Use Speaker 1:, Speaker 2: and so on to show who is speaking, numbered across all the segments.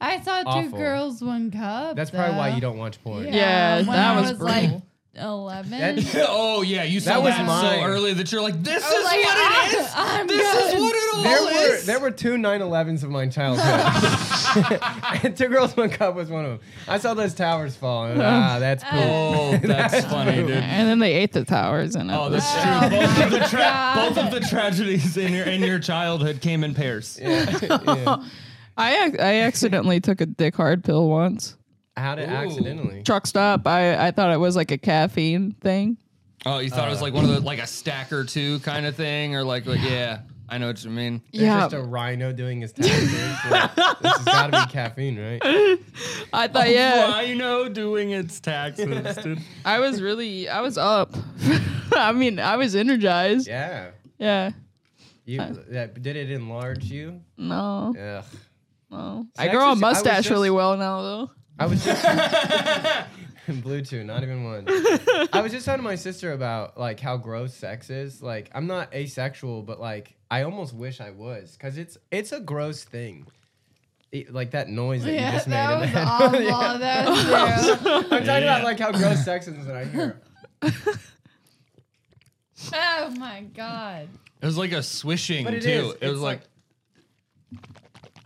Speaker 1: I saw two
Speaker 2: Awful.
Speaker 1: girls, one cup.
Speaker 2: That's probably why
Speaker 1: though.
Speaker 2: you don't watch porn.
Speaker 3: Yeah,
Speaker 1: when
Speaker 3: that
Speaker 1: I
Speaker 3: was brutal.
Speaker 1: like eleven.
Speaker 2: That-
Speaker 4: oh yeah, you saw
Speaker 2: That
Speaker 4: that,
Speaker 2: was mine.
Speaker 4: so early that you're like, this
Speaker 1: I was
Speaker 4: is
Speaker 1: like,
Speaker 4: what it
Speaker 1: "Ah,
Speaker 4: is.
Speaker 1: I'm
Speaker 4: This
Speaker 1: good."
Speaker 4: is what it all
Speaker 2: There were
Speaker 4: is.
Speaker 2: there were two 9/11s of my childhood. and two girls, one cup was one of them. I saw those towers fall. and, ah, that's cool.
Speaker 4: oh, that's funny, dude.
Speaker 3: And then they ate the towers, and it
Speaker 4: Oh,
Speaker 3: was
Speaker 4: that's
Speaker 1: Oh
Speaker 4: true. Both of, the tra-
Speaker 1: God.
Speaker 4: both of the tragedies in your in your childhood came in pairs.
Speaker 2: Yeah.
Speaker 3: I ac- I accidentally took a dick hard pill once.
Speaker 2: How did
Speaker 4: Ooh.
Speaker 2: accidentally?
Speaker 3: Truck stop. I I thought it was like a caffeine thing.
Speaker 4: Oh, you thought
Speaker 2: Uh.
Speaker 4: it was like one of the like a stack or two kind of thing, or like, like yeah, I know what you mean.
Speaker 2: There's just a rhino doing his taxes. like, this has got to be caffeine, right?
Speaker 3: I thought yeah.
Speaker 4: I know doing its taxes, dude.
Speaker 3: I was really I was up. I mean, I was energized. Yeah.
Speaker 2: Yeah. You that did it enlarge you?
Speaker 3: No.
Speaker 2: Ugh.
Speaker 3: No. I
Speaker 2: Sex
Speaker 3: grow a
Speaker 2: is- I was
Speaker 3: mustache really
Speaker 2: just-
Speaker 3: well now though.
Speaker 2: I was just blue chew, not even one. I was just talking to my sister about like how gross sex is. Like I'm not asexual, but like I almost wish I was because it's it's a gross thing. It- like that noise that you
Speaker 1: Yeah,
Speaker 2: just made. in
Speaker 1: that was
Speaker 2: the head.
Speaker 1: awful.
Speaker 2: Yeah.
Speaker 1: That was terrible.
Speaker 2: I'm talking about like how gross sex is that I hear.
Speaker 1: oh my god.
Speaker 4: It was like a swishing
Speaker 2: But it
Speaker 4: too.
Speaker 2: is.
Speaker 4: It was
Speaker 2: It's
Speaker 4: like,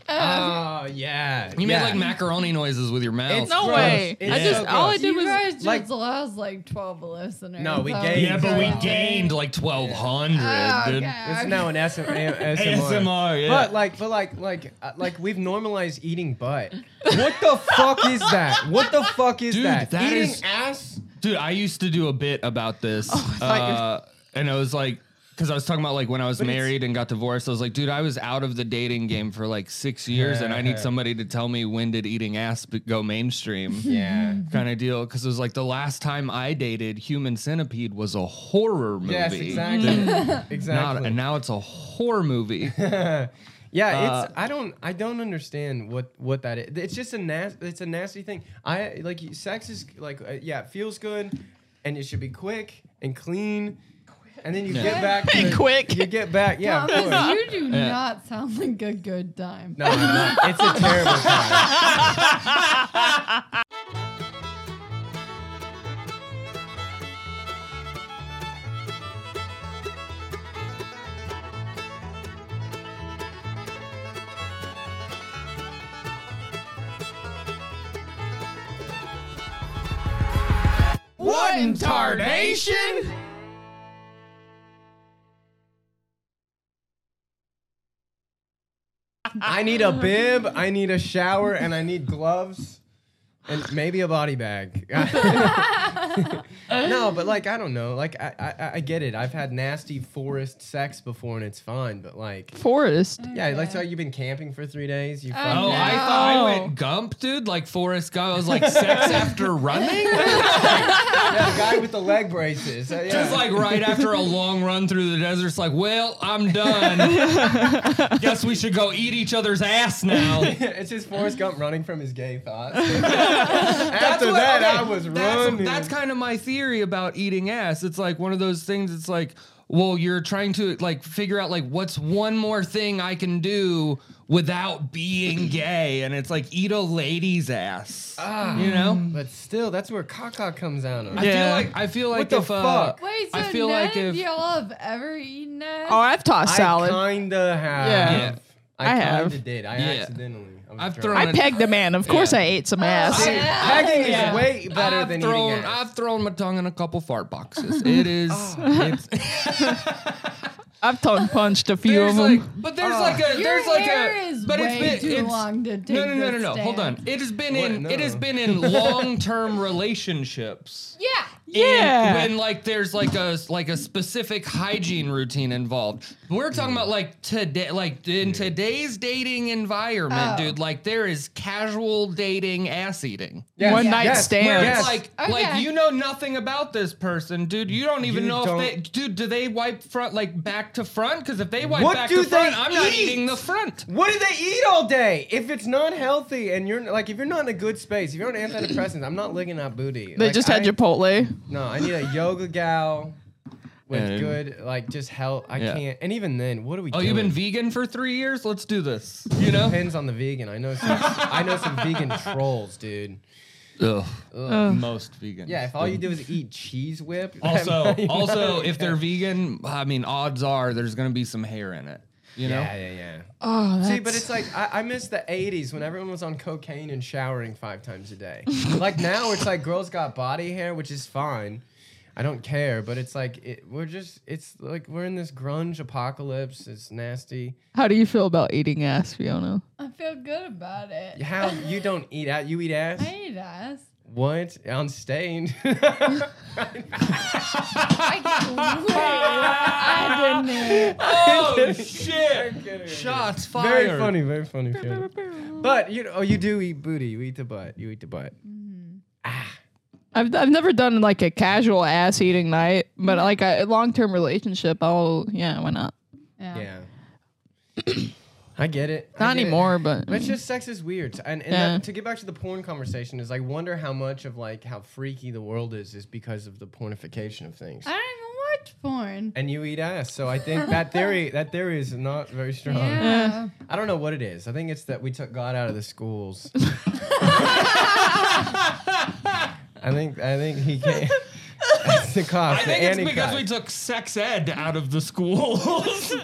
Speaker 1: uh,
Speaker 4: "Ah,
Speaker 2: Oh yeah.
Speaker 4: you
Speaker 2: yeah.
Speaker 4: made like macaroni noises with your mouth.
Speaker 2: It's
Speaker 3: No
Speaker 2: gross.
Speaker 3: way.
Speaker 2: It's
Speaker 3: I
Speaker 4: so
Speaker 3: just all I
Speaker 2: gross.
Speaker 3: did
Speaker 1: You
Speaker 3: was
Speaker 1: guys just
Speaker 2: like-
Speaker 1: lost like 12 listeners.
Speaker 2: No, we
Speaker 1: Oh,
Speaker 2: gained-
Speaker 4: yeah, but we
Speaker 2: Yeah.
Speaker 4: gained like twelve hundred,
Speaker 1: Oh,
Speaker 4: dude.
Speaker 1: God.
Speaker 2: It's now an SM,
Speaker 4: ASMR, yeah.
Speaker 2: But like, but like, like, uh, like we've normalized eating butt. What the fuck is that? What the fuck is
Speaker 4: Dude,
Speaker 2: that?
Speaker 4: that
Speaker 2: eating
Speaker 4: is-
Speaker 2: ass.
Speaker 4: Dude, I used to do a bit about this.
Speaker 2: Oh,
Speaker 3: thought you-
Speaker 4: uh, and I was like, because I was talking about like when I was
Speaker 2: it's-
Speaker 4: married and got divorced, I was like, dude, I was out of the dating game for like six years and I
Speaker 2: Yeah.
Speaker 4: need somebody to tell me when did eating ass be- go mainstream
Speaker 2: Yeah.
Speaker 4: kind of deal. Because it was like the last time I dated, Human Centipede was a horror movie.
Speaker 2: Yes, exactly.
Speaker 4: Not-
Speaker 2: exactly.
Speaker 4: and now it's a horror movie.
Speaker 2: yeah,
Speaker 4: Uh,
Speaker 2: it's I don't I don't understand what what that is. It's just a nasty it's a nasty thing. I like sex is like uh, yeah, it feels good and it should be quick and clean. And then you
Speaker 4: Yeah.
Speaker 2: get back to,
Speaker 3: And quick.
Speaker 2: You get back. Yeah, of
Speaker 1: Thomas,
Speaker 2: course.
Speaker 1: you do not sound like a good time.
Speaker 2: No, I'm not. it's a terrible time. What in tarnation? I need a bib, I need a shower, and I need gloves, and maybe a body bag. no, but like I don't know. Like I, I, I get it. I've had nasty forest sex before, and it's fine. But like,
Speaker 3: forest.
Speaker 2: yeah, like so you've been camping for three days. You
Speaker 4: Oh,
Speaker 2: fucking
Speaker 4: I thought I went Gump, dude. Like Forrest Gump. I was like, sex after running?
Speaker 2: yeah, the guy with the leg braces. Uh, yeah.
Speaker 4: Just like right after a long run through the desert, it's like, well, I'm done. Guess we should go eat each other's ass now.
Speaker 2: it's just Forrest Gump running from his gay thoughts. After that,
Speaker 4: okay,
Speaker 2: I was
Speaker 4: that's,
Speaker 2: running.
Speaker 4: That's kind of my theory about eating ass. It's like one of those things. It's like, well, you're trying to like figure out like what's one more thing I can do without being gay, and it's like eat a lady's ass.
Speaker 2: Um,
Speaker 4: you know.
Speaker 2: Ah. but still, that's where caca comes out of.
Speaker 4: I
Speaker 3: Yeah.
Speaker 4: feel like I feel like
Speaker 2: the
Speaker 4: if uh,
Speaker 2: fuck?
Speaker 1: Wait, so
Speaker 4: I feel
Speaker 1: none
Speaker 4: like
Speaker 1: of
Speaker 4: if
Speaker 1: y'all have ever eaten that?
Speaker 3: Oh, I've tossed salad.
Speaker 2: I kinda have.
Speaker 3: Yeah.
Speaker 2: I,
Speaker 3: I have.
Speaker 2: kinda did. I
Speaker 4: Yeah.
Speaker 2: accidentally. I was
Speaker 4: I've
Speaker 2: drunk.
Speaker 4: thrown-
Speaker 3: I pegged a man. Of course,
Speaker 4: Yeah.
Speaker 3: I ate some ass.
Speaker 2: Dude,
Speaker 1: Yeah.
Speaker 2: Pegging
Speaker 4: Yeah.
Speaker 2: is way better
Speaker 4: I've
Speaker 2: than
Speaker 4: thrown,
Speaker 2: eating ass. Oh.
Speaker 4: I've thrown my tongue in a couple fart boxes. It is. it's,
Speaker 3: I've tongue punched a few
Speaker 4: there's
Speaker 3: of them.
Speaker 4: like, but there's
Speaker 2: Ugh.
Speaker 4: like a
Speaker 1: uh, Your
Speaker 4: there's like
Speaker 1: hair
Speaker 4: a
Speaker 1: is
Speaker 4: but
Speaker 1: way
Speaker 4: it's been
Speaker 1: too
Speaker 4: it's,
Speaker 1: long to take
Speaker 4: no no no no
Speaker 1: this
Speaker 4: no hold on
Speaker 1: stand.
Speaker 4: it has been
Speaker 2: What?
Speaker 4: in
Speaker 2: No.
Speaker 4: it has been in long term relationships
Speaker 1: Yeah.
Speaker 3: Yeah.
Speaker 4: And when like there's like a like a specific hygiene routine involved. We're
Speaker 2: Mm.
Speaker 4: talking about like today like in today's dating environment,
Speaker 1: Oh.
Speaker 4: dude, like there is casual dating ass eating.
Speaker 2: Yes,
Speaker 3: One night
Speaker 2: yes,
Speaker 3: stands.
Speaker 4: Where
Speaker 2: yes.
Speaker 4: it's like,
Speaker 1: Okay.
Speaker 4: like you know nothing about this person, dude. You don't even
Speaker 2: You
Speaker 4: know
Speaker 2: don't-
Speaker 4: if they, dude. Do they wipe front like back to front? Because if they wipe
Speaker 2: What
Speaker 4: back
Speaker 2: do
Speaker 4: to front,
Speaker 2: they
Speaker 4: I'm not
Speaker 2: eat?
Speaker 4: eating the front.
Speaker 2: what do they eat all day? If it's not healthy and you're like, if you're not in a good space, if you're on antidepressants, I'm not licking that booty.
Speaker 3: They
Speaker 2: Like,
Speaker 3: just had
Speaker 2: I-
Speaker 3: Chipotle.
Speaker 2: No, I need a yoga gal. with
Speaker 4: And-
Speaker 2: good like just health. I
Speaker 4: Yeah.
Speaker 2: can't. And even then, what are we?
Speaker 4: Oh,
Speaker 2: doing?
Speaker 4: you've been vegan for three years? Let's do this. You know?
Speaker 2: Depends on the vegan. I know some. I know some vegan trolls, dude.
Speaker 4: Ugh.
Speaker 3: Ugh.
Speaker 4: Most vegans.
Speaker 2: Yeah, if all you do is eat cheese whip. that
Speaker 4: Also,
Speaker 2: might not-
Speaker 4: also, if
Speaker 2: Yeah.
Speaker 4: they're vegan, I mean, odds are there's gonna be some hair in it. You know?
Speaker 2: Yeah, yeah, yeah.
Speaker 3: Oh, that's,
Speaker 2: See, but it's like I, I miss the '80s when everyone was on cocaine and showering five times a day. like now, it's like girls got body hair, which is fine. I don't care, but it's like it, we're just—it's like we're in this grunge apocalypse. It's nasty.
Speaker 3: how do you feel about eating ass, Fiona?
Speaker 1: I feel good about it.
Speaker 2: How you don't eat out? You eat ass?
Speaker 1: I eat ass.
Speaker 2: What on stain?
Speaker 1: I can't wait. I didn't hear.
Speaker 4: Oh shit! Shots fired.
Speaker 2: Very funny, very funny. Fiona. But you know, oh, you do eat booty. You eat the butt. You eat the butt.
Speaker 3: I've, I've never done like a casual ass eating night, but like a long term relationship, oh yeah, why not?
Speaker 1: Yeah.
Speaker 2: Yeah. I get it. I
Speaker 3: Not
Speaker 2: get it.
Speaker 3: anymore, but
Speaker 2: But it's just sex is weird, and, and
Speaker 3: Yeah.
Speaker 2: that- to get back to the porn conversation is I wonder how much of like how freaky the world is is because of the pornification of things.
Speaker 1: I don't even watch porn.
Speaker 2: And you eat ass, so I think that theory that theory is not very strong.
Speaker 1: Yeah.
Speaker 2: I don't know what it is. I think it's that we took God out of the schools. I think I think he can't. That's the cost.
Speaker 4: I
Speaker 2: the
Speaker 4: think it's
Speaker 2: Annie
Speaker 4: because
Speaker 2: cost.
Speaker 4: we took sex ed out of the schools.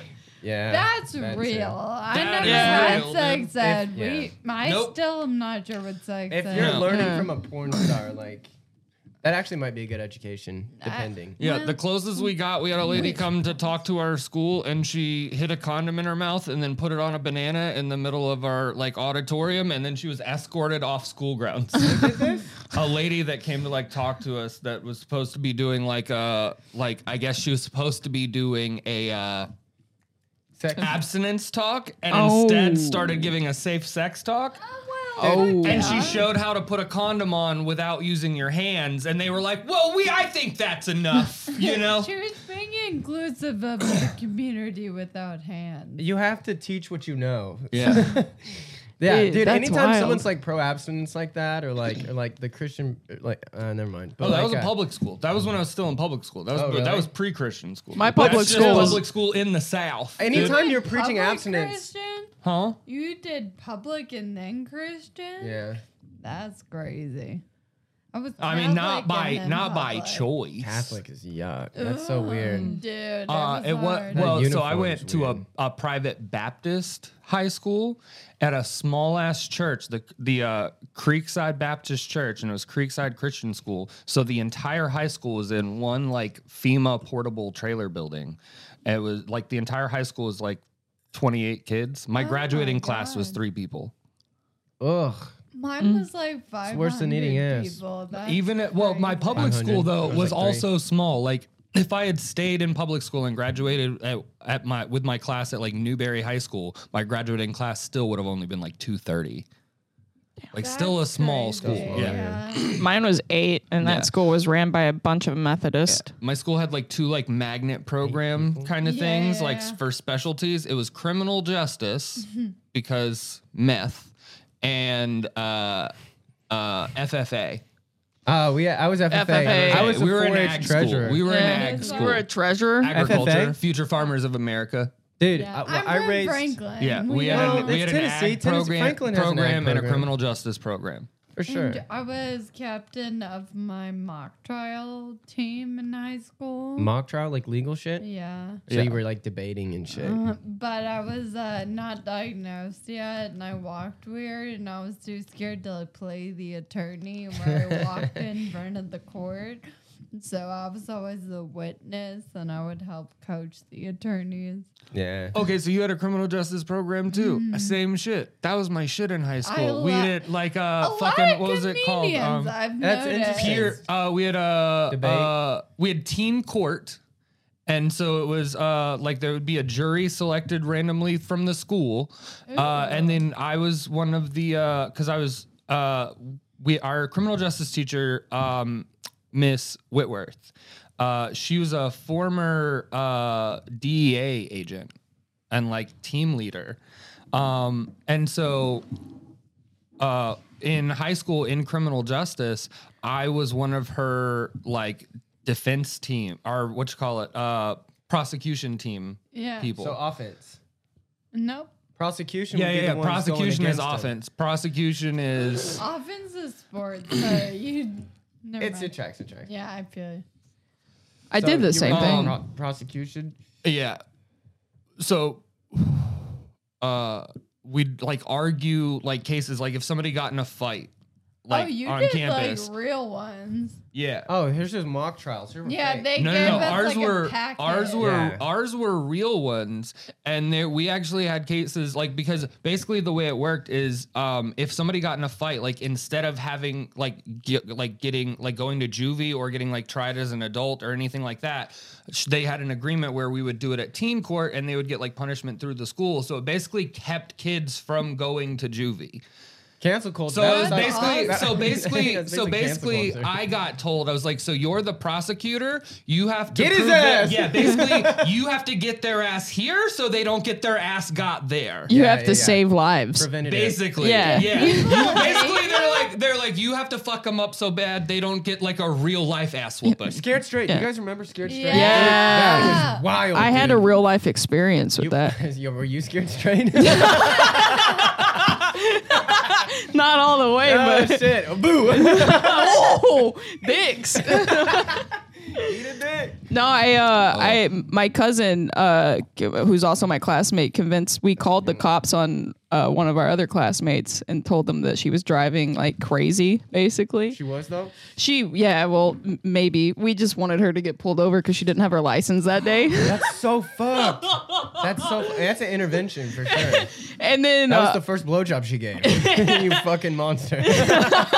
Speaker 2: yeah,
Speaker 1: That's
Speaker 2: that too.
Speaker 1: real. I
Speaker 4: That
Speaker 1: never
Speaker 4: is
Speaker 1: had
Speaker 4: real,
Speaker 1: sex
Speaker 4: dude.
Speaker 1: ed.
Speaker 2: If-
Speaker 1: We, I
Speaker 4: Nope.
Speaker 1: still am not sure what sex
Speaker 2: If
Speaker 1: ed.
Speaker 2: you're
Speaker 4: No.
Speaker 2: learning
Speaker 3: Yeah.
Speaker 2: from a porn star, like that actually might be a good education,
Speaker 1: I-
Speaker 2: depending.
Speaker 4: yeah, the closest we got, we had a lady come to talk to our school, and she hid a condom in her mouth and then put it on a banana in the middle of our like auditorium, and then she was escorted off school grounds. a lady that came to like talk to us that was supposed to be doing like a like I guess she was supposed to be doing a. uh
Speaker 2: Sex.
Speaker 4: abstinence talk and
Speaker 3: Oh.
Speaker 4: instead started giving a safe sex talk.
Speaker 3: Oh.
Speaker 4: And she showed how to put a condom on without using your hands, and they were like, "Well, we I think that's enough," you know.
Speaker 1: She was being inclusive of the community without hands.
Speaker 2: You have to teach what you know.
Speaker 4: Yeah.
Speaker 2: Yeah,
Speaker 3: Dude,
Speaker 2: dude.
Speaker 3: that's
Speaker 2: anytime
Speaker 3: wild.
Speaker 2: someone's like pro abstinence like that, or like or like the Christian, or, like uh, never mind. But
Speaker 4: Oh, that
Speaker 2: like,
Speaker 4: was a
Speaker 2: uh,
Speaker 4: public school. That was when I was still in public school. That was
Speaker 2: Oh, really?
Speaker 4: that was pre-Christian school.
Speaker 3: My
Speaker 4: That's
Speaker 3: public
Speaker 4: just
Speaker 3: school was-
Speaker 4: public school in the South. dude.
Speaker 2: Anytime you're preaching
Speaker 1: Public
Speaker 2: abstinence,
Speaker 1: Christian?
Speaker 4: huh?
Speaker 1: You did public and then Christian?
Speaker 2: yeah,
Speaker 1: That's crazy. I was
Speaker 4: I mean,
Speaker 1: Catholic
Speaker 4: not
Speaker 1: and
Speaker 4: by
Speaker 1: then
Speaker 4: not by
Speaker 1: public. Mm,
Speaker 4: choice.
Speaker 2: Catholic is yuck. That's so weird.
Speaker 1: Dude, it
Speaker 4: Uh,
Speaker 1: was
Speaker 4: it was
Speaker 1: hard.
Speaker 4: well. So I
Speaker 2: uniform
Speaker 4: went
Speaker 2: is
Speaker 4: to a,
Speaker 2: weird.
Speaker 4: a private Baptist high school at a small ass church, the the uh, Creekside Baptist Church, and it was Creekside Christian School. So the entire high school was in one like FEMA portable trailer building. It was like the entire high school was like twenty eight kids. My
Speaker 1: Oh my
Speaker 4: graduating class was
Speaker 1: God.
Speaker 4: three people.
Speaker 2: Ugh.
Speaker 1: Mine was like five.
Speaker 2: worse than eating ass.
Speaker 1: people. That's
Speaker 4: Even at, well, my
Speaker 1: crazy.
Speaker 4: public
Speaker 2: 500.
Speaker 4: school though
Speaker 2: It
Speaker 4: was,
Speaker 2: was like three.
Speaker 4: also small. Like if I had stayed in public school and graduated at, at my with my class at like Newberry High School, my graduating class still would have only been like two thirty. Like still a
Speaker 1: That's
Speaker 4: small
Speaker 1: crazy.
Speaker 4: school. Yeah.
Speaker 1: yeah.
Speaker 3: mine was eight, and
Speaker 4: Yeah.
Speaker 3: that school was ran by a bunch of Methodists.
Speaker 4: My school had like two like magnet program kind of things, like s-
Speaker 1: Yeah.
Speaker 4: for specialties. It was criminal justice because meth and uh uh FFA.
Speaker 2: Oh, we. I was FFA.
Speaker 3: FFA.
Speaker 2: I was
Speaker 4: we were in
Speaker 2: 4-H
Speaker 4: ag
Speaker 2: treasurer.
Speaker 4: school. We were in
Speaker 3: Yeah.
Speaker 4: ag
Speaker 1: You
Speaker 4: school.
Speaker 3: You were a treasure.
Speaker 4: agriculture,
Speaker 2: FFA?
Speaker 4: future farmers of America.
Speaker 2: dude.
Speaker 1: Yeah.
Speaker 2: I,
Speaker 1: I'm
Speaker 2: I
Speaker 1: from
Speaker 2: raised
Speaker 1: Franklin.
Speaker 4: Yeah, we
Speaker 1: are-
Speaker 4: had
Speaker 2: Well,
Speaker 4: an, we had
Speaker 2: it's
Speaker 4: an
Speaker 2: Tennessee.
Speaker 4: ag
Speaker 2: Tennessee-
Speaker 4: program,
Speaker 2: Franklin has an ag
Speaker 4: program and a
Speaker 2: program.
Speaker 4: criminal justice program.
Speaker 2: for sure.
Speaker 1: And I was captain of my mock trial team in high school.
Speaker 2: Mock trial, like legal shit.
Speaker 1: yeah.
Speaker 2: So
Speaker 4: Yeah.
Speaker 2: you were like debating and shit.
Speaker 1: Uh, But I was uh, not diagnosed yet, and I walked weird, and I was too scared to like, play the attorney where I walked in front of the court. So I was always the witness, and I would help coach the attorneys.
Speaker 2: Yeah.
Speaker 4: Okay, so you had a criminal justice program too. Same shit. That was my shit in high school. we
Speaker 1: lo-
Speaker 4: did like uh,
Speaker 1: A lot
Speaker 4: fucking
Speaker 1: of
Speaker 4: what was it called?
Speaker 1: comedians
Speaker 4: Um,
Speaker 1: I've
Speaker 2: that's
Speaker 1: noticed.
Speaker 2: interesting.
Speaker 4: peer. Uh, we had a
Speaker 2: Debate.
Speaker 4: Uh, we had teen court, and so it was uh, like there would be a jury selected randomly from the school, uh, and then I was one of the because I was uh, we our criminal justice teacher um, Miss Whitworth. Uh, she was a former uh, DEA agent and like team leader. Um, and so uh, in high school in criminal justice, I was one of her like defense team or what you call it, uh, prosecution team
Speaker 1: Yeah.
Speaker 4: people.
Speaker 2: So offense.
Speaker 1: Nope.
Speaker 2: Prosecution.
Speaker 4: yeah,
Speaker 2: would
Speaker 4: yeah,
Speaker 2: be
Speaker 4: yeah.
Speaker 2: The ones going
Speaker 4: Prosecution
Speaker 2: against
Speaker 4: is
Speaker 2: him.
Speaker 4: offense. Prosecution is
Speaker 1: Offense is sports. So you. Never
Speaker 2: It's a
Speaker 1: mind.
Speaker 2: track. It's a track.
Speaker 1: Yeah, I feel you. Oh,
Speaker 3: I did the same
Speaker 4: wrong.
Speaker 3: thing.
Speaker 4: Um,
Speaker 2: prosecution.
Speaker 4: yeah. So, uh, we'd like argue like cases like if somebody got in a fight, like
Speaker 1: oh, you
Speaker 4: on
Speaker 1: did
Speaker 4: campus.
Speaker 1: like real ones.
Speaker 4: yeah.
Speaker 2: Oh, here's just mock trials. Here we're
Speaker 1: Yeah,
Speaker 2: fake.
Speaker 1: they
Speaker 4: no,
Speaker 1: gave
Speaker 4: no, no.
Speaker 1: us
Speaker 4: Ours
Speaker 1: like a
Speaker 4: were
Speaker 1: packet.
Speaker 4: ours were
Speaker 2: Yeah.
Speaker 4: ours were real ones, and there we actually had cases like because basically the way it worked is um, if somebody got in a fight, like instead of having like ge- like getting like going to juvie or getting like tried as an adult or anything like that, sh- they had an agreement where we would do it at teen court and they would get like punishment through the school. So it basically kept kids from going to juvie.
Speaker 2: cancel culture.
Speaker 4: So
Speaker 2: That
Speaker 1: was
Speaker 2: was like-
Speaker 4: basically,
Speaker 2: that-
Speaker 4: so basically,
Speaker 2: that's
Speaker 4: so
Speaker 2: cancel
Speaker 4: basically,
Speaker 2: culture.
Speaker 4: I got told I was like, so you're the prosecutor. You have to
Speaker 2: Get his
Speaker 4: prove that-
Speaker 2: ass.
Speaker 4: yeah, basically, you have to get their ass here so they don't get their ass got there.
Speaker 3: You
Speaker 2: Yeah,
Speaker 3: have to
Speaker 2: yeah, yeah.
Speaker 3: save lives.
Speaker 2: preventative.
Speaker 4: Basically,
Speaker 3: Yeah.
Speaker 4: yeah, yeah. You- basically, they're like, they're like, you have to fuck them up so bad they don't get like a real life ass whooping.
Speaker 2: Scared straight.
Speaker 3: Yeah.
Speaker 2: You guys remember scared straight?
Speaker 1: Yeah.
Speaker 2: That
Speaker 1: Yeah.
Speaker 2: was wild.
Speaker 3: I had
Speaker 2: dude.
Speaker 3: a real life experience with
Speaker 2: You-
Speaker 3: that.
Speaker 2: Yo, were you scared straight?
Speaker 3: Not all the way,
Speaker 2: oh
Speaker 3: but
Speaker 2: shit! Boo!
Speaker 3: oh, dicks.
Speaker 2: Eat a dick.
Speaker 3: No, I, uh, I, my cousin, uh, who's also my classmate, convinced we called the cops on uh, one of our other classmates and told them that she was driving like crazy. Basically,
Speaker 2: She was though.
Speaker 3: she, yeah, well, m- maybe we just wanted her to get pulled over because she didn't have her license that day.
Speaker 2: That's so fucked. That's so. That's an intervention for sure. That
Speaker 3: and then,
Speaker 2: was
Speaker 3: uh,
Speaker 2: the first blowjob she gave. you fucking monster. She's like,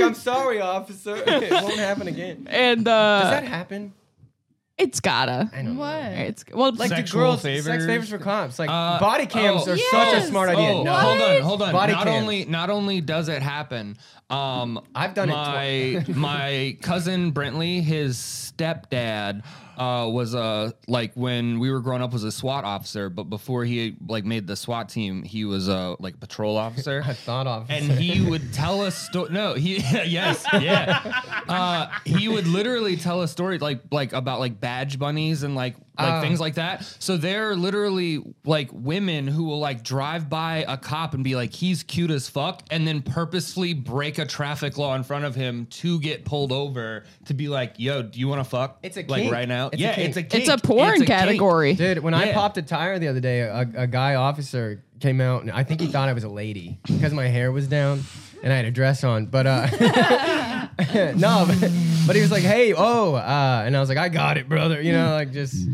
Speaker 2: I'm sorry, officer. It won't happen again.
Speaker 3: and
Speaker 2: Does
Speaker 3: uh,
Speaker 2: that happen?
Speaker 3: it's gotta,
Speaker 2: I don't know.
Speaker 1: What?
Speaker 3: it's well,
Speaker 2: Like the
Speaker 4: Sexual
Speaker 2: girls, sex
Speaker 4: favors?
Speaker 2: favors for cops. Like
Speaker 4: Uh,
Speaker 2: body cams
Speaker 4: oh.
Speaker 2: are such a
Speaker 1: Yes.
Speaker 2: smart idea.
Speaker 4: Oh,
Speaker 2: no,
Speaker 4: hold on, hold on.
Speaker 2: Body
Speaker 4: not
Speaker 2: cams.
Speaker 4: only not only does it happen, um,
Speaker 2: I've done it
Speaker 4: my, it. my cousin Brentley, his stepdad, uh, was a like when we were growing up was a SWAT officer, but before he like made the SWAT team, he was a like patrol officer.
Speaker 2: I thought of.
Speaker 4: And he would tell us story. No, he yes, yeah. Uh, he would literally tell a story like like about like badge bunnies and like like
Speaker 2: Ah.
Speaker 4: things like that. So there are literally like women who will like drive by a cop and be like, "He's cute as fuck," and then purposefully break a traffic law in front of him to get pulled over to be like, "Yo, do you want to fuck?"
Speaker 2: It's a
Speaker 4: like
Speaker 2: kink.
Speaker 4: right now.
Speaker 2: It's a
Speaker 4: yeah,
Speaker 2: kink.
Speaker 4: it's a kink.
Speaker 3: it's a porn
Speaker 4: It's a kink.
Speaker 3: category.
Speaker 2: Dude, when I
Speaker 4: Yeah.
Speaker 2: popped a tire the other day, a, a guy officer came out and I think he thought I was a lady because my hair was down and I had a dress on. But uh, no, but, but he was like, "Hey, oh," uh, and I was like, "I got it, brother." You know, like just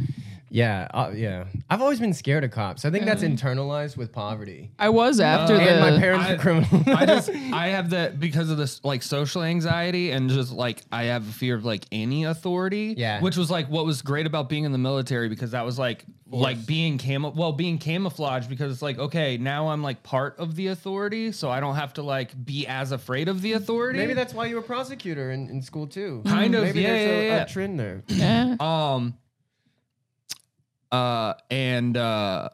Speaker 2: yeah, uh, yeah. I've always been scared of cops. I think that's internalized with poverty.
Speaker 3: I was after
Speaker 2: and my
Speaker 3: the.
Speaker 2: parents
Speaker 4: I-
Speaker 2: were criminals.
Speaker 4: I just I have that because of this like social anxiety and just like I have a fear of like any authority.
Speaker 2: Yeah.
Speaker 4: Which was like what was great about being in the military because that was like like being camo well being camouflaged because it's like okay now I'm like part of the authority so I don't have to like be as afraid of the authority.
Speaker 2: Maybe that's why you were a prosecutor in, in school too.
Speaker 4: Kind of,
Speaker 2: Maybe
Speaker 4: yeah,
Speaker 2: there's a,
Speaker 4: yeah, yeah.
Speaker 2: a trend there.
Speaker 3: Yeah.
Speaker 4: um. Uh and uh.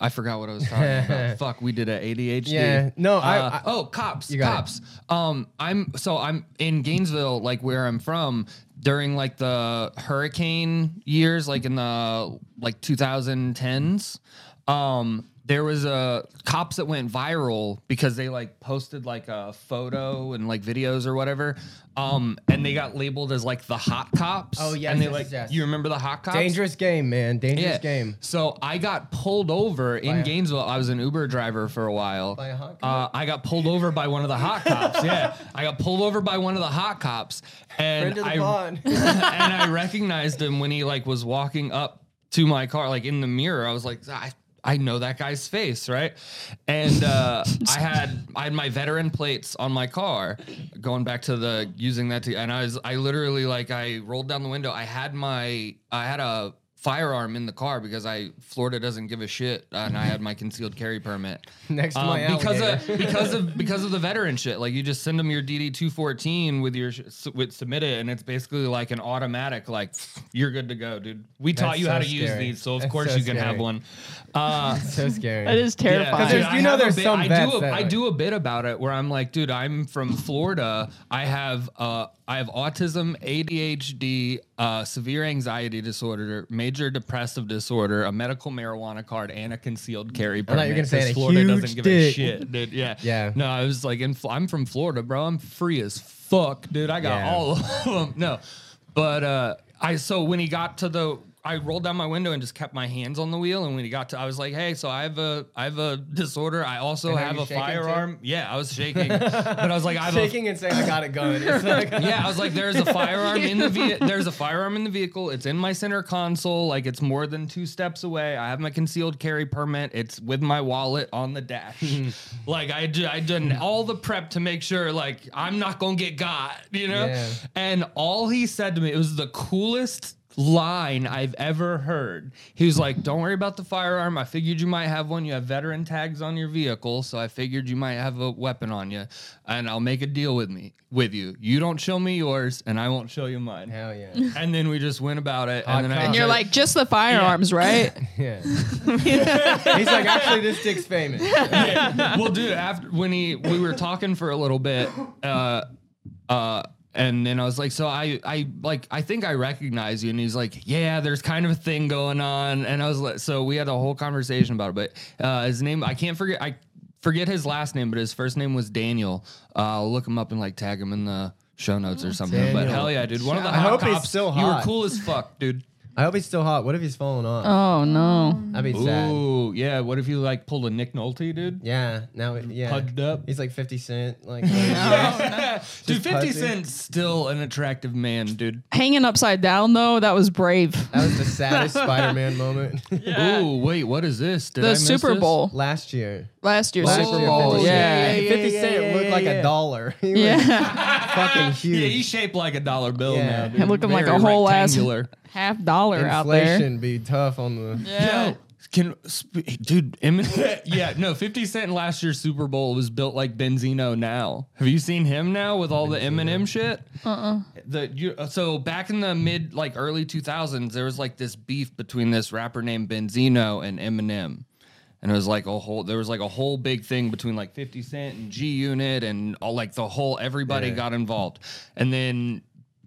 Speaker 4: I forgot what I was talking about. Fuck, we did a ADHD.
Speaker 2: Yeah. No, I-
Speaker 4: Uh,
Speaker 2: I-
Speaker 4: oh, cops,
Speaker 2: You got it.
Speaker 4: cops. Um, I'm so I'm in Gainesville, like where I'm from, during like the hurricane years, like in the like 2010s. Um, there was a cops that went viral because they like posted like a photo and like videos or whatever. Um, and they got labeled as like the hot cops.
Speaker 2: Oh, yes,
Speaker 4: and they
Speaker 2: yes,
Speaker 4: like
Speaker 2: yes, yes.
Speaker 4: you remember the hot cops?
Speaker 2: Dangerous game, man. Dangerous
Speaker 4: Yeah.
Speaker 2: game.
Speaker 4: So I got pulled over in
Speaker 2: a-
Speaker 4: Gainesville. I was an Uber driver for a while.
Speaker 2: By a hot
Speaker 4: uh,
Speaker 2: cop?
Speaker 4: I got pulled over by one of the hot cops. Yeah, I got pulled over by one of the hot cops, and
Speaker 2: Friend of the
Speaker 4: I
Speaker 2: pod.
Speaker 4: and I recognized him when he like was walking up to my car, like in the mirror. I was like, I, I know that guy's face, right? And uh, I had I had my veteran plates on my car, going back to the using that to, and I was I literally like I rolled down the window. I had my I had a firearm in the car because I Florida doesn't give a shit, and I had my concealed carry permit.
Speaker 2: Next to
Speaker 4: Um,
Speaker 2: my
Speaker 4: because
Speaker 2: alligator.
Speaker 4: of because of because of the veteran shit. Like you just send them your DD two fourteen with your sh- s- with submit it, and it's basically like an automatic. Like you're good to go, dude. We taught
Speaker 2: That's
Speaker 4: you
Speaker 2: so
Speaker 4: how to use
Speaker 2: scary.
Speaker 4: these, so of
Speaker 2: That's
Speaker 4: course
Speaker 2: so
Speaker 4: you can have
Speaker 2: scary.
Speaker 4: one. Uh,
Speaker 2: so scary.
Speaker 3: That is
Speaker 4: yeah, 'cause
Speaker 3: terrifying.
Speaker 2: there's-
Speaker 4: dude,
Speaker 2: you
Speaker 4: I
Speaker 2: know
Speaker 4: have a
Speaker 2: there's
Speaker 4: bit-
Speaker 2: some
Speaker 4: I
Speaker 2: vets
Speaker 4: do a,
Speaker 2: that,
Speaker 4: I
Speaker 2: like-
Speaker 4: do a bit about it where I'm like, dude, I'm from Florida. I have uh, I have autism, ADHD, uh, severe anxiety disorder, major depressive disorder, a medical marijuana card, and a concealed carry
Speaker 2: thought
Speaker 4: permit.
Speaker 2: you were gonna say I
Speaker 4: because
Speaker 2: had a
Speaker 4: Florida doesn't
Speaker 2: huge
Speaker 4: give a
Speaker 2: dick.
Speaker 4: shit, dude. Yeah,
Speaker 2: Yeah.
Speaker 4: No, I was like, in, Fl- I'm from Florida, bro. I'm free as fuck, dude. I got
Speaker 2: Yeah.
Speaker 4: all of them. No, but uh, I so when he got to the, I rolled down my window and just kept my hands on the wheel. And when he got to, I was like, hey, so I have a, I have a disorder. I also
Speaker 2: And are
Speaker 4: have
Speaker 2: you
Speaker 4: a
Speaker 2: shaking, too?
Speaker 4: firearm. Yeah, I was shaking, but I was like, I have a
Speaker 2: Shaking and saying I got a gun. It's like
Speaker 4: yeah, I was like, there's a firearm in the ve- there's a firearm in the vehicle. It's in my center console. Like it's more than two steps away. I have my concealed carry permit. It's with my wallet on the dash. like I d- I done all the prep to make sure like I'm not gonna get got. You know.
Speaker 2: Yeah.
Speaker 4: And all he said to me, it was the coolest line I've ever heard. He was like, Don't worry about the firearm. I figured you might have one. You have veteran tags on your vehicle, so I figured you might have a weapon on you. And I'll make a deal with me with you. You don't show me yours, and I won't show you mine.
Speaker 2: hell yeah,
Speaker 4: And then we just went about it.
Speaker 2: Hot
Speaker 4: And, then I
Speaker 2: cop.
Speaker 4: was
Speaker 3: You're like just the firearms, right?
Speaker 2: yeah. He's like actually this dick's famous.
Speaker 4: well, dude, after when he we were talking for a little bit, uh, uh, and then I was like, so I, I like, I think I recognize you, and he's like, yeah, there's kind of a thing going on, and I was like, so we had a whole conversation about it, but uh, his name, I can't forget, I forget his last name, but his first name was Daniel. Uh, I'll look him up and like tag him in the show notes or something. But
Speaker 2: Daniel.
Speaker 4: hell yeah, dude, one of the
Speaker 2: I
Speaker 4: hot
Speaker 2: hope he's
Speaker 4: cops.
Speaker 2: still
Speaker 4: You were
Speaker 2: hot.
Speaker 4: cool as fuck, dude.
Speaker 2: I hope he's still hot. What if he's falling off?
Speaker 4: Um,
Speaker 3: Oh no.
Speaker 2: That'd be sad.
Speaker 4: Ooh, yeah. What if you like pulled a Nick Nolte, dude?
Speaker 2: Yeah. Now, it- yeah.
Speaker 4: Pudged up.
Speaker 2: He's like Fifty Cent. Like,
Speaker 4: Dude, 50
Speaker 2: pussy.
Speaker 4: Cent's still an attractive man, dude.
Speaker 3: Hanging upside down though, that was brave.
Speaker 2: That was the saddest Spider-Man moment
Speaker 4: Ooh, wait, what is this? Did I
Speaker 3: The
Speaker 4: miss
Speaker 3: Super
Speaker 4: this?
Speaker 3: Bowl.
Speaker 2: last year.
Speaker 3: Last year's
Speaker 2: Last
Speaker 3: Super
Speaker 2: year,
Speaker 3: Bowl.
Speaker 2: 50
Speaker 3: Yeah.
Speaker 2: Cent-
Speaker 4: yeah,
Speaker 2: Fifty
Speaker 4: yeah,
Speaker 2: Cent
Speaker 4: yeah,
Speaker 2: looked
Speaker 4: yeah,
Speaker 2: like
Speaker 4: yeah.
Speaker 2: a dollar. He was
Speaker 3: Yeah.
Speaker 2: fucking huge.
Speaker 4: Yeah, he's shaped like a dollar bill
Speaker 2: Yeah.
Speaker 4: now.
Speaker 3: It
Speaker 4: Dude.
Speaker 3: looked like
Speaker 4: Very
Speaker 3: a whole ass
Speaker 4: rectangular.
Speaker 3: half dollar out there.
Speaker 2: Inflation be tough on the.
Speaker 4: Yo, can sp- dude, Eminem? yeah, no, 50 Cent in last year's Super Bowl was built like Benzino now. Have you seen him now with all the Eminem shit? Uh-uh. The you uh, so back in the mid like early 2000s there was like this beef between this rapper named Benzino and Eminem. And it was like a whole there was like a whole big thing between like 50 Cent and G Unit and all like the whole everybody
Speaker 2: Yeah.
Speaker 4: got involved. And then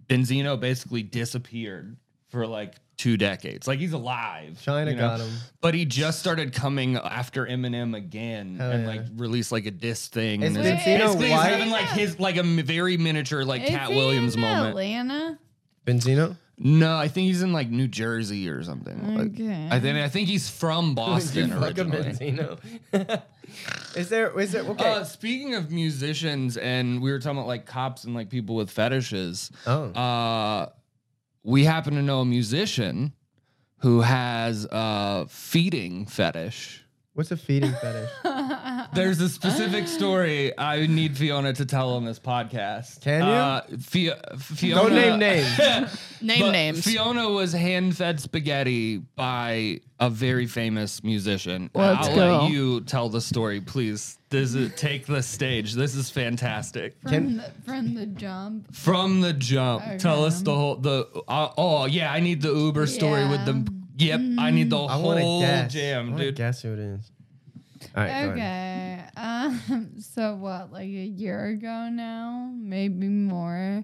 Speaker 4: Benzino basically disappeared for like two decades. Like he's alive.
Speaker 2: China got him.
Speaker 4: But he just started coming after Eminem again
Speaker 2: Hell
Speaker 4: and
Speaker 2: yeah.
Speaker 4: like released like a diss thing.
Speaker 2: Is
Speaker 4: and
Speaker 1: Wait,
Speaker 2: Benzino
Speaker 4: basically he's
Speaker 2: white?
Speaker 4: having like his like a m- very miniature like
Speaker 1: Is
Speaker 4: Cat
Speaker 1: he
Speaker 4: Williams
Speaker 1: in
Speaker 4: moment.
Speaker 1: Atlanta.
Speaker 2: Benzino.
Speaker 4: No, I think he's in like New Jersey or something. Like,
Speaker 1: Okay.
Speaker 4: I think I think he's from Boston
Speaker 2: You fuck a
Speaker 4: originally.
Speaker 2: Benzino. is there? Is there? Okay.
Speaker 4: Uh, speaking of musicians, and we were talking about like cops and like people with fetishes.
Speaker 2: Oh.
Speaker 4: Uh, we happen to know a musician who has a feeding fetish.
Speaker 2: What's a feeding fetish?
Speaker 4: There's a
Speaker 2: Ah.
Speaker 4: specific story I need Fiona to tell on this podcast.
Speaker 2: Can you?
Speaker 4: Uh, Fi- Fiona,
Speaker 2: Don't name names.
Speaker 3: Name
Speaker 4: But
Speaker 3: names.
Speaker 4: Fiona was hand fed spaghetti by a very famous musician.
Speaker 3: Let's
Speaker 4: I'll
Speaker 3: go.
Speaker 4: let you tell the story, please. This is, take the stage. This is fantastic.
Speaker 1: From the, from the jump.
Speaker 4: From the jump, tell us the whole the. Uh, oh yeah, I need the Uber story with the. Yep, I need the
Speaker 2: I want
Speaker 4: whole
Speaker 2: to guess. I
Speaker 4: jam,
Speaker 2: wanna
Speaker 4: dude.
Speaker 2: Guess who it is. All right. go ahead.
Speaker 1: Okay. Um, so what, like a year ago now, maybe more.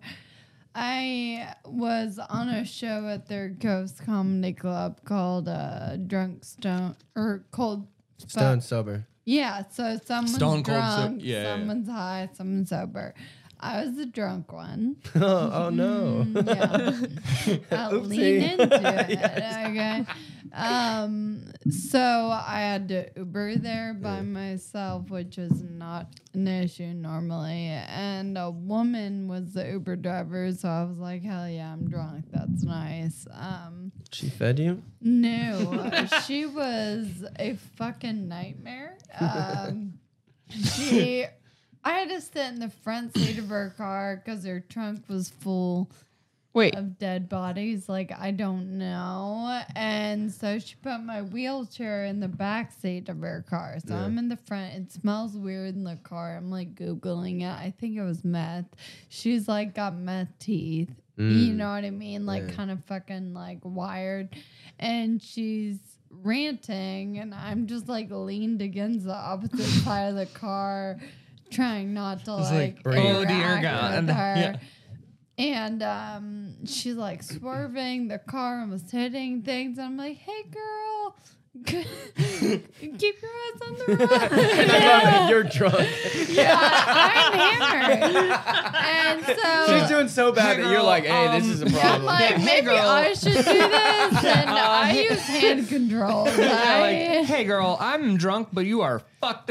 Speaker 1: I was on a show at their ghost comedy club called uh, Drunk Stone or Cold Fu-
Speaker 2: Stone sober.
Speaker 1: Yeah, so someone's
Speaker 4: Stone cold so-
Speaker 1: drunk,
Speaker 4: yeah, yeah, yeah.
Speaker 1: someone's high, someone's sober. I was the drunk one.
Speaker 2: oh, oh no.
Speaker 1: Mm. Yeah. I'll lean
Speaker 2: Oopsie.
Speaker 1: into it. Okay. Um, so I had to Uber there by myself, which is not an issue normally. And a woman was the Uber driver, so I was like, hell yeah, I'm drunk. That's nice. Um,
Speaker 2: She fed you.
Speaker 1: no, she was a fucking nightmare. Um, she, I had to sit in the front seat of her car because her trunk was full.
Speaker 3: Wait,
Speaker 1: of dead bodies. Like, I don't know. And so she put my wheelchair in the back seat of her car. So I'm in the front. It smells weird in the car. I'm like Googling it. I think it was meth. She's like got meth teeth. You know what I mean? Like, kind of fucking like wired. And she's ranting, and I'm just like leaned against the opposite side of the car. Trying not to
Speaker 4: It's like,
Speaker 1: like,
Speaker 4: breathe. Oh, dear
Speaker 1: interact
Speaker 4: God.
Speaker 1: with her.
Speaker 4: Yeah.
Speaker 1: And um, she's like swerving, the car almost hitting things. I'm like, hey, girl, keep your ass on the road.
Speaker 2: You're drunk.
Speaker 1: yeah, I'm hammered. And so
Speaker 2: She's doing so bad that you're like, hey, this is a
Speaker 1: um, I'm
Speaker 2: problem.
Speaker 1: like,
Speaker 4: Hey,
Speaker 1: maybe
Speaker 4: girl.
Speaker 1: I should do this. And I use hand control.
Speaker 4: Yeah, like,
Speaker 1: right?
Speaker 4: hey girl, I'm drunk, but you are fucked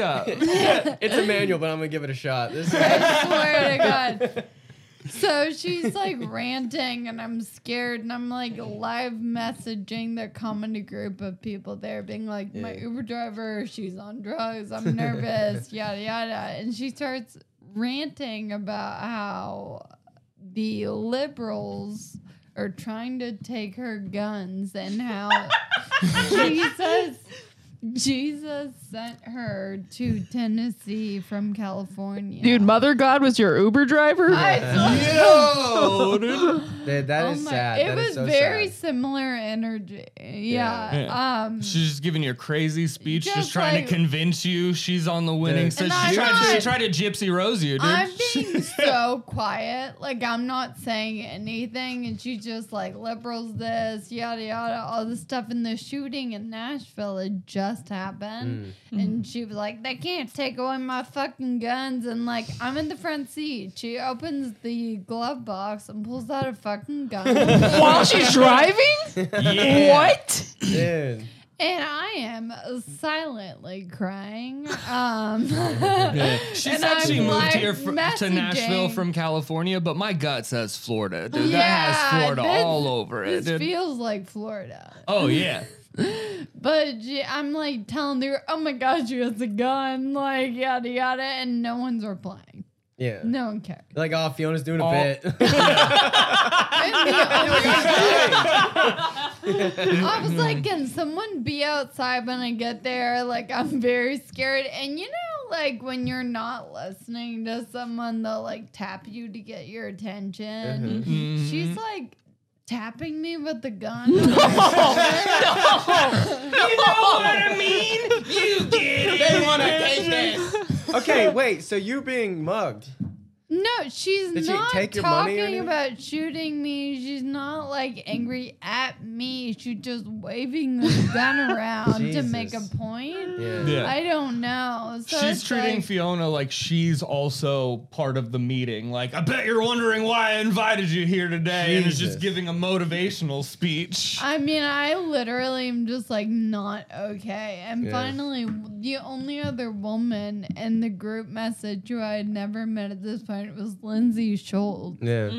Speaker 4: up.
Speaker 2: it's a manual, but I'm gonna give it a shot. This is
Speaker 1: I swear to God. So she's like ranting, and I'm scared, and I'm like live messaging the comedy group of people there, being like, "My
Speaker 2: Yeah.
Speaker 1: Uber driver, she's on drugs. I'm nervous, yada yada." And she starts ranting about how the liberals are trying to take her guns and how Jesus Jesus sent her to Tennessee from California.
Speaker 3: dude, Mother God was your Uber driver.
Speaker 1: I swear-
Speaker 4: Yo, dude.
Speaker 2: That, that
Speaker 1: oh
Speaker 2: is
Speaker 1: my-
Speaker 2: sad.
Speaker 1: It
Speaker 2: That is
Speaker 1: was
Speaker 2: so
Speaker 1: very
Speaker 2: sad.
Speaker 1: similar energy. Yeah.
Speaker 4: Yeah.
Speaker 1: Um
Speaker 4: She's just giving you a crazy speech, just,
Speaker 1: Just
Speaker 4: trying
Speaker 1: like-
Speaker 4: to convince you she's on the winning
Speaker 2: Dude.
Speaker 4: side.
Speaker 1: And
Speaker 4: She
Speaker 1: I'm
Speaker 4: tried, she
Speaker 1: not-
Speaker 4: tried to gypsy rose you, dude.
Speaker 1: I'm being so quiet. Like I'm not saying anything, and she just like liberals this, yada yada, all this stuff. And the shooting in Nashville had just
Speaker 2: Mm.
Speaker 1: happened, and she was like, "They can't take away my fucking guns." And like I'm in the front seat. She opens the glove box and pulls out a fucking gun.
Speaker 3: While she's driving?
Speaker 4: yeah.
Speaker 3: What?
Speaker 2: Dude.
Speaker 1: And I am silently crying. Um,
Speaker 4: Oh, She
Speaker 1: and
Speaker 4: said
Speaker 1: I'm
Speaker 4: she moved
Speaker 1: live
Speaker 4: here fr- to Nashville
Speaker 1: messaging.
Speaker 4: from California, but my gut says Florida, dude. that
Speaker 1: Yeah,
Speaker 4: has Florida
Speaker 1: this-
Speaker 4: all over it,
Speaker 1: This
Speaker 4: dude.
Speaker 1: feels like Florida.
Speaker 4: oh yeah.
Speaker 1: But j- I'm like telling her, oh my gosh, she has a gun, like yada yada, and no one's replying.
Speaker 2: Yeah.
Speaker 1: No one cares.
Speaker 2: Like, oh, Fiona's doing a
Speaker 4: Oh.
Speaker 2: bit.
Speaker 1: I was like, can someone be outside when I get there? Like, I'm very scared. And you know, like when you're not listening to someone, they'll like tap you to get your attention.
Speaker 2: Mm-hmm.
Speaker 1: She's like tapping me with the gun.
Speaker 2: they want to take this. Okay, wait. So you being mugged?
Speaker 1: No, she's
Speaker 2: Did she
Speaker 1: not
Speaker 2: take your money or
Speaker 1: talking
Speaker 2: anything?
Speaker 1: about shooting me. She's not like angry at me. She's just waving the gun around to make a
Speaker 2: Jesus.
Speaker 1: point.
Speaker 2: Yeah.
Speaker 4: Yeah.
Speaker 1: I don't know. So
Speaker 4: she's
Speaker 1: it's
Speaker 4: treating
Speaker 1: like-
Speaker 4: Fiona like she's also part of the meeting. Like, I bet you're wondering why I invited you here today, and is just
Speaker 2: Jesus.
Speaker 4: giving a motivational speech.
Speaker 1: I mean, I literally am just like not okay. And
Speaker 2: Yeah.
Speaker 1: finally, the only other woman in the group message who I had never met at this point was Lindsay Schultz.
Speaker 2: Yeah.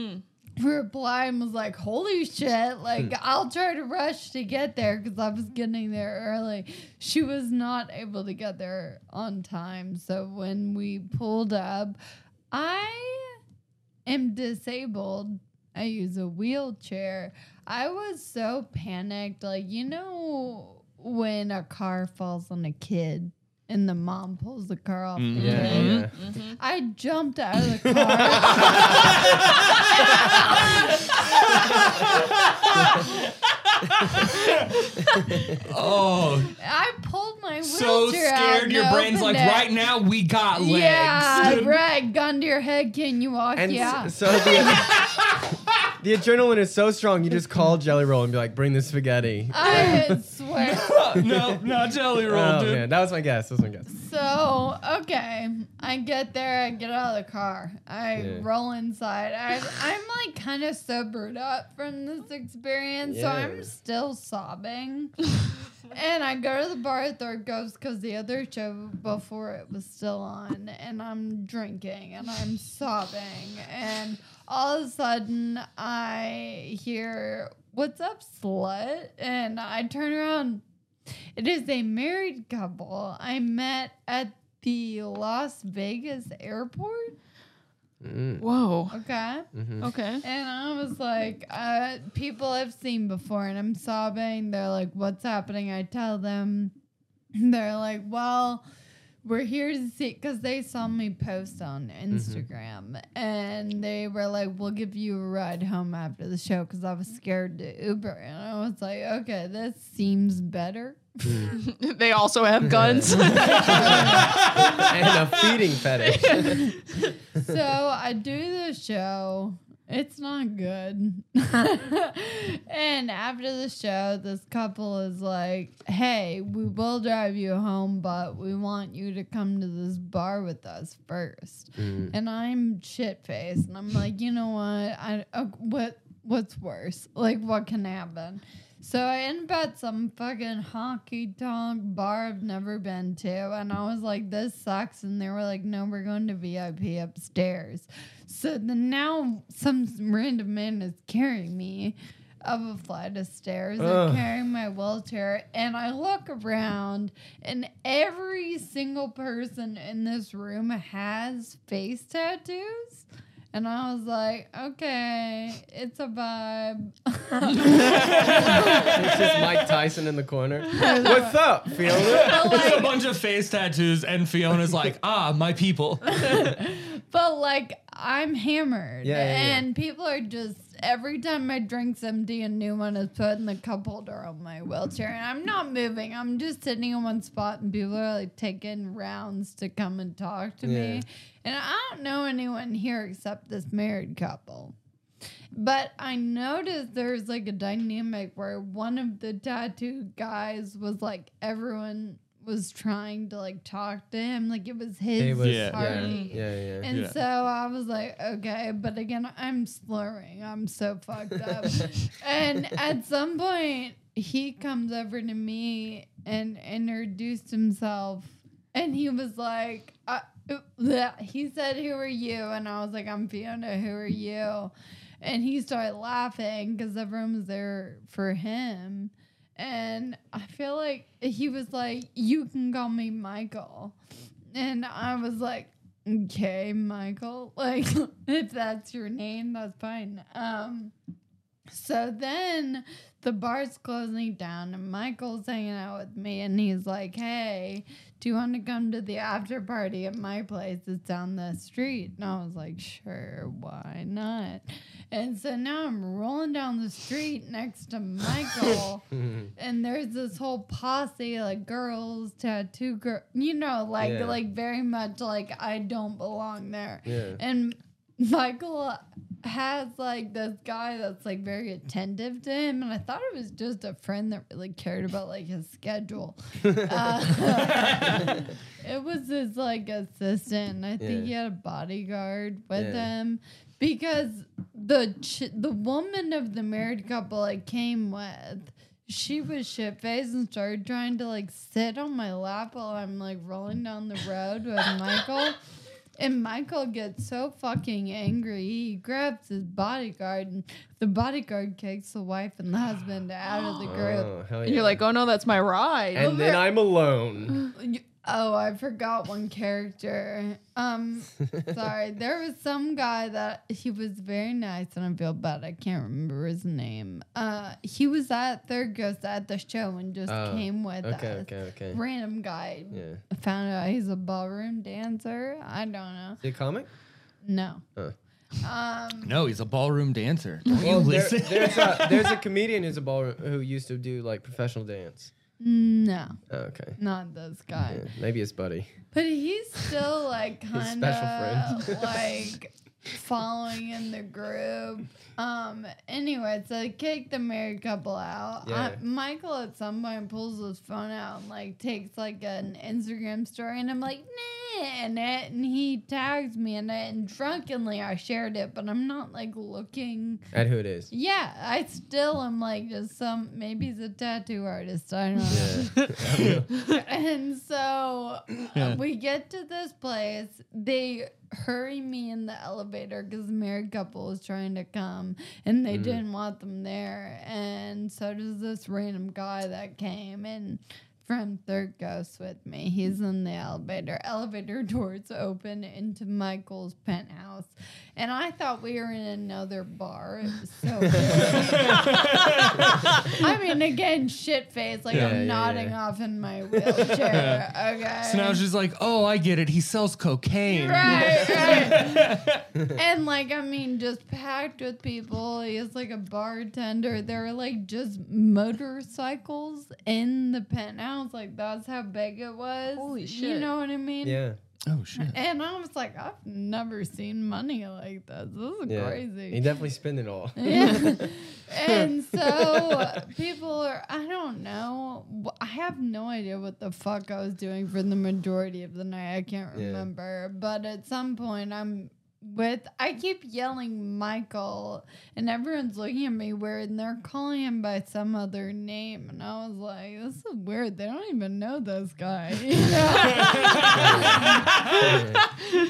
Speaker 1: reply and was like, "Holy shit! Like, I'll try to rush to get there because I was getting there early." She was not able to get there on time, so when we pulled up, I am disabled. I use a wheelchair. I was so panicked, like you know when a car falls on a kid and the mom pulls the car off. the
Speaker 2: Mm-hmm. Yeah.
Speaker 1: road?
Speaker 2: yeah.
Speaker 1: I jumped out of the car.
Speaker 4: oh,
Speaker 1: I pulled my wheelchair
Speaker 4: so
Speaker 1: out
Speaker 4: scared.
Speaker 1: and
Speaker 4: Your brain's like,
Speaker 1: opened it.
Speaker 4: right now, we got legs.
Speaker 1: Yeah, right. Gun to your head. Can you walk?
Speaker 2: And
Speaker 1: yeah.
Speaker 2: s- so the, the adrenaline is so strong, you just call Jelly Roll and be like, bring the spaghetti.
Speaker 1: I swear.
Speaker 4: no, not jelly roll,
Speaker 2: Oh,
Speaker 4: dude.
Speaker 2: man. That was my guess. That was my guess.
Speaker 1: So okay, I get there. I get out of the car. I
Speaker 2: Yeah.
Speaker 1: roll inside. I, I'm like kind of sobered up from this experience, so
Speaker 2: Yeah.
Speaker 1: I'm still sobbing. and I go to the bar at Third Ghost because the other show before it was still on, and I'm drinking and I'm sobbing, and all of a sudden I hear "What's up, slut?" and I turn around. It is a married couple I met at the Las Vegas airport.
Speaker 3: Whoa.
Speaker 1: Okay.
Speaker 3: Okay.
Speaker 1: And I was like, uh, people I've seen before, and I'm sobbing. They're like, what's happening? I tell them. They're like, well, we're here to see, because they saw me post on Instagram, and they were like, we'll give you a ride home after the show, because I was scared to Uber. And I was like, okay, this seems better.
Speaker 3: they also have guns.
Speaker 2: and a feeding fetish.
Speaker 1: so I do the show. It's not good. and after the show, this couple is like, hey, we will drive you home, but we want you to come to this bar with us first. And I'm shit faced. And I'm like, you know what? I, uh, what What's worse? Like, what can happen? So I ended up at some fucking honky tonk bar I've never been to, and I was like, "This sucks." And they were like, "No, we're going to VIP upstairs." So then now some random man is carrying me up a flight of stairs
Speaker 2: Ugh.
Speaker 1: and carrying my wheelchair, and I look around, and every single person in this room has face tattoos. And I was like, okay, it's a vibe.
Speaker 2: it's just Mike Tyson in the corner. What's up, Fiona?
Speaker 4: It's a bunch of face tattoos, and Fiona's like, ah, my people.
Speaker 1: But like I'm hammered,
Speaker 2: Yeah, yeah, yeah.
Speaker 1: and people are just every time my drink's empty, a new one is put in the cup holder on my wheelchair, and I'm not moving. I'm just sitting in one spot, and people are like taking rounds to come and talk to
Speaker 2: Yeah.
Speaker 1: me, and I don't know anyone here except this married couple. But I noticed there's like a dynamic where one of the tattoo guys was like everyone was trying to like talk to him, like it was his
Speaker 2: It was-
Speaker 4: Yeah.
Speaker 1: party.
Speaker 2: Yeah, yeah.
Speaker 1: And
Speaker 4: Yeah.
Speaker 1: so I was like, okay, but again, I'm slurring. I'm so fucked up. and at some point, he comes over to me and introduced himself. And he was like, uh, bleh. he said, Who are you? And I was like, I'm Fiona. Who are you? And he started laughing because everyone was there for him. And I feel like he was like, You can call me Michael. And I was like, okay, Michael. Like, if that's your name, that's fine. Um, so then the bar's closing down, and Michael's hanging out with me, and he's like, hey, do you want to come to the after party at my place? It's down the street. And I was like, sure, why not? And so now I'm rolling down the street next to Michael, and there's this whole posse, like girls, tattoo girl, you know, like
Speaker 2: Yeah.
Speaker 1: like very much like I don't belong there.
Speaker 2: Yeah.
Speaker 1: And Michael has like this guy that's like very attentive to him, and I thought it was just a friend that really cared about like his schedule. Uh, it was his like assistant. and I think
Speaker 2: Yeah.
Speaker 1: he had a bodyguard with
Speaker 2: Yeah.
Speaker 1: him because the ch- the woman of the married couple I came with. She was shit faced and started trying to like sit on my lap while I'm like rolling down the road with Michael. And Michael gets so fucking angry, he grabs his bodyguard, and the bodyguard kicks the wife and the husband out of the group.
Speaker 2: Oh, hell yeah.
Speaker 3: And you're like, oh no, that's my ride.
Speaker 2: and then I'm alone.
Speaker 1: You- Oh, I forgot one character. Um, sorry, there was some guy that he was very nice, and I feel bad. I can't remember his name. Uh, he was at Third Ghost at the show and just
Speaker 2: Oh,
Speaker 1: came with
Speaker 2: Okay,
Speaker 1: us.
Speaker 2: okay, okay.
Speaker 1: Random guy.
Speaker 2: Yeah.
Speaker 1: Found out he's a ballroom dancer. I don't know.
Speaker 2: Is it comic?
Speaker 1: No.
Speaker 2: Huh.
Speaker 1: Um.
Speaker 4: No, he's a ballroom dancer. Don't you
Speaker 2: Well, there,
Speaker 4: listen?
Speaker 2: there's a there's a comedian who's a ballroom who used to do like professional dance.
Speaker 1: No,
Speaker 2: Oh, okay.
Speaker 1: not this guy.
Speaker 2: Yeah, maybe it's Buddy.
Speaker 1: But he's still like kind
Speaker 2: special
Speaker 1: of like following in the group. Um. Anyway, so they kick the married couple out.
Speaker 2: Yeah.
Speaker 1: I, Michael at some point pulls his phone out and like takes like an Instagram story, and I'm like, nah, and it, and he tags me in it, and drunkenly I shared it, but I'm not like looking.
Speaker 2: At who it is?
Speaker 1: Yeah, I still am like just some maybe he's a tattoo artist. I don't know. and so uh, we get to this place. They hurry me in the elevator because the married couple was trying to come and
Speaker 2: Mm.
Speaker 1: they didn't want them there. And so does this random guy that came and from Third Ghost with me. He's in the elevator. Elevator doors open into Michael's penthouse. And I thought we were in another bar. It was so I mean, again, shit face. Like
Speaker 2: Yeah,
Speaker 1: I'm
Speaker 2: yeah,
Speaker 1: nodding
Speaker 2: yeah.
Speaker 1: off in my wheelchair. Okay.
Speaker 4: So now she's like, oh, I get it. He sells cocaine.
Speaker 1: Right, right. and like, I mean, just packed with people. He's like a bartender. There are like just motorcycles in the penthouse. Like that's how big it was.
Speaker 3: Holy
Speaker 1: You
Speaker 3: shit.
Speaker 1: know what I mean?
Speaker 2: Yeah.
Speaker 4: Oh shit.
Speaker 1: And I was like, I've never seen money like this. This is
Speaker 2: Yeah. He
Speaker 1: crazy.
Speaker 2: definitely spent it all.
Speaker 1: Yeah. and so people are, I don't know. Wh- I have no idea what the fuck I was doing for the majority of the night. I can't
Speaker 2: Yeah.
Speaker 1: remember. But at some point, I'm with, I keep yelling Michael, and everyone's looking at me weird, and they're calling him by some other name. And I was like, this is weird. They don't even know this guy. You know?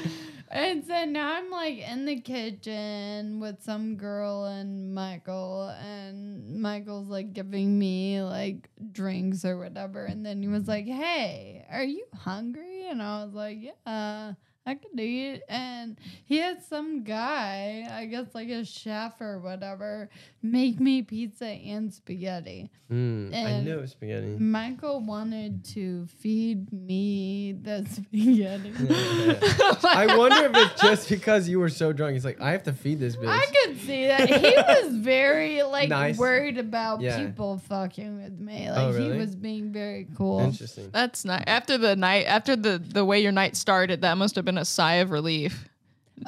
Speaker 1: And so now I'm like in the kitchen with some girl and Michael, and Michael's like giving me like drinks or whatever. And then he was like, Hey, are you hungry? And I was like, Yeah, I could eat. And he had some guy, I guess like a chef or whatever, make me pizza and spaghetti.
Speaker 2: Mm, I
Speaker 1: And-
Speaker 2: knew it was spaghetti.
Speaker 1: Michael wanted to feed me the spaghetti.
Speaker 2: I wonder if it's just because you were so drunk. He's like, I have to feed this bitch.
Speaker 1: I could see that. He was very like
Speaker 2: Nice.
Speaker 1: worried about
Speaker 2: Yeah.
Speaker 1: people fucking with me. Like
Speaker 2: Oh,
Speaker 1: he
Speaker 2: really?
Speaker 1: was being very cool.
Speaker 2: Interesting.
Speaker 3: That's nice. After the night, after the the way your night started, that must have been a sigh of relief.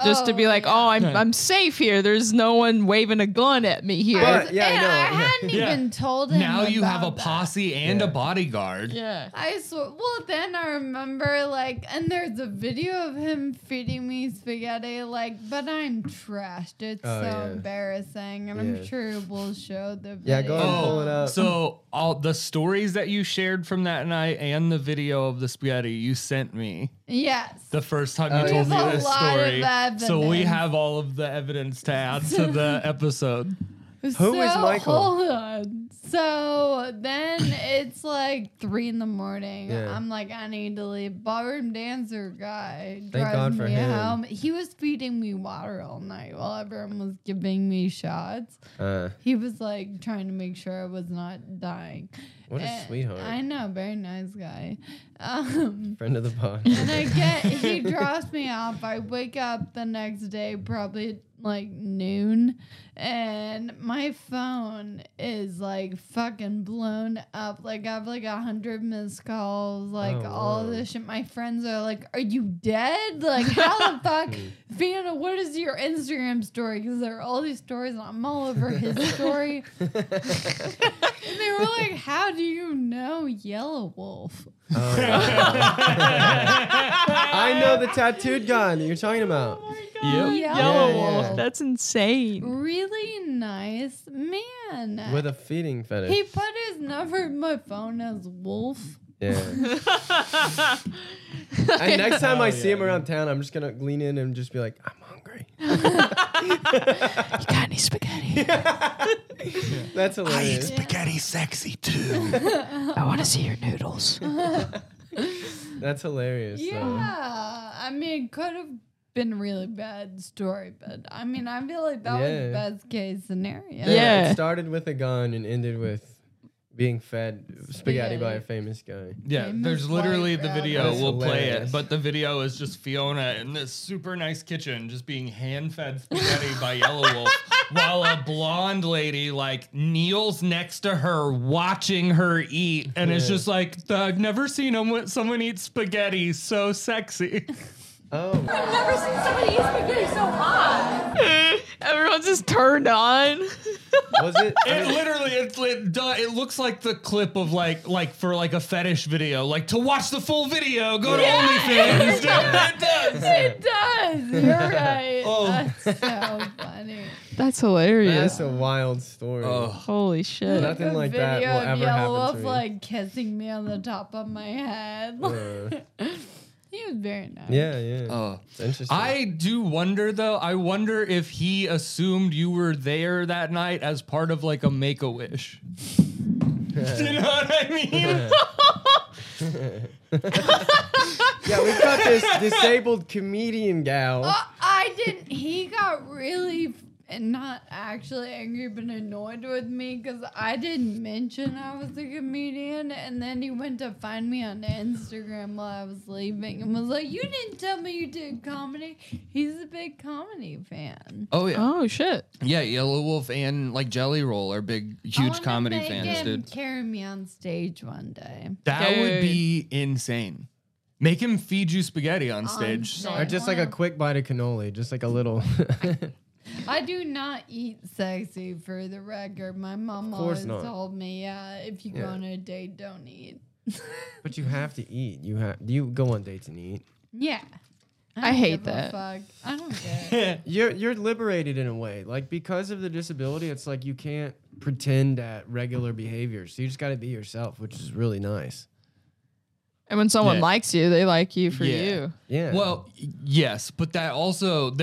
Speaker 3: Just to
Speaker 1: Oh,
Speaker 3: be like,
Speaker 1: yeah.
Speaker 3: oh, I'm
Speaker 4: Yeah.
Speaker 3: I'm safe here. There's no one waving a gun at me here.
Speaker 1: I
Speaker 2: But-
Speaker 1: was-
Speaker 2: yeah, I
Speaker 1: and
Speaker 2: know,
Speaker 1: I
Speaker 2: yeah.
Speaker 1: hadn't
Speaker 4: Yeah.
Speaker 1: even told him.
Speaker 4: Now you have a
Speaker 1: about that.
Speaker 4: posse and a
Speaker 2: Yeah.
Speaker 4: bodyguard.
Speaker 3: yeah.
Speaker 1: I swear. Well, then I remember, like, and there's a video of him feeding me spaghetti, like, but I'm trashed. It's
Speaker 2: Oh,
Speaker 1: so
Speaker 2: yeah.
Speaker 1: embarrassing, and
Speaker 2: Yeah.
Speaker 1: I'm sure we'll show the video.
Speaker 2: Yeah, go ahead and pull it
Speaker 4: Uh,
Speaker 2: up.
Speaker 4: So all the stories that you shared from that night and the video of the spaghetti you sent me
Speaker 1: Yes.
Speaker 4: the first time
Speaker 2: Oh,
Speaker 4: you
Speaker 2: yeah.
Speaker 4: told me
Speaker 2: We have a
Speaker 4: this
Speaker 1: lot of
Speaker 4: story. So we
Speaker 1: evidence.
Speaker 4: have all of the evidence to add to the episode.
Speaker 2: Who is Michael?
Speaker 1: Hold on. So then it's like three in the morning.
Speaker 2: Yeah.
Speaker 1: I'm like, I need to leave. Ballroom dancer guy drives
Speaker 2: God for
Speaker 1: me
Speaker 2: him.
Speaker 1: home. He was feeding me water all night while everyone was giving me shots.
Speaker 2: Uh,
Speaker 1: He was like trying to make sure I was not dying.
Speaker 2: what a
Speaker 1: And-
Speaker 2: sweetheart.
Speaker 1: Eh, I know, very nice guy. Um,
Speaker 2: Friend of the pod.
Speaker 1: and I get he drops me off. I wake up the next day, probably like noon, and my phone is like fucking blown up. Like I have like a hundred missed calls, like
Speaker 2: Oh,
Speaker 1: all
Speaker 2: whoa.
Speaker 1: this shit. My friends are like, "Are you dead? Like how the fuck, Fiona? What is your Instagram story? Because there are all these stories, and I'm all over his story." and they were like, "How do you know Yellow Wolf?"
Speaker 2: Oh, wow. I know the tattooed guy that you're talking about.
Speaker 4: Yep.
Speaker 1: Oh Yellow
Speaker 3: Yellow
Speaker 2: Yeah,
Speaker 3: wolf.
Speaker 2: yeah.
Speaker 3: That's insane.
Speaker 1: really nice man.
Speaker 2: With a feeding fetish.
Speaker 1: he put his number in my phone as Wolf.
Speaker 2: yeah. and next time I
Speaker 4: Oh,
Speaker 2: see
Speaker 4: yeah,
Speaker 2: him around town, I'm just gonna lean in and just be like, I'm hungry.
Speaker 3: You got any spaghetti?
Speaker 2: That's hilarious.
Speaker 4: spaghetti sexy too.
Speaker 3: I want to see your noodles.
Speaker 2: That's hilarious. though.
Speaker 1: Yeah, I mean, could have been really bad story, but I mean, I feel like that
Speaker 2: Yeah.
Speaker 1: was best case scenario.
Speaker 3: Yeah.
Speaker 2: It started with a gun and ended with being fed spaghetti by a famous guy.
Speaker 4: Yeah,
Speaker 1: Famous
Speaker 4: there's literally
Speaker 1: white
Speaker 4: the
Speaker 1: rabbit.
Speaker 4: video.
Speaker 2: That's
Speaker 4: We'll play it,
Speaker 2: hilarious.
Speaker 4: but the video is just Fiona in this super nice kitchen just being hand fed spaghetti by Yellow Wolf while a blonde lady like kneels next to her watching her eat and it's
Speaker 2: Yeah.
Speaker 4: just like "The- I've never seen a- someone eat spaghetti so sexy.
Speaker 2: Oh,
Speaker 5: I've never seen somebody eat spaghetti so hot.
Speaker 3: Everyone's just turned on.
Speaker 2: was it? I
Speaker 4: It
Speaker 2: mean,
Speaker 4: literally it, it, duh, it looks like the clip of like like for like a fetish video. Like to watch the full video, go to OnlyFans. dude. It does.
Speaker 1: It does. You're right.
Speaker 2: Oh.
Speaker 1: That's so funny.
Speaker 3: That's hilarious.
Speaker 2: that's a wild story.
Speaker 4: Ugh.
Speaker 3: Holy shit.
Speaker 2: Nothing
Speaker 1: a
Speaker 2: like
Speaker 1: video
Speaker 2: that will
Speaker 1: of
Speaker 2: ever
Speaker 1: Yellow
Speaker 2: happen to
Speaker 1: Wolf
Speaker 2: me.
Speaker 1: like kissing me on the top of my head.
Speaker 2: Uh,
Speaker 1: he was very nice.
Speaker 2: yeah, yeah.
Speaker 4: Oh.
Speaker 2: It's interesting.
Speaker 4: I do wonder though. I wonder if he assumed you were there that night as part of like a make a wish. Do you know what I mean?
Speaker 2: Yeah, we've got this disabled comedian gal.
Speaker 4: Oh.
Speaker 1: Uh, I didn't. He got really f- and not actually angry, but annoyed with me because I didn't mention I was a comedian, and then he went to find me on Instagram while I was leaving and was like, "You didn't tell me you did comedy." He's a big comedy fan.
Speaker 4: Oh yeah,
Speaker 3: Oh shit.
Speaker 4: yeah. Yellow Wolf and like Jelly Roll are big,
Speaker 1: I
Speaker 4: huge
Speaker 1: wanna
Speaker 4: comedy
Speaker 1: make
Speaker 4: fans,
Speaker 1: him
Speaker 4: dude.
Speaker 1: Carry me on stage one day.
Speaker 4: That would
Speaker 3: Dude.
Speaker 4: be insane. Make him feed you spaghetti on
Speaker 1: On
Speaker 4: stage.
Speaker 1: stage.
Speaker 2: Or just like a quick bite of cannoli, just like a little.
Speaker 1: I do not eat sexy for the record. My mom
Speaker 2: course
Speaker 1: always
Speaker 2: not.
Speaker 1: told me, yeah, if you go
Speaker 2: Yeah.
Speaker 1: on a date, don't eat.
Speaker 2: but you have to eat. You have. You go on dates and eat.
Speaker 1: Yeah.
Speaker 3: I
Speaker 1: don't
Speaker 3: hate
Speaker 1: give a
Speaker 3: that.
Speaker 1: Fuck. I don't care.
Speaker 2: You're you're liberated in a way, like because of the disability, it's like you can't pretend at regular behavior. So you just got to be yourself, which is really nice.
Speaker 3: And when someone
Speaker 4: Yeah.
Speaker 3: likes you, they like you for
Speaker 4: Yeah.
Speaker 3: you.
Speaker 2: Yeah.
Speaker 4: Well, y- yes, but that also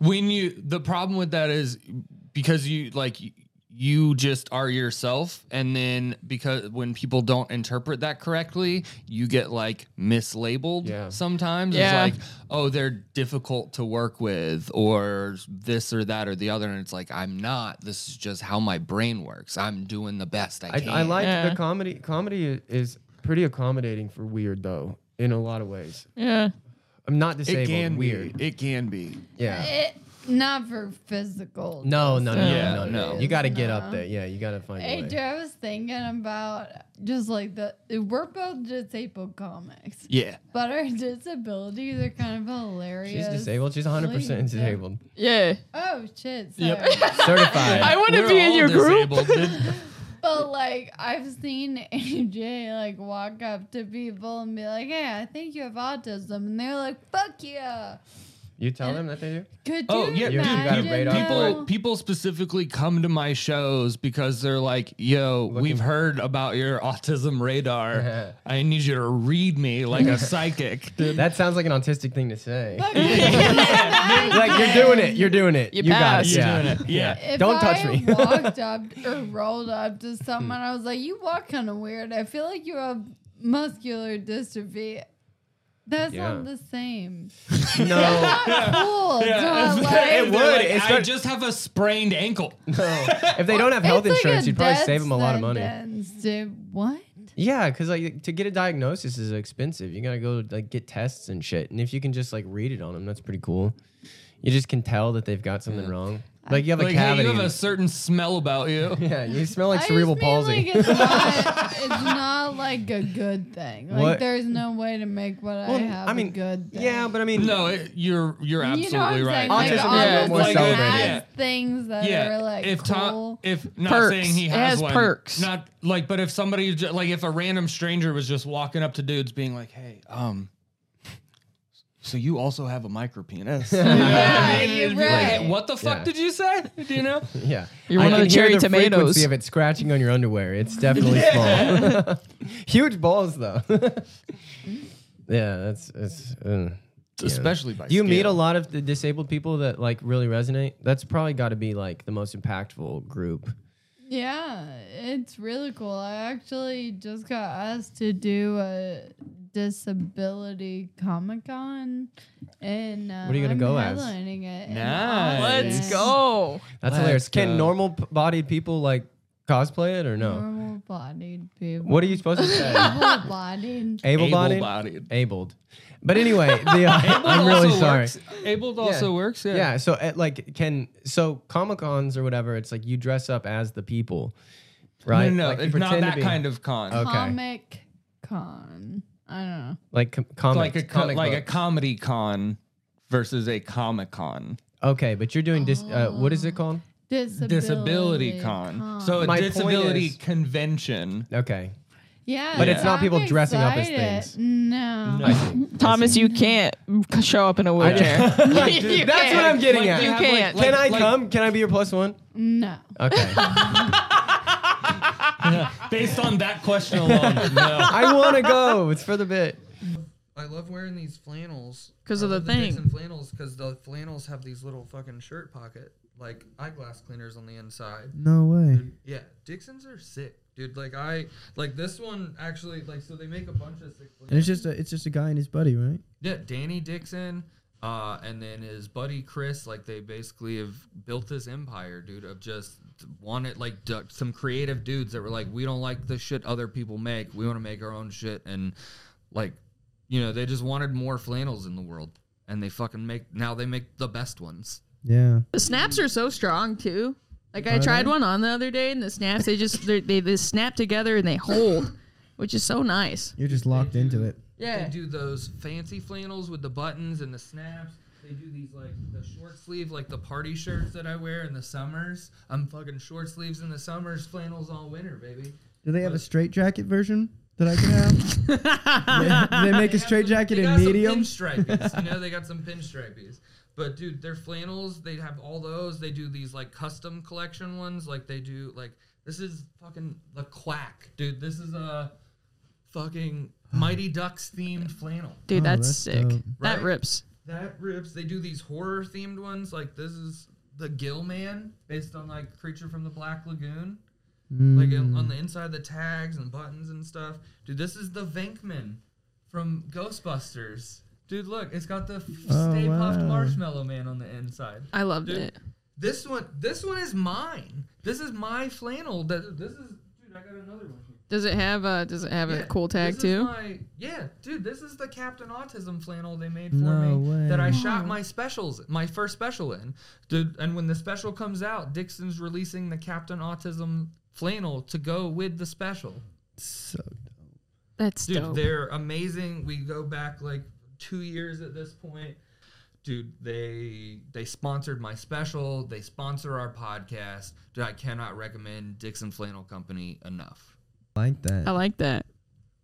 Speaker 4: when you the problem with that is because you like y- you just are yourself and then because when people don't interpret that correctly, you get like mislabeled
Speaker 2: Yeah.
Speaker 4: sometimes.
Speaker 3: Yeah.
Speaker 4: It's like, oh, they're difficult to work with or this or that or the other and it's like I'm not. This is just how my brain works. I'm doing the best I,
Speaker 2: I,
Speaker 4: can.
Speaker 2: I like
Speaker 3: Yeah.
Speaker 2: the comedy. Comedy i- is pretty accommodating for weird though, in a lot of ways.
Speaker 3: Yeah.
Speaker 2: I'm not disabled.
Speaker 4: it can
Speaker 2: weird.
Speaker 4: be. It can be.
Speaker 2: Yeah.
Speaker 1: It, not for physical.
Speaker 2: No, no, no, no,
Speaker 4: Yeah,
Speaker 2: no, no,
Speaker 4: no.
Speaker 2: You got to get
Speaker 1: No.
Speaker 2: up there. Yeah, you got to find a
Speaker 1: Hey,
Speaker 2: way.
Speaker 1: dude, I was thinking about just like the we're both disabled comics,
Speaker 4: Yeah.
Speaker 1: but our disabilities are kind of hilarious.
Speaker 2: She's disabled. She's 100 percent
Speaker 1: Please, yeah.
Speaker 2: disabled.
Speaker 3: Yeah.
Speaker 1: Oh shit! Sorry.
Speaker 4: Yep.
Speaker 2: Certified.
Speaker 3: I want to
Speaker 4: We're
Speaker 3: be in
Speaker 4: all
Speaker 3: your group.
Speaker 4: disabled, dude.
Speaker 1: But like I've seen AJ like walk up to people and be like, "Hey, I think you have autism," and they're like, "Fuck yeah!"
Speaker 2: you tell them that they do.
Speaker 1: Could
Speaker 4: Oh,
Speaker 1: you
Speaker 4: yeah, dude, you
Speaker 1: imagine?
Speaker 4: gotta
Speaker 2: wait on
Speaker 1: though?
Speaker 4: people people specifically come to my shows because they're like, "Yo, we've heard about your autism radar. I need you to read me like a psychic." dude."
Speaker 2: That sounds like an autistic thing to say.
Speaker 1: But could you imagine
Speaker 2: like you're doing it. You're doing it.
Speaker 3: You
Speaker 2: You, got it.
Speaker 3: passed.
Speaker 2: Yeah.
Speaker 4: You're doing it. Yeah.
Speaker 1: If
Speaker 2: Don't
Speaker 1: I
Speaker 2: touch me.
Speaker 1: walked up or rolled up to someone, I was like, "You walk kind of weird. I feel like you have muscular dystrophy." That's
Speaker 2: Yeah.
Speaker 1: not the same.
Speaker 2: No.
Speaker 1: Cool. Don't
Speaker 4: They're
Speaker 2: It
Speaker 1: like-
Speaker 2: would.
Speaker 4: like,
Speaker 2: It's
Speaker 4: I
Speaker 2: not-
Speaker 4: just have a sprained ankle.
Speaker 2: No. If they don't have
Speaker 1: It's
Speaker 2: health
Speaker 1: like
Speaker 2: insurance,
Speaker 1: a
Speaker 2: you'd probably
Speaker 1: death
Speaker 2: save them a lot of money.
Speaker 1: sentence, dude. What?
Speaker 2: Yeah, because like to get a diagnosis is expensive. You gotta go like get tests and shit. And if you can just like read it on them, that's pretty cool. You just can tell that they've got something wrong. Like you have
Speaker 4: Like,
Speaker 2: a
Speaker 4: hey,
Speaker 2: cavity.
Speaker 4: you have a certain smell about you.
Speaker 2: yeah, you smell like
Speaker 1: I
Speaker 2: cerebral
Speaker 1: just mean,
Speaker 2: palsy.
Speaker 1: Like, it's, not, it's not like a good thing. Like
Speaker 2: What?
Speaker 1: there's no way to make what I
Speaker 2: Well,
Speaker 1: have
Speaker 2: I mean,
Speaker 1: a good thing.
Speaker 2: yeah, but I mean,
Speaker 4: No, it, you're you're
Speaker 1: you know what
Speaker 4: absolutely
Speaker 1: I'm
Speaker 4: right.
Speaker 1: saying?
Speaker 2: Autism
Speaker 1: Like,
Speaker 2: is
Speaker 1: all
Speaker 3: a bit
Speaker 1: of
Speaker 3: more
Speaker 1: us
Speaker 2: celebrated.
Speaker 1: has
Speaker 4: Yeah.
Speaker 1: things that are like
Speaker 4: if
Speaker 1: cool.
Speaker 4: if not
Speaker 3: Perks.
Speaker 4: saying he
Speaker 3: It
Speaker 4: has,
Speaker 3: has
Speaker 4: one,
Speaker 3: perks.
Speaker 4: Not like, but if somebody ju- like if a random stranger was just walking up to dudes, being like, "Hey, um, so you also have a micro penis?"
Speaker 1: yeah, you're right.
Speaker 4: what the fuck
Speaker 2: Yeah.
Speaker 4: did you say? Do you know?
Speaker 2: yeah,
Speaker 3: You're one
Speaker 2: can
Speaker 3: of the
Speaker 2: hear
Speaker 3: cherry tomatoes.
Speaker 2: frequency of it scratching on your underwear. It's definitely small. Huge balls though. yeah, that's it's. Uh, yeah.
Speaker 4: Especially by
Speaker 2: Do you meet a
Speaker 4: scale.
Speaker 2: lot of the disabled people that like really resonate? That's probably got to be like the most impactful group.
Speaker 1: Yeah, it's really cool. I actually just got asked to do a disability comic con, and uh,
Speaker 2: What are you gonna
Speaker 1: I'm
Speaker 2: go as?
Speaker 1: headlining it. in
Speaker 4: Nice.
Speaker 1: Austin.
Speaker 3: Let's go.
Speaker 2: That's
Speaker 4: Let's
Speaker 2: hilarious.
Speaker 4: go.
Speaker 2: Can normal p- bodied people like cosplay it or no?
Speaker 1: Normal bodied people.
Speaker 2: What are you supposed to say?
Speaker 1: Normal bodied.
Speaker 2: Able bodied?
Speaker 4: Able-bodied.
Speaker 2: Abled. But anyway, the, uh, I'm really
Speaker 4: Also
Speaker 2: sorry.
Speaker 4: works. Able also works. Yeah.
Speaker 2: Yeah. so at, like can so Comic Cons or whatever, it's like you dress up as the people,
Speaker 4: No,
Speaker 2: right?
Speaker 4: no, no,
Speaker 2: like, you
Speaker 4: it's not
Speaker 2: pretend to
Speaker 4: that
Speaker 2: be-
Speaker 4: kind of con.
Speaker 2: Okay.
Speaker 1: Comic con. I don't know.
Speaker 2: like com- comic,
Speaker 4: like a co-
Speaker 2: comic
Speaker 4: like a
Speaker 2: book.
Speaker 4: comedy con versus a comic con.
Speaker 2: okay, but you're doing dis- uh, what is
Speaker 4: Oh.
Speaker 2: it called?
Speaker 1: Disability,
Speaker 4: disability con. So a
Speaker 2: My point
Speaker 4: disability
Speaker 2: is-
Speaker 4: convention.
Speaker 2: Okay,
Speaker 1: yeah,
Speaker 2: But it's not
Speaker 1: I'm
Speaker 2: people dressing up as
Speaker 1: excited.
Speaker 2: things.
Speaker 1: No.
Speaker 2: I see.
Speaker 3: Thomas, you can't show up in a wheelchair. You
Speaker 2: That's
Speaker 3: can't.
Speaker 2: what I'm getting at.
Speaker 4: they
Speaker 3: You
Speaker 4: have,
Speaker 3: can't.
Speaker 2: Can I
Speaker 4: like-
Speaker 2: come? Can I be your plus one?
Speaker 1: No.
Speaker 2: Okay.
Speaker 4: Based on that question alone, no.
Speaker 2: I want to go. It's for the bit.
Speaker 6: I love wearing these flannels
Speaker 3: 'Cause
Speaker 6: I
Speaker 3: of the
Speaker 6: love Dixon
Speaker 3: thing.
Speaker 6: flannels because the flannels have these little fucking shirt pocket like eyeglass cleaners on the inside.
Speaker 2: No way.
Speaker 6: Yeah, Dixons are sick.
Speaker 4: dude. Like I like this one actually. Like so they make a bunch of sick.
Speaker 7: And it's just a, it's just a guy and his buddy, right?
Speaker 4: Yeah, Danny Dixon, uh, and then his buddy Chris. Like they basically have built this empire, dude, of just wanted like d- some creative dudes that were like, we don't like the shit other people make. We want to make our own shit, and like, you know, they just wanted more flannels in the world, and they fucking make now they make the best ones.
Speaker 7: Yeah.
Speaker 3: The snaps are so strong too. Like I tried one on the other day, and the snaps they just they're- they they snap together and they hold, which is so nice.
Speaker 7: You're just locked into it.
Speaker 3: Yeah.
Speaker 4: They do those fancy flannels with the buttons and the snaps. They do these like the short sleeve, like the party shirts that I wear in the summers. I'm fucking short sleeves in the summers, flannels all winter, baby.
Speaker 7: Do they have a straight jacket version that I can have? they, they make a straight jacket
Speaker 4: They
Speaker 7: in
Speaker 4: got some
Speaker 7: medium.
Speaker 4: pinstripies. you know, they got some pinstripies. But dude, their flannels, they have all those. They do these like custom collection ones. Like they do like this is fucking the quack, dude. This is a fucking Mighty Ducks themed flannel.
Speaker 3: Dude,
Speaker 7: Oh,
Speaker 3: that's,
Speaker 7: that's
Speaker 3: sick.
Speaker 7: dope.
Speaker 3: That
Speaker 4: Right?
Speaker 3: rips.
Speaker 4: That rips. They do these horror themed ones. Like this is the Gill Man, based on like Creature from the Black Lagoon. Like in- on the inside, the tags and buttons and stuff. Dude, this is the Venkman from Ghostbusters. Dude, look, it's got the f-
Speaker 7: Oh,
Speaker 4: Stay Puffed
Speaker 7: wow.
Speaker 4: Marshmallow Man on the inside.
Speaker 3: I loved
Speaker 4: Dude.
Speaker 3: it.
Speaker 4: This one, this one is mine. This is my flannel. That this is, dude. I got another one here.
Speaker 3: Does it have a Does it have a
Speaker 4: Yeah,
Speaker 3: cool tag
Speaker 4: this is
Speaker 3: too?
Speaker 4: my- yeah, dude, this is the Captain Autism flannel they made for
Speaker 7: No
Speaker 4: me
Speaker 7: way.
Speaker 4: that I shot my specials, my first special in. Dude, and when the special comes out, Dixon's releasing the Captain Autism flannel to go with the special.
Speaker 7: So
Speaker 3: That's
Speaker 4: Dude,
Speaker 3: dope.
Speaker 4: they're amazing. We go back like two years at this point. Dude, they they sponsored my special. They sponsor our podcast. Dude, I cannot recommend Dixon Flannel Company enough.
Speaker 7: like that.
Speaker 3: I like that.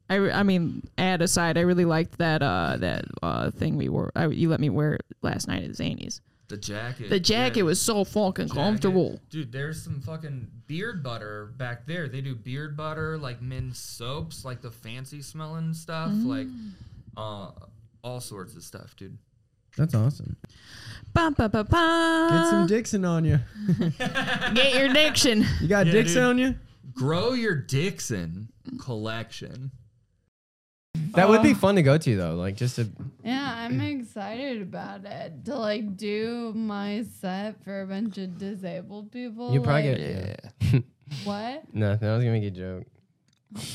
Speaker 3: I, re- I mean, ad aside, I really liked that uh that uh thing we wore. I, you let me wear it last night at Zany's.
Speaker 4: The jacket.
Speaker 3: The jacket
Speaker 4: yeah.
Speaker 3: was so fucking
Speaker 4: jacket.
Speaker 3: comfortable.
Speaker 4: Dude, there's some fucking beard butter back there. They do beard butter, like men's soaps, like the fancy smelling stuff, like uh all sorts of stuff, dude.
Speaker 7: That's awesome.
Speaker 3: Bum, bum, bum,
Speaker 7: Get some
Speaker 3: bum.
Speaker 7: Dixon on you.
Speaker 3: Get your diction.
Speaker 7: You got
Speaker 4: Yeah,
Speaker 7: Dixon
Speaker 4: dude.
Speaker 7: on you?
Speaker 4: Grow your Dixon collection.
Speaker 2: That would
Speaker 4: Uh,
Speaker 2: be fun to go to though, like just to
Speaker 1: Yeah, I'm excited about it to like do my set for a bunch of disabled people.
Speaker 2: you probably
Speaker 1: like,
Speaker 2: get
Speaker 1: what?
Speaker 2: no, no, I was gonna make a joke.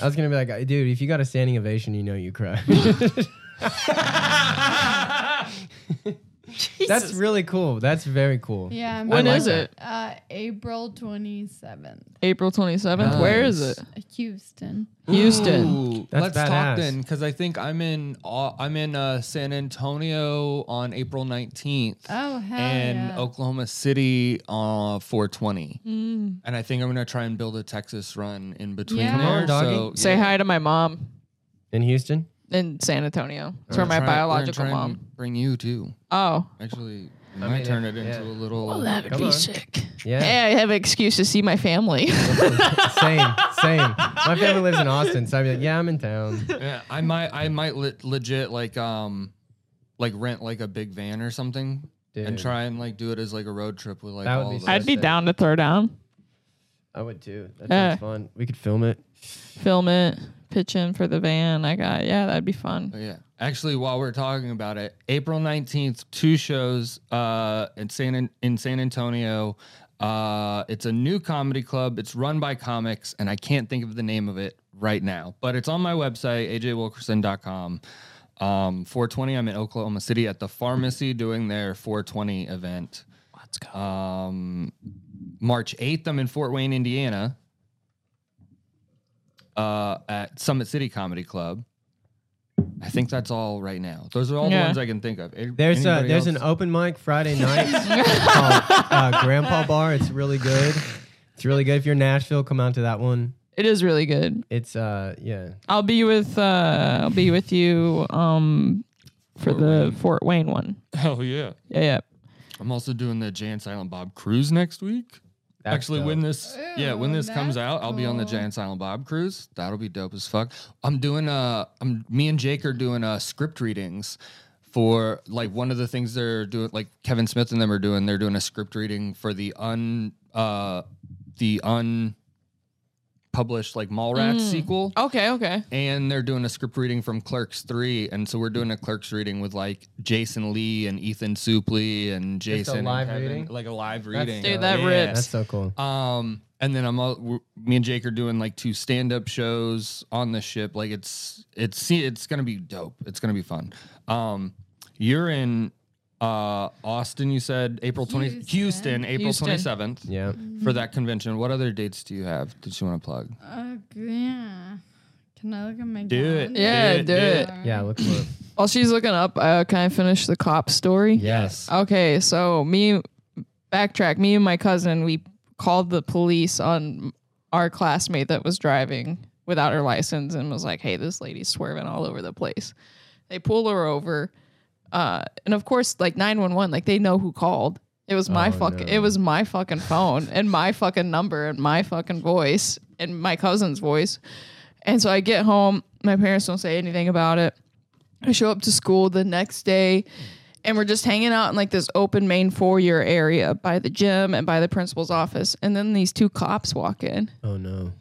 Speaker 2: I was gonna be like, dude, if you got a standing ovation, you know you cry. That's really cool. That's very cool.
Speaker 1: Yeah. I'm
Speaker 3: When
Speaker 1: like,
Speaker 3: is it?
Speaker 1: Uh, April 27th,
Speaker 8: April 27th. Where is it?
Speaker 1: Houston.
Speaker 8: Houston.
Speaker 9: Ooh,
Speaker 2: That's
Speaker 9: let's
Speaker 2: badass.
Speaker 9: talk then, because I think I'm in Au- I'm in uh, San Antonio on April 19th.
Speaker 1: Oh, hell
Speaker 9: and
Speaker 1: yeah.
Speaker 9: Oklahoma City uh 420.
Speaker 8: Mm.
Speaker 9: And I think I'm gonna try and build a Texas run in between.
Speaker 1: Yeah. Come
Speaker 2: on,
Speaker 9: there,
Speaker 2: doggy.
Speaker 9: so,
Speaker 8: Say
Speaker 9: yeah.
Speaker 8: hi to my mom
Speaker 2: In Houston?
Speaker 8: in San Antonio. It's
Speaker 9: We're
Speaker 8: where my
Speaker 9: gonna try- we're gonna
Speaker 8: biological
Speaker 9: try and
Speaker 8: mom.
Speaker 9: Bring you too.
Speaker 8: Oh,
Speaker 9: Actually, we might turn it into a
Speaker 2: yeah.
Speaker 9: little.
Speaker 3: Oh, That would
Speaker 2: Come
Speaker 3: be
Speaker 2: on.
Speaker 3: sick.
Speaker 2: Yeah.
Speaker 8: hey, I have an excuse to see my family.
Speaker 2: same, same. My family lives in Austin, so I'd be like, yeah, I'm in town.
Speaker 9: Yeah, I might, I might le- legit like, um, like rent like a big van or something, and
Speaker 2: Dude.
Speaker 9: try and like do it as like a road trip with like
Speaker 2: That would
Speaker 9: all
Speaker 2: be
Speaker 9: of
Speaker 2: sick.
Speaker 9: us.
Speaker 8: I'd be down to throw down,
Speaker 2: I would too. That
Speaker 8: Yeah.
Speaker 2: sounds fun. We could film it.
Speaker 8: film it, pitch in for the van. I got yeah, that'd be fun.
Speaker 9: But yeah, actually, while we're talking about it, April nineteenth, two shows uh, in San in San Antonio. Uh, it's a new comedy club. It's run by comics, and I can't think of the name of it right now, but it's on my website, ajwilkerson.com. Um, 420. I'm in Oklahoma City at the pharmacy doing their 420 event.
Speaker 8: Let's go.
Speaker 9: Um, March 8th, I'm in Fort Wayne, Indiana, uh, at Summit City Comedy Club. I think that's all right now. Those are all the
Speaker 8: Yeah.
Speaker 9: ones I can think of. A-
Speaker 2: There's
Speaker 9: anybody
Speaker 2: a there's
Speaker 9: else?
Speaker 2: an open mic Friday night called uh, Grandpa Bar. It's really good. It's really good. If you're in Nashville, come out to that one.
Speaker 8: It is really good.
Speaker 2: It's uh yeah.
Speaker 8: I'll be with uh I'll be with you um for the Fort Wayne one.
Speaker 9: Hell yeah.
Speaker 8: Yeah, yeah.
Speaker 9: I'm also doing the Jan Silent Bob cruise next week.
Speaker 2: That's
Speaker 9: Actually,
Speaker 2: dope.
Speaker 9: when this yeah, when
Speaker 1: Ooh,
Speaker 9: this comes
Speaker 1: that's
Speaker 9: out, I'll be on the
Speaker 1: cool.
Speaker 9: Jan Silent Bob cruise. That'll be dope as fuck. I'm doing uh I'm me and Jake are doing uh script readings for like one of the things they're doing like Kevin Smith and them are doing, they're doing a script reading for the un uh the un
Speaker 4: published like Mallrats
Speaker 3: Mm.
Speaker 4: sequel,
Speaker 3: Okay, okay.
Speaker 4: and they're doing a script reading from Clerks Three, and so we're doing a Clerks reading with like Jason Lee and Ethan Suplee and Jason and
Speaker 2: live
Speaker 4: Kevin-
Speaker 2: reading?
Speaker 4: like a live reading.
Speaker 3: Dude, that
Speaker 4: Yeah.
Speaker 3: rips.
Speaker 2: That's so cool.
Speaker 4: Um, and then I'm all, w- me and Jake are doing like two stand up shows on the ship. Like it's it's see, it's gonna be dope. It's gonna be fun. Um, you're in uh Austin. You said April twenty Houston,
Speaker 1: Houston.
Speaker 4: April
Speaker 3: Houston.
Speaker 4: twenty seventh
Speaker 2: Yeah.
Speaker 4: for that convention. What other dates do you have? Did you want to plug?
Speaker 1: Uh, yeah. Can I look at my
Speaker 4: Do it.
Speaker 1: calendar?
Speaker 3: Yeah,
Speaker 4: Do it,
Speaker 3: do
Speaker 4: do
Speaker 3: it.
Speaker 2: Yeah,
Speaker 4: Mm.
Speaker 2: look for it.
Speaker 3: While she's looking up, uh, can I finish the cop story?
Speaker 2: Yes.
Speaker 3: Okay, so me, backtrack. Me and my cousin, we called the police on our classmate that was driving without her license and was like, "Hey, this lady's swerving all over the place." They pull her over, uh, and of course, like nine one one, like they know who called. It was my
Speaker 2: Oh,
Speaker 3: fuck.
Speaker 2: no.
Speaker 3: It was my fucking phone and my fucking number and my fucking voice and my cousin's voice. And so I get home. My parents don't say anything about it. I show up to school the next day and we're just hanging out in like this open main foyer area by the gym and by the principal's office. And then these two cops walk in.
Speaker 2: Oh no.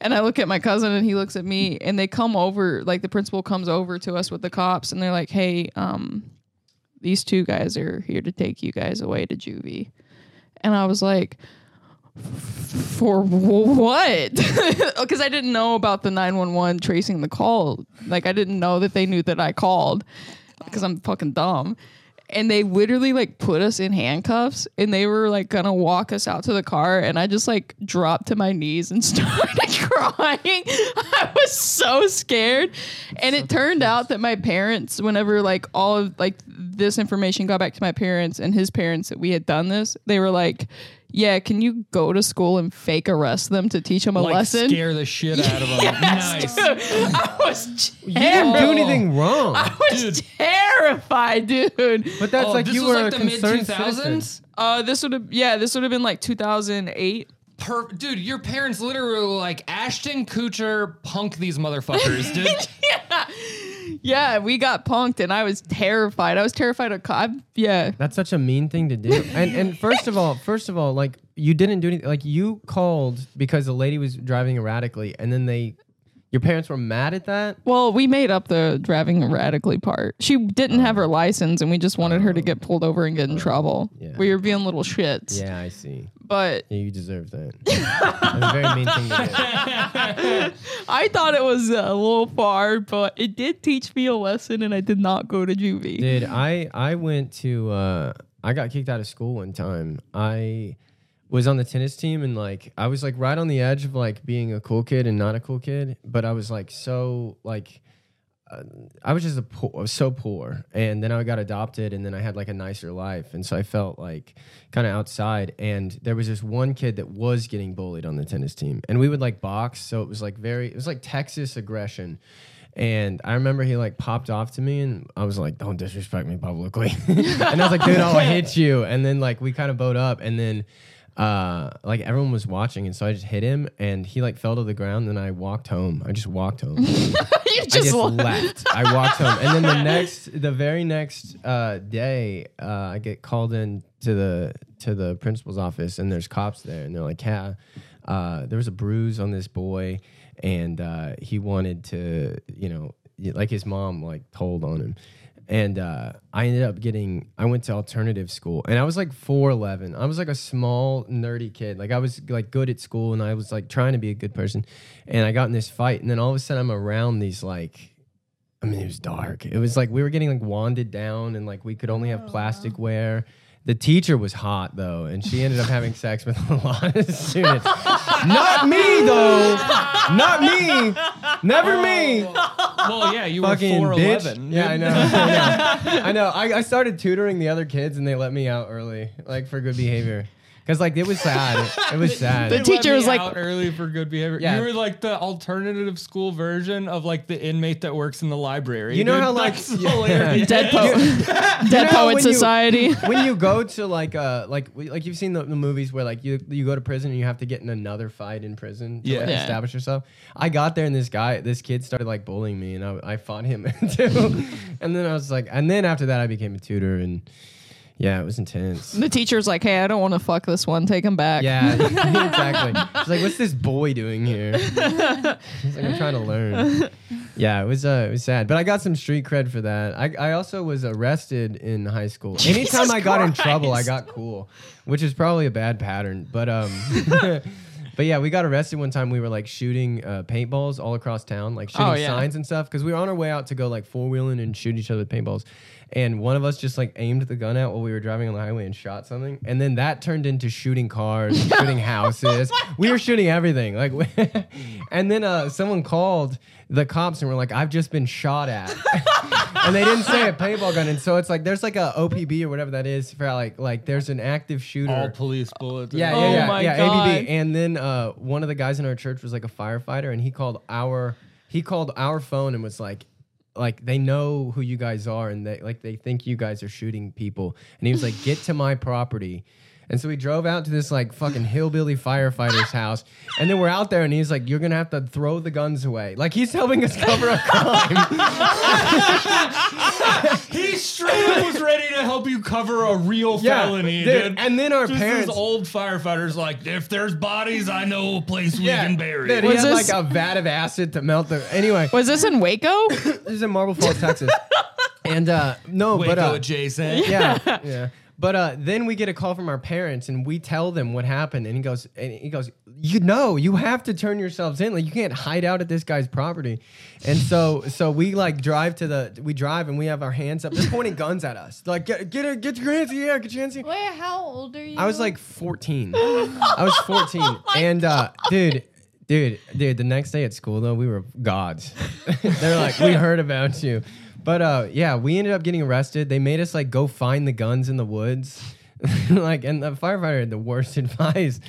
Speaker 3: And I look at my cousin and he looks at me and they come over, like the principal comes over to us with the cops and they're like, Hey, um, these two guys are here to take you guys away to juvie. And I was like, for what? Because I didn't know about the 911 tracing the call. Like, I didn't know that they knew that I called because I'm fucking dumb. And they literally like put us in handcuffs and they were like gonna walk us out to the car. And I just like dropped to my knees and started crying. I was so scared. And it turned out that my parents, whenever like all of like this information got back to my parents and his parents that we had done this, they were like, yeah, can you go to school and fake arrest them to teach them a
Speaker 4: Like
Speaker 3: lesson?
Speaker 4: scare the shit out of them.
Speaker 3: Yes,
Speaker 4: Nice.
Speaker 3: dude. I was
Speaker 2: You didn't
Speaker 4: Oh.
Speaker 3: terrified.
Speaker 2: do anything wrong.
Speaker 3: I was terrified, dude.
Speaker 2: But that's
Speaker 4: Oh,
Speaker 2: like
Speaker 4: this
Speaker 2: you
Speaker 4: was
Speaker 2: were
Speaker 4: like
Speaker 2: a
Speaker 4: the mid
Speaker 2: concerned
Speaker 4: 2000s.
Speaker 2: citizen.
Speaker 3: Uh, this would have yeah, this would have been like 2008.
Speaker 4: Per- dude, your parents literally were like Ashton Kutcher punk these motherfuckers, dude.
Speaker 3: Yeah, we got punked, and I was terrified. I was terrified of cop. Yeah,
Speaker 2: That's such a mean thing to do. And and first of all, first of all, like you didn't do anything. Like you called because the lady was driving erratically, and then they, your parents were mad at that.
Speaker 3: well, we made up the driving erratically part. She didn't have her license, and we just wanted her to get pulled over and get in trouble.
Speaker 2: Yeah.
Speaker 3: We were being little shits,
Speaker 2: Yeah, I see.
Speaker 3: but
Speaker 2: Yeah, you deserve that. That's a very mean thing to do.
Speaker 3: I thought it was uh, a little far, but it did teach me a lesson, and I did not go to juvie.
Speaker 2: Dude, I I went to uh I got kicked out of school one time. I was on the tennis team and like I was like right on the edge of like being a cool kid and not a cool kid, but I was like so like I was just a poor, I was so poor, and then I got adopted, and then I had like a nicer life, and so I felt like kind of outside. And there was this one kid that was getting bullied on the tennis team, and we would like box, so it was like very, it was like Texas aggression. And I remember he like popped off to me, and I was like, "Don't disrespect me publicly," and I was like, "Dude, I'll hit you." And then like we kind of bowed up, and then uh like everyone was watching, and so I just hit him, and he like fell to the ground, and I walked home. I just walked home.
Speaker 3: you
Speaker 2: I just
Speaker 3: just laugh.
Speaker 2: left. I walked home, and then the next, the very next uh, day, uh, I get called in to the to the principal's office, and there's cops there, and they're like, "Yeah, uh, there was a bruise on this boy, and uh, he wanted to, you know, y- like his mom like told on him." And uh, I ended up getting. I went to alternative school, and I was like four eleven. I was like a small nerdy kid. Like I was like good at school, and I was like trying to be a good person. And I got in this fight, and then all of a sudden I'm around these like I mean, it was dark. It was like we were getting like wanded down, and like we could only have plastic wear. The teacher was hot though, and she ended up having sex with a lot of students. Not me though. Not me. Never me.
Speaker 4: well, yeah, you
Speaker 2: Fucking
Speaker 4: were
Speaker 2: bitch.
Speaker 4: 4'11.
Speaker 2: Yeah, I know. I know. I, know. I, I started tutoring the other kids, and they let me out early, like for good behavior, because like it was sad. It was sad.
Speaker 3: The teacher was like,
Speaker 4: out early for good behavior.
Speaker 2: Yeah.
Speaker 4: You were like the alternative school version of like the inmate that works in the library.
Speaker 2: You know
Speaker 4: dude.
Speaker 2: how, like-
Speaker 4: That's
Speaker 2: yeah.
Speaker 4: hilarious.
Speaker 3: Dead poet,
Speaker 2: You know
Speaker 3: dead
Speaker 2: how
Speaker 3: poet
Speaker 2: when you-
Speaker 3: society.
Speaker 2: when you go to like uh like we- like you've seen the, the movies where like you you go to prison and you have to get in another fight in prison to
Speaker 4: Yeah.
Speaker 2: like,
Speaker 3: Yeah.
Speaker 2: establish yourself. I got there and this guy this kid started like bullying me and I, I fought him too. and then I was like and then after that I became a tutor and Yeah, it was intense.
Speaker 3: The teacher's like, "Hey, I don't want to fuck this one. Take him back."
Speaker 2: yeah, exactly. She's like, "What's this boy doing here?" He's like, "I'm trying to learn." Yeah, it was uh, it was sad, but I got some street cred for that. I, I also was arrested in high school. Anytime I got in trouble, I got cool, which is probably a bad pattern. But um, but yeah, we got arrested one time. We were like shooting uh, paintballs all across town, like shooting
Speaker 3: Oh, yeah.
Speaker 2: signs and stuff, because we were on our way out to go like four wheeling and shoot each other with paintballs. And one of us just like aimed the gun out while we were driving on the highway and shot something. And then that turned into shooting cars, and shooting houses.
Speaker 3: Oh
Speaker 2: we were shooting everything. Like, and then uh, someone called the cops and were like, "I've just been shot at." and they didn't say a paintball gun, and so it's like there's like a OPB or whatever that is for like like there's an active shooter.
Speaker 4: All police bullets.
Speaker 2: Yeah,
Speaker 3: Oh
Speaker 2: yeah, yeah,
Speaker 3: my
Speaker 2: yeah.
Speaker 3: God.
Speaker 2: ABB. And then uh, one of the guys in our church was like a firefighter, and he called our he called our phone and was like, like they know who you guys are, and they like they think you guys are shooting people. And he was like, get to my property. And so we drove out to this like fucking hillbilly firefighter's house, and then we're out there, and he's like, "You're gonna have to throw the guns away." Like he's helping us cover up crime.
Speaker 4: He straight up was ready to help you cover a real
Speaker 2: Yeah,
Speaker 4: felony,
Speaker 2: dude.
Speaker 4: dude.
Speaker 2: And then our
Speaker 4: Just
Speaker 2: parents-
Speaker 4: This old firefighters like, if there's bodies, I know a place we can bury.
Speaker 2: dude,
Speaker 4: it."
Speaker 2: he
Speaker 3: Was
Speaker 2: had
Speaker 3: this-
Speaker 2: like a vat of acid to melt the. Anyway,
Speaker 3: Was this in Waco?
Speaker 2: this is in Marble Falls, Texas, and uh no,
Speaker 4: Waco
Speaker 2: but uh,
Speaker 4: adjacent.
Speaker 2: yeah, yeah. But uh, then we get a call from our parents, and we tell them what happened. And he goes, and he goes, you know, you have to turn yourselves in. Like you can't hide out at this guy's property. And so, so we like drive to the, we drive, and we have our hands up. They're pointing guns at us. Like get get it- get your hands in the air, get your hands in. the air."
Speaker 1: Wait, how old are you?
Speaker 2: I was like 14. I was 14, and uh, dude. Dude, dude, the next day at school though, we were gods. They're like, we heard about you. But uh yeah, we ended up getting arrested. They made us like go find the guns in the woods. like and the firefighter had the worst advice.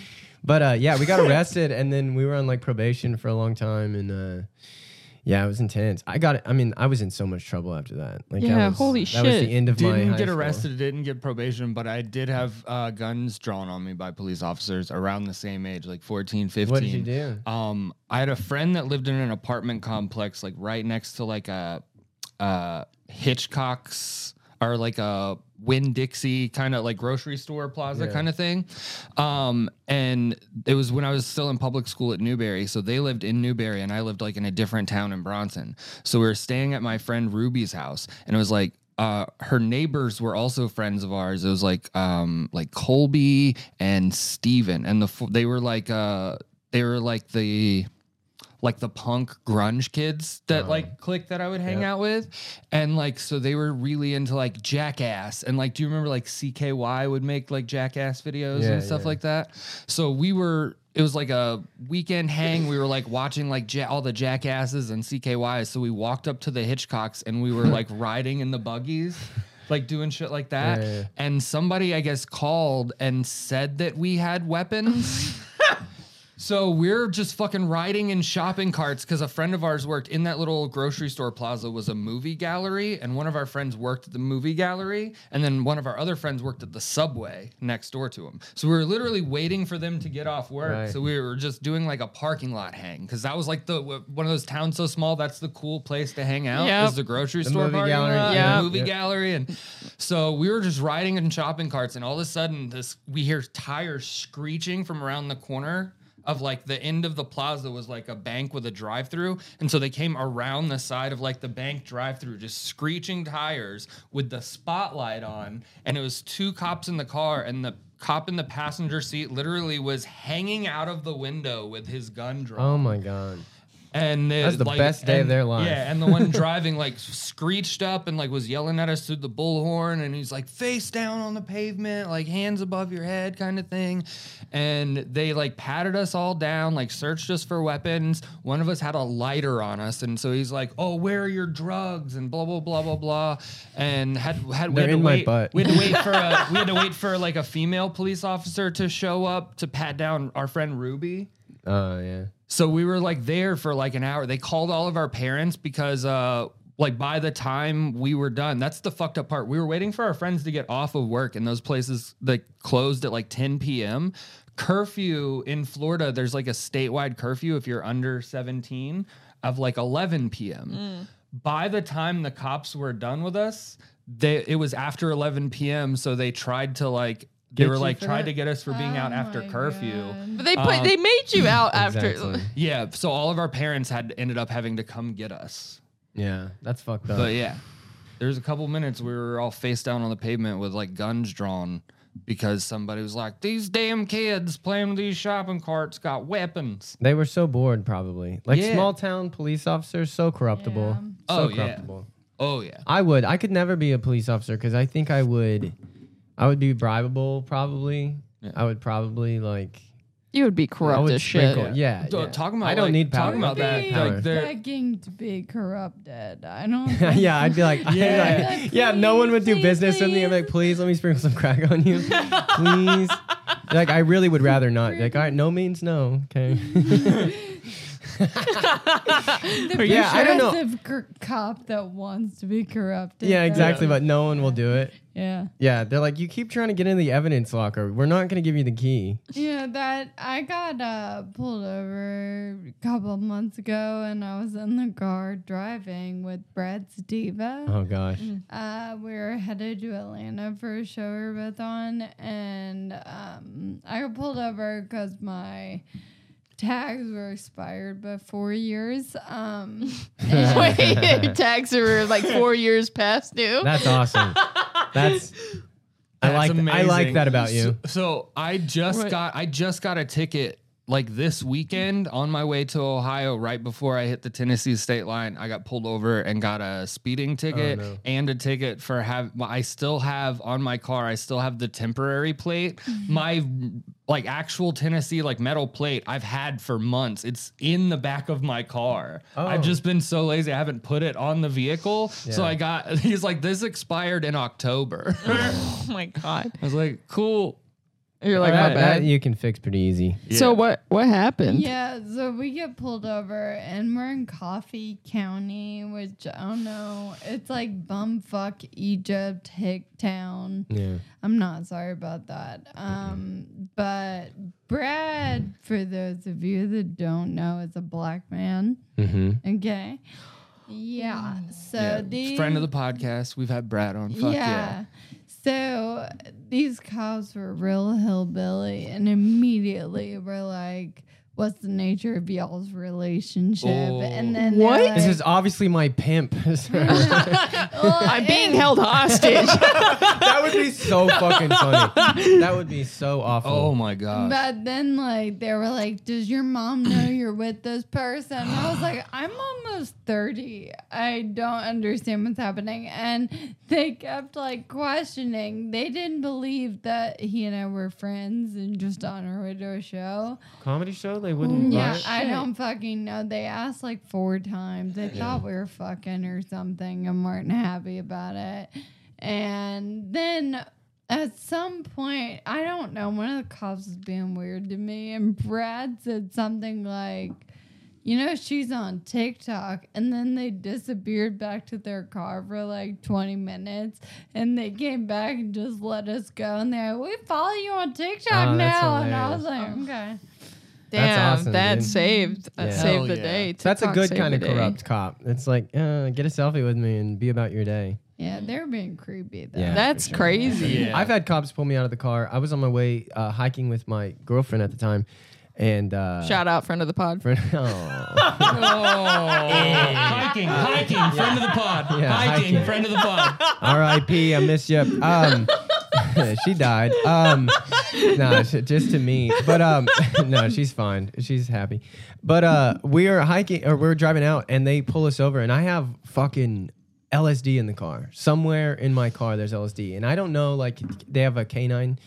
Speaker 2: But uh yeah, we got arrested and then we were on like probation for a long time and uh yeah, it was intense. I got I mean, I was in so much trouble after that. Like that
Speaker 3: Yeah,
Speaker 2: was-
Speaker 3: holy
Speaker 2: that was
Speaker 3: shit.
Speaker 2: the end of my
Speaker 4: Didn't
Speaker 2: high
Speaker 4: get
Speaker 2: school.
Speaker 4: arrested, didn't get probation, but I did have uh, guns drawn on me by police officers around the same age, like 14, 15.
Speaker 2: What did you do?
Speaker 4: Um, I had a friend that lived in an apartment complex, like right next to like a uh, Hitchcock's or like a Winn Dixie kind of like grocery store plaza kind of thing. Um, and it was when I was still in public school at Newberry. So they lived in Newberry and I lived like in a different town in Bronson. So we were staying at my friend Ruby's house and it was like, uh, her neighbors were also friends of ours. It was like um, like Colby and Steven. and the f- they were like uh, they were like the like the punk grunge kids that
Speaker 2: Uh-huh.
Speaker 4: like clique that I would hang out with. And like so they were really into like jackass. And like do you remember like CKY would make like jackass videos
Speaker 2: Yeah,
Speaker 4: and stuff
Speaker 2: yeah.
Speaker 4: like that? So we were it was like a weekend hang. We were like watching like ja- all the jackasses and CKYs. So we walked up to the Hitchcocks and we were like riding in the buggies. Like doing shit like that.
Speaker 2: Yeah, yeah.
Speaker 4: And somebody, I guess, called and said that we had weapons. So we're just fucking riding in shopping carts because a friend of ours worked in that little grocery store plaza was a movie gallery, and one of our friends worked at the movie gallery, and then one of our other friends worked at the subway next door to him. So we were literally waiting for them to get off work.
Speaker 2: Right.
Speaker 4: So we were just doing like a parking lot hang because that was like the w- one of those towns so small that's the cool place to hang out
Speaker 3: Yep.
Speaker 4: is the grocery
Speaker 2: The
Speaker 4: store
Speaker 2: movie
Speaker 4: parking
Speaker 2: gallery,
Speaker 4: lot,
Speaker 3: yeah.
Speaker 4: the movie
Speaker 2: Yep.
Speaker 4: gallery, and so we were just riding in shopping carts, and all of a sudden, this we hear tires screeching from around the corner of like the end of the plaza was like a bank with a drive-through, and so they came around the side of like the bank drive-through, just screeching tires with the spotlight on, and it was two cops in the car, and the cop in the passenger seat literally was hanging out of the window with his gun drawn.
Speaker 2: Oh my god.
Speaker 4: And it-
Speaker 2: That's the
Speaker 4: like-
Speaker 2: best day of
Speaker 4: and-
Speaker 2: their life.
Speaker 4: Yeah, and the one driving like screeched up and like was yelling at us through the bullhorn, and he's like face down on the pavement, like hands above your head, kind of thing. And they like patted us all down, like searched us for weapons. One of us had a lighter on us, and so he's like, "Oh, where are your drugs?" and blah blah blah blah blah, and had had we
Speaker 2: They're
Speaker 4: had to
Speaker 2: in my
Speaker 4: wait-
Speaker 2: butt.
Speaker 4: we had to wait for a, we had to wait for like a female police officer to show up to pat down our friend Ruby.
Speaker 2: Oh yeah.
Speaker 4: So we were like there for like an hour. They called all of our parents because uh like by the time we were done, that's the fucked up part. We were waiting for our friends to get off of work and those places like closed at like 10 p.m. Curfew in Florida, there's like a statewide curfew if you're under
Speaker 10: Mm.
Speaker 4: 17 of like 11 p.m. By the time the cops were done with us, they it was after 11 p.m. So they tried to like
Speaker 10: Get
Speaker 4: they were
Speaker 10: you
Speaker 4: like
Speaker 10: for
Speaker 4: tried
Speaker 10: that?
Speaker 4: to get us for being out
Speaker 1: Oh
Speaker 4: after
Speaker 1: my
Speaker 4: curfew.
Speaker 1: God.
Speaker 3: But they put,
Speaker 4: Um,
Speaker 3: they made you out after.
Speaker 2: Uh, Exactly.
Speaker 4: Yeah, so all of our parents had ended up having to come get us.
Speaker 2: Yeah, that's fucked up.
Speaker 4: But yeah, there was a couple minutes we were all face down on the pavement with like guns drawn because somebody was like, "These damn kids playing with these shopping carts got weapons."
Speaker 2: They were so bored, probably. Like
Speaker 4: Yeah.
Speaker 2: small town police officers, so corruptible.
Speaker 1: Yeah.
Speaker 2: So
Speaker 4: Oh, yeah.
Speaker 2: corruptible.
Speaker 4: Oh yeah,
Speaker 2: I would. I could never be a police officer because I think I would. I would be bribable, probably. I would probably like.
Speaker 3: You would be
Speaker 2: I
Speaker 3: corrupt
Speaker 2: would
Speaker 3: as shit.
Speaker 2: sprinkle- Yeah.
Speaker 4: Dude,
Speaker 2: yeah.
Speaker 4: talking about,
Speaker 2: I don't
Speaker 4: like-
Speaker 2: need power.
Speaker 4: talking about that,
Speaker 2: Power.
Speaker 4: like, the- They're-
Speaker 1: begging to be corrupted. I don't. think-
Speaker 2: yeah, I'd be like, yeah,
Speaker 1: Yeah.
Speaker 2: like, yeah. No one would do
Speaker 1: Please,
Speaker 2: business with me. I'm
Speaker 1: please.
Speaker 2: like, please let me sprinkle some crack on you, please. like, I really would rather not. Like, all right, no means no. Okay.
Speaker 1: the
Speaker 2: yeah, I don't know.
Speaker 1: progressive cor- cop that wants to be corrupted.
Speaker 2: yeah,
Speaker 1: though.
Speaker 2: exactly. But no one will do it.
Speaker 1: Yeah,
Speaker 2: Yeah, they're like, you keep trying to get in the evidence locker. We're not gonna give you the key.
Speaker 1: yeah. That I got uh, pulled over a couple of months ago, and I was in the car driving with Brad Steva.
Speaker 2: Oh gosh.
Speaker 1: Uh, we were headed to Atlanta for a show we were both on, and um, I got pulled over because my tags were expired by four years. Um,
Speaker 3: Wait, your tags are like four years past due.
Speaker 2: That's awesome. That's. I
Speaker 4: That's
Speaker 2: like. I like
Speaker 4: amazing.
Speaker 2: that about you.
Speaker 4: So, so I just
Speaker 3: What?
Speaker 4: got I just got a ticket like this weekend on my way to Ohio right before I hit the Tennessee state line. I got pulled over and got a speeding ticket
Speaker 2: Oh, no.
Speaker 4: and a ticket for have well, I still have on my car. I still have the temporary plate. my like actual Tennessee like metal plate I've had for months. It's in the back of my car. I've
Speaker 2: Oh.
Speaker 4: just been so lazy I haven't put it on the vehicle. So
Speaker 2: Yeah.
Speaker 4: I got he's like this expired in October.
Speaker 3: Oh my god.
Speaker 4: I was like, cool.
Speaker 3: You're like,
Speaker 2: that,
Speaker 3: my bad.
Speaker 2: that you can fix pretty easy.
Speaker 3: So what what happened?
Speaker 1: yeah, so we get pulled over, and we're in Coffee County, which I don't know. It's like bumfuck Egypt, hick town.
Speaker 2: Yeah.
Speaker 1: I'm not sorry about that. Um, but Brad, for those of you that don't know, is a black man.
Speaker 2: Mm-hmm.
Speaker 1: Okay. Yeah. So these
Speaker 4: friend of the podcast. We've had Brad on. Fuck yeah.
Speaker 1: So these cops were real hillbilly, and immediately we're like, "What's the nature of y'all's relationship?" And then they're
Speaker 3: What?
Speaker 1: Like,
Speaker 2: This is obviously my pimp. that
Speaker 1: "Well, eh."
Speaker 3: I'm being
Speaker 1: it-
Speaker 3: held hostage.
Speaker 2: would be so fucking funny. That would be so awful.
Speaker 4: Oh my god.
Speaker 1: But then, like, they were like, "Does your mom know you're with this person?" And I was like, "I'm almost thirty. I don't understand what's happening." And they kept like questioning. They didn't believe that he and I were friends and just on our way to a show.
Speaker 2: Comedy show? They wouldn't.
Speaker 1: Mm, Yeah,
Speaker 2: let-
Speaker 1: I don't fucking know. They asked like four times. They thought we were fucking or something and weren't happy about it. And then at some point, I don't know, one of the cops was being weird to me, and Brad said something like, you know, she's on TikTok. And then they disappeared back to their car for like 20 minutes. And they came back and just let us go. And they're like, we follow you on TikTok
Speaker 2: Oh, that's
Speaker 1: now. And I was
Speaker 2: hilarious.
Speaker 1: like, okay.
Speaker 3: Damn,
Speaker 2: awesome,
Speaker 3: that
Speaker 2: dude.
Speaker 3: saved that
Speaker 2: Yeah.
Speaker 3: saved
Speaker 4: Hell
Speaker 3: the
Speaker 4: yeah.
Speaker 3: day.
Speaker 2: That's a
Speaker 3: TikTok
Speaker 2: good
Speaker 3: saved
Speaker 2: kind of
Speaker 3: the day.
Speaker 2: corrupt cop. It's like, uh, get a selfie with me and be about your day.
Speaker 4: Mm.
Speaker 1: Yeah, they're being creepy though.
Speaker 2: Yeah.
Speaker 3: That's crazy.
Speaker 4: Yeah.
Speaker 2: I've had cops pull me out of the car. I was on my way uh, hiking with my girlfriend at the time, and uh,
Speaker 3: Shout out friend of the pod.
Speaker 2: friend- Aw.
Speaker 4: hiking, hiking, friend of the pod.
Speaker 2: Yeah,
Speaker 4: hiking,
Speaker 2: hiking.
Speaker 4: friend of the pod.
Speaker 2: R.I.P. I miss you. Um, she died. Um, no, sh- just to me. But um, no, she's fine. She's happy. But uh, we are hiking or we're driving out, and they pull us over, and I have fucking LSD in the car. Somewhere in my car, there's LSD, and I don't know. Like they have a canine.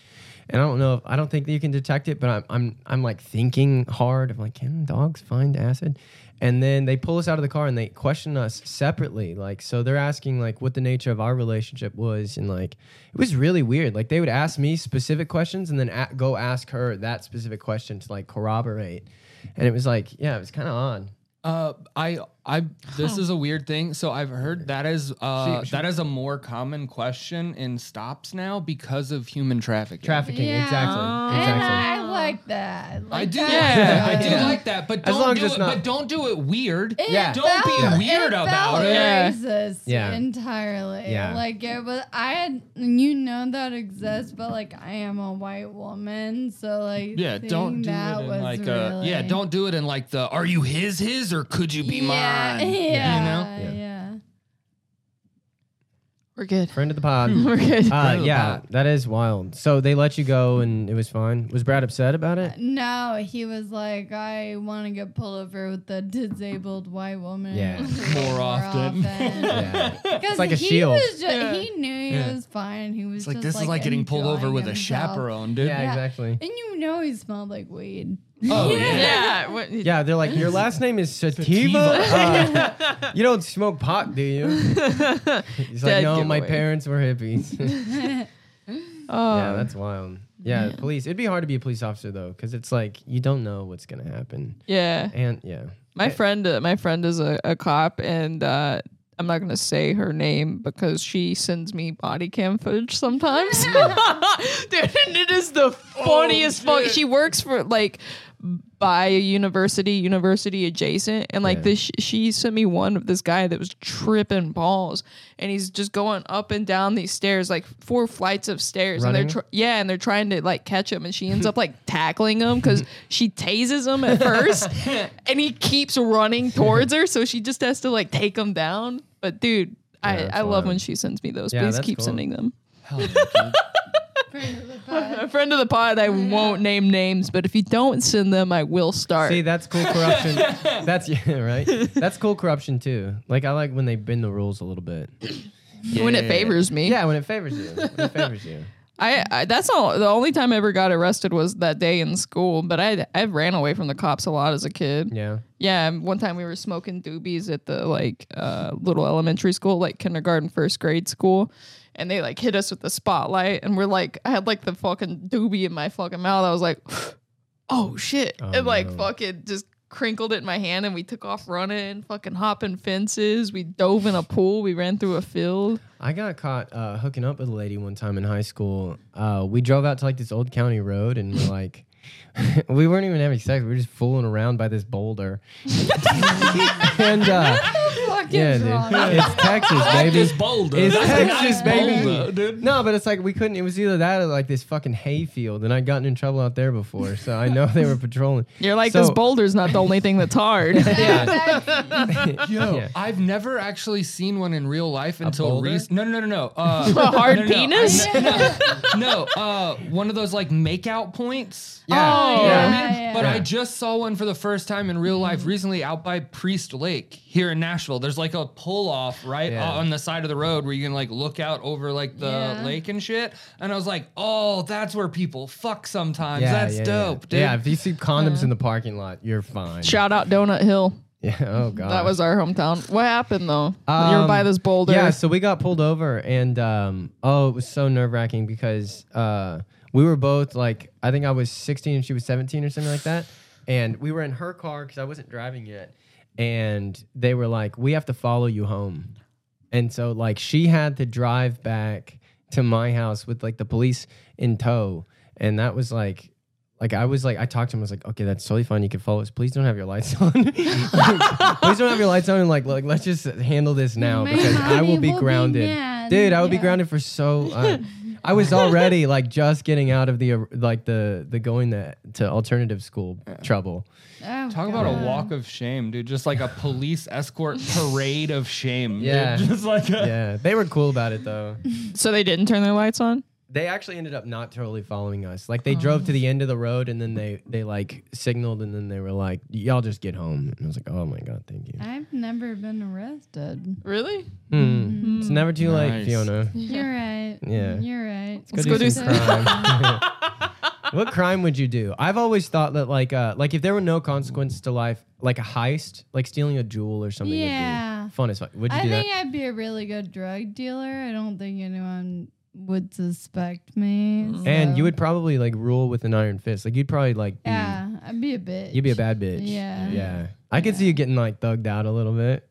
Speaker 2: And I don't know. If, I don't think that you can detect it, but I'm I'm I'm like thinking hard. I'm like, can dogs find acid? And then they pull us out of the car and they question us separately. Like, so they're asking like what the nature of our relationship was, and like it was really weird. Like they would ask me specific questions and then a- go ask her that specific question to like corroborate. And it was like, yeah, it was kind of odd.
Speaker 4: Uh, I, I. This is a weird thing. So I've heard that is, uh, that is a more common question in stops now because of human trafficking.
Speaker 2: Trafficking,
Speaker 1: Yeah.
Speaker 2: exactly,
Speaker 1: And
Speaker 2: exactly.
Speaker 1: I like that. Like
Speaker 4: I do,
Speaker 1: that.
Speaker 4: yeah, I do
Speaker 1: Yeah.
Speaker 4: like that, but
Speaker 2: As
Speaker 4: don't
Speaker 2: long as
Speaker 4: do
Speaker 2: it's
Speaker 4: it.
Speaker 2: not-
Speaker 4: But don't do it weird.
Speaker 1: It
Speaker 2: Yeah.
Speaker 4: Don't be
Speaker 1: felt-
Speaker 4: weird
Speaker 1: it
Speaker 4: about
Speaker 1: felt
Speaker 4: it.
Speaker 3: Yeah.
Speaker 1: Racist
Speaker 2: Yeah.
Speaker 1: entirely.
Speaker 2: Yeah.
Speaker 1: Like it was. I had you know that exists, but like I am a white woman, so like
Speaker 4: Yeah,
Speaker 1: seeing
Speaker 4: don't do it
Speaker 1: that
Speaker 4: in
Speaker 1: was
Speaker 4: like
Speaker 1: really,
Speaker 4: uh yeah, don't do it in like the are you his his or could you be
Speaker 1: yeah, Yeah,
Speaker 4: mine?
Speaker 2: Yeah.
Speaker 1: yeah.
Speaker 3: We're good.
Speaker 2: Friend of the pod.
Speaker 3: We're good.
Speaker 2: Uh,
Speaker 4: Friend of the
Speaker 2: yeah,
Speaker 4: pod.
Speaker 2: that is wild. So they let you go and it was fine. Was Brad upset about it?
Speaker 1: No, he was like, I want to get pulled over with a disabled white woman.
Speaker 2: Yeah.
Speaker 4: More often.
Speaker 2: Yeah.
Speaker 1: Because
Speaker 2: like a
Speaker 1: he
Speaker 2: shield.
Speaker 1: Was ju-
Speaker 4: Yeah.
Speaker 1: He knew he
Speaker 4: Yeah.
Speaker 1: was fine. He was
Speaker 4: It's like
Speaker 1: just
Speaker 4: this is like getting pulled over
Speaker 1: enjoying
Speaker 4: with a
Speaker 1: himself.
Speaker 4: chaperone, dude.
Speaker 2: Yeah, exactly.
Speaker 1: And you know he smelled like weed.
Speaker 4: Oh
Speaker 3: Yeah.
Speaker 4: yeah.
Speaker 3: what-
Speaker 2: Yeah, they're like, your last name is Sativa. Uh, you don't smoke pot, do you?
Speaker 3: Oh,
Speaker 2: He's like,
Speaker 3: Dead
Speaker 2: no, my
Speaker 3: giveaway.
Speaker 2: parents were hippies.
Speaker 3: Oh.
Speaker 2: yeah, that's wild. Yeah, police. It'd be hard to be a police officer though, because it's like you don't know what's gonna happen.
Speaker 3: yeah.
Speaker 2: And yeah,
Speaker 3: My friend, uh, my friend is a, a cop, and uh, I'm not gonna say her name because she sends me body cam footage sometimes. Dude, and it is
Speaker 2: Oh,
Speaker 3: the funniest. fu- she works for like by a university, university adjacent, and like
Speaker 2: Yeah.
Speaker 3: this, she sent me one of this guy that was tripping balls, and he's just going up and down these stairs, like four flights of stairs, and
Speaker 2: Running?
Speaker 3: they're. Tr- yeah, and they're trying to like catch him, and she ends up like tackling him because she tases him at first, and he keeps running towards her, so she just has to like take him down. But dude,
Speaker 2: Yeah, that's
Speaker 3: I, I love
Speaker 2: wild.
Speaker 3: when she sends me those.
Speaker 2: Yeah,
Speaker 3: Please
Speaker 2: that's
Speaker 3: keep
Speaker 2: cool.
Speaker 3: sending them.
Speaker 1: Friend of the pod.
Speaker 3: A friend of the pod, I won't name names, but if you don't send them, I will start.
Speaker 2: see, that's cool corruption. that's yeah, right. That's cool corruption too. Like I like when they bend the rules a little bit.
Speaker 3: when it favors me.
Speaker 2: Yeah, when it favors you. When it favors you.
Speaker 3: I, I that's all. The only time I ever got arrested was that day in school. But I I ran away from the cops a lot as a kid.
Speaker 2: Yeah.
Speaker 3: Yeah, and one time we were smoking doobies at the like uh, little elementary school, like kindergarten, first grade school, and they like hit us with the spotlight, and we're like, I had like the fucking doobie in my fucking mouth. I was like, oh shit, and like
Speaker 2: no.
Speaker 3: fucking just crinkled it in my hand, and we took off running, fucking hopping fences. We dove in a pool. We ran through a field.
Speaker 2: I got caught uh, hooking up with a lady one time in high school. Uh, we drove out to like this old county road and we're like, we weren't even having sex. We were just fooling around by this boulder. and uh,
Speaker 1: Fucking
Speaker 2: yeah, dude,
Speaker 1: wrong.
Speaker 2: it's Texas, baby.
Speaker 4: It's bold.
Speaker 2: It's
Speaker 4: That's
Speaker 2: Texas,
Speaker 4: not
Speaker 2: baby.
Speaker 4: bold, dude.
Speaker 2: No, but it's like we couldn't. It was either that or like this fucking hayfield, and I'd gotten in trouble out there before, so I know they were patrolling.
Speaker 3: You're like,
Speaker 2: So-
Speaker 3: this boulder's not the only thing that's hard.
Speaker 4: Yo,
Speaker 2: Yeah.
Speaker 4: I've never actually seen one in real life until
Speaker 2: boulder?
Speaker 4: recently. No, no, no, no, no. Uh,
Speaker 3: a hard
Speaker 4: no, no, no.
Speaker 3: penis.
Speaker 4: no, uh, one of those like makeout points.
Speaker 2: Yeah.
Speaker 4: You know what I
Speaker 1: Yeah,
Speaker 4: mean?
Speaker 1: yeah.
Speaker 4: But
Speaker 2: Yeah.
Speaker 4: I just saw one for the first time in real life recently out by Priest Lake here in Nashville. There's like a pull off right
Speaker 2: Yeah.
Speaker 4: on the side of the road where you can like look out over like the
Speaker 1: Yeah.
Speaker 4: lake and shit. And I was like, oh, that's where people fuck sometimes. that's
Speaker 2: yeah,
Speaker 4: dope,
Speaker 2: yeah.
Speaker 4: dude.
Speaker 2: Yeah, if you see condoms in the parking lot, you're fine.
Speaker 3: Shout out Donut Hill.
Speaker 2: Yeah. Oh god.
Speaker 3: That was our hometown. What happened though? you were
Speaker 2: Um,
Speaker 3: by this boulder.
Speaker 2: Yeah, so we got pulled over, and um, oh, it was so nerve wracking because uh, we were both like, I think I was 16 and she was 17 or something like that, and we were in her car because I wasn't driving yet, and they were like, we have to follow you home, and so like she had to drive back to my house with like the police in tow, and that was like. Like I was like I talked to him. I was like, okay, that's totally fine. You can follow us. Please don't have your lights on. Please don't have your lights on. And like, like let's just handle this now
Speaker 1: My
Speaker 2: because I will
Speaker 1: mommy
Speaker 2: be
Speaker 1: will be
Speaker 2: grounded,
Speaker 1: mad.
Speaker 2: dude. I will be
Speaker 1: Yeah.
Speaker 2: grounded for so. Uh, I was already like just getting out of the uh, like the the going to, to alternative school trouble.
Speaker 1: Oh,
Speaker 4: Talk about a
Speaker 1: God.
Speaker 4: walk of shame, dude. Just like a police escort parade of shame. dude.
Speaker 2: Yeah.
Speaker 4: Just like a,
Speaker 2: Yeah, they were cool about it though.
Speaker 3: So they didn't turn their lights on?
Speaker 2: They actually ended up not totally following us. Like they drove
Speaker 1: Oh.
Speaker 2: to the end of the road and then they they like signaled and then they were like, "Y'all just get home." And I was like, "Oh my god, thank you."
Speaker 1: I've never been arrested. Mm-hmm.
Speaker 3: Really?
Speaker 2: Hmm. It's never too late,
Speaker 4: Nice.
Speaker 2: Fiona.
Speaker 1: You're right.
Speaker 2: Yeah.
Speaker 1: You're right.
Speaker 3: Let's go do
Speaker 2: some crime. what crime would you do? I've always thought that like uh like if there were no consequence to life, like a heist, like stealing a jewel or something would
Speaker 1: Yeah.
Speaker 2: be fun as fuck. Would you
Speaker 1: I
Speaker 2: do
Speaker 1: think
Speaker 2: that?
Speaker 1: I'd be a really good drug dealer. I don't think anyone would suspect me.
Speaker 2: and
Speaker 1: so-
Speaker 2: you would probably like rule with an iron fist. Like you'd probably like be,
Speaker 1: Yeah, I'd be a bitch.
Speaker 2: you'd be a bad bitch.
Speaker 1: Yeah.
Speaker 2: Yeah. I could see you getting like thugged out a little bit.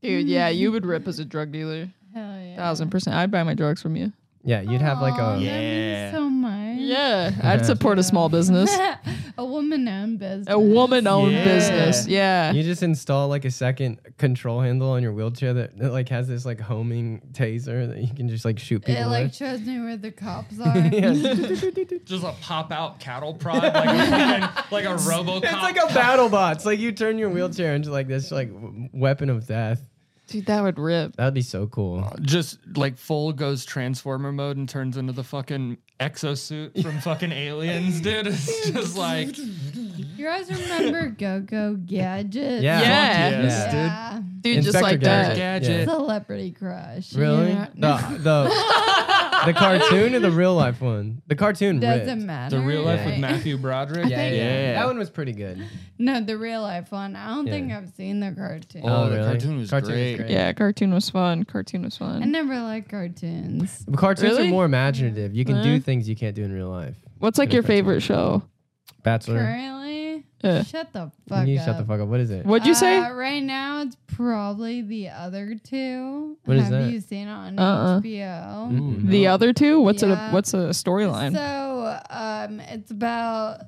Speaker 3: Dude, yeah, you would rip as a drug dealer.
Speaker 1: Hell yeah.
Speaker 3: Thousand percent. I'd buy my drugs from you.
Speaker 2: Yeah, you'd have like
Speaker 1: Aw,
Speaker 2: a
Speaker 1: that means so much.
Speaker 3: Yeah, I'd support a small business,
Speaker 1: a woman owned business.
Speaker 3: a woman-owned
Speaker 2: Yeah.
Speaker 3: business. Yeah,
Speaker 2: You just install like a second control handle on your wheelchair that, that like has this like homing taser that you can just like shoot people
Speaker 1: It like
Speaker 2: with.
Speaker 1: shows me where the cops are.
Speaker 4: Just a pop out cattle prod, like, a- like a Robocop.
Speaker 2: It's like a battle bot. It's like you turn your wheelchair into like this like w- weapon of death.
Speaker 3: dude, that would rip.
Speaker 2: That'd be so cool.
Speaker 4: just like full goes transformer mode and turns into the fucking exosuit from fucking aliens, dude. It's just like
Speaker 1: you guys remember Go Go Gadget?
Speaker 2: Yeah.
Speaker 3: Yeah.
Speaker 4: yes, dude.
Speaker 1: Yeah.
Speaker 3: Dude, just
Speaker 2: Inspector
Speaker 3: like
Speaker 2: Gadget.
Speaker 3: that.
Speaker 4: Gadget.
Speaker 1: Celebrity crush. you
Speaker 2: Really?
Speaker 1: know?
Speaker 2: The the the cartoon or the real life one? The cartoon ripped.
Speaker 1: Doesn't matter.
Speaker 4: The real life with
Speaker 1: right?
Speaker 4: Matthew Broderick.
Speaker 1: Yeah, yeah.
Speaker 2: That one was pretty good.
Speaker 1: No, the real life one. I don't think I've seen the cartoon.
Speaker 4: Oh,
Speaker 2: Oh,
Speaker 4: the
Speaker 2: really?
Speaker 4: cartoon was
Speaker 2: Cartoon was
Speaker 4: great.
Speaker 2: great.
Speaker 3: Yeah, cartoon was fun. Cartoon was
Speaker 1: I
Speaker 3: fun.
Speaker 1: never liked cartoons.
Speaker 2: Cartoons
Speaker 3: Really?
Speaker 2: are more imaginative. You can
Speaker 3: Yeah.
Speaker 2: do things you can't do in real life.
Speaker 3: What's like your favorite show?
Speaker 2: Bachelor.
Speaker 1: Currently,
Speaker 3: Yeah.
Speaker 1: shut the fuck
Speaker 2: you
Speaker 1: up.
Speaker 2: shut the fuck up. What is it?
Speaker 3: What'd you say?
Speaker 1: Uh, right now, it's probably the other two.
Speaker 2: What is
Speaker 1: Have
Speaker 2: that? Mm.
Speaker 1: you seen it on
Speaker 3: Uh-uh.
Speaker 1: HBO?
Speaker 3: The other two? What's
Speaker 1: Yeah.
Speaker 3: a what's a storyline?
Speaker 1: So um, it's about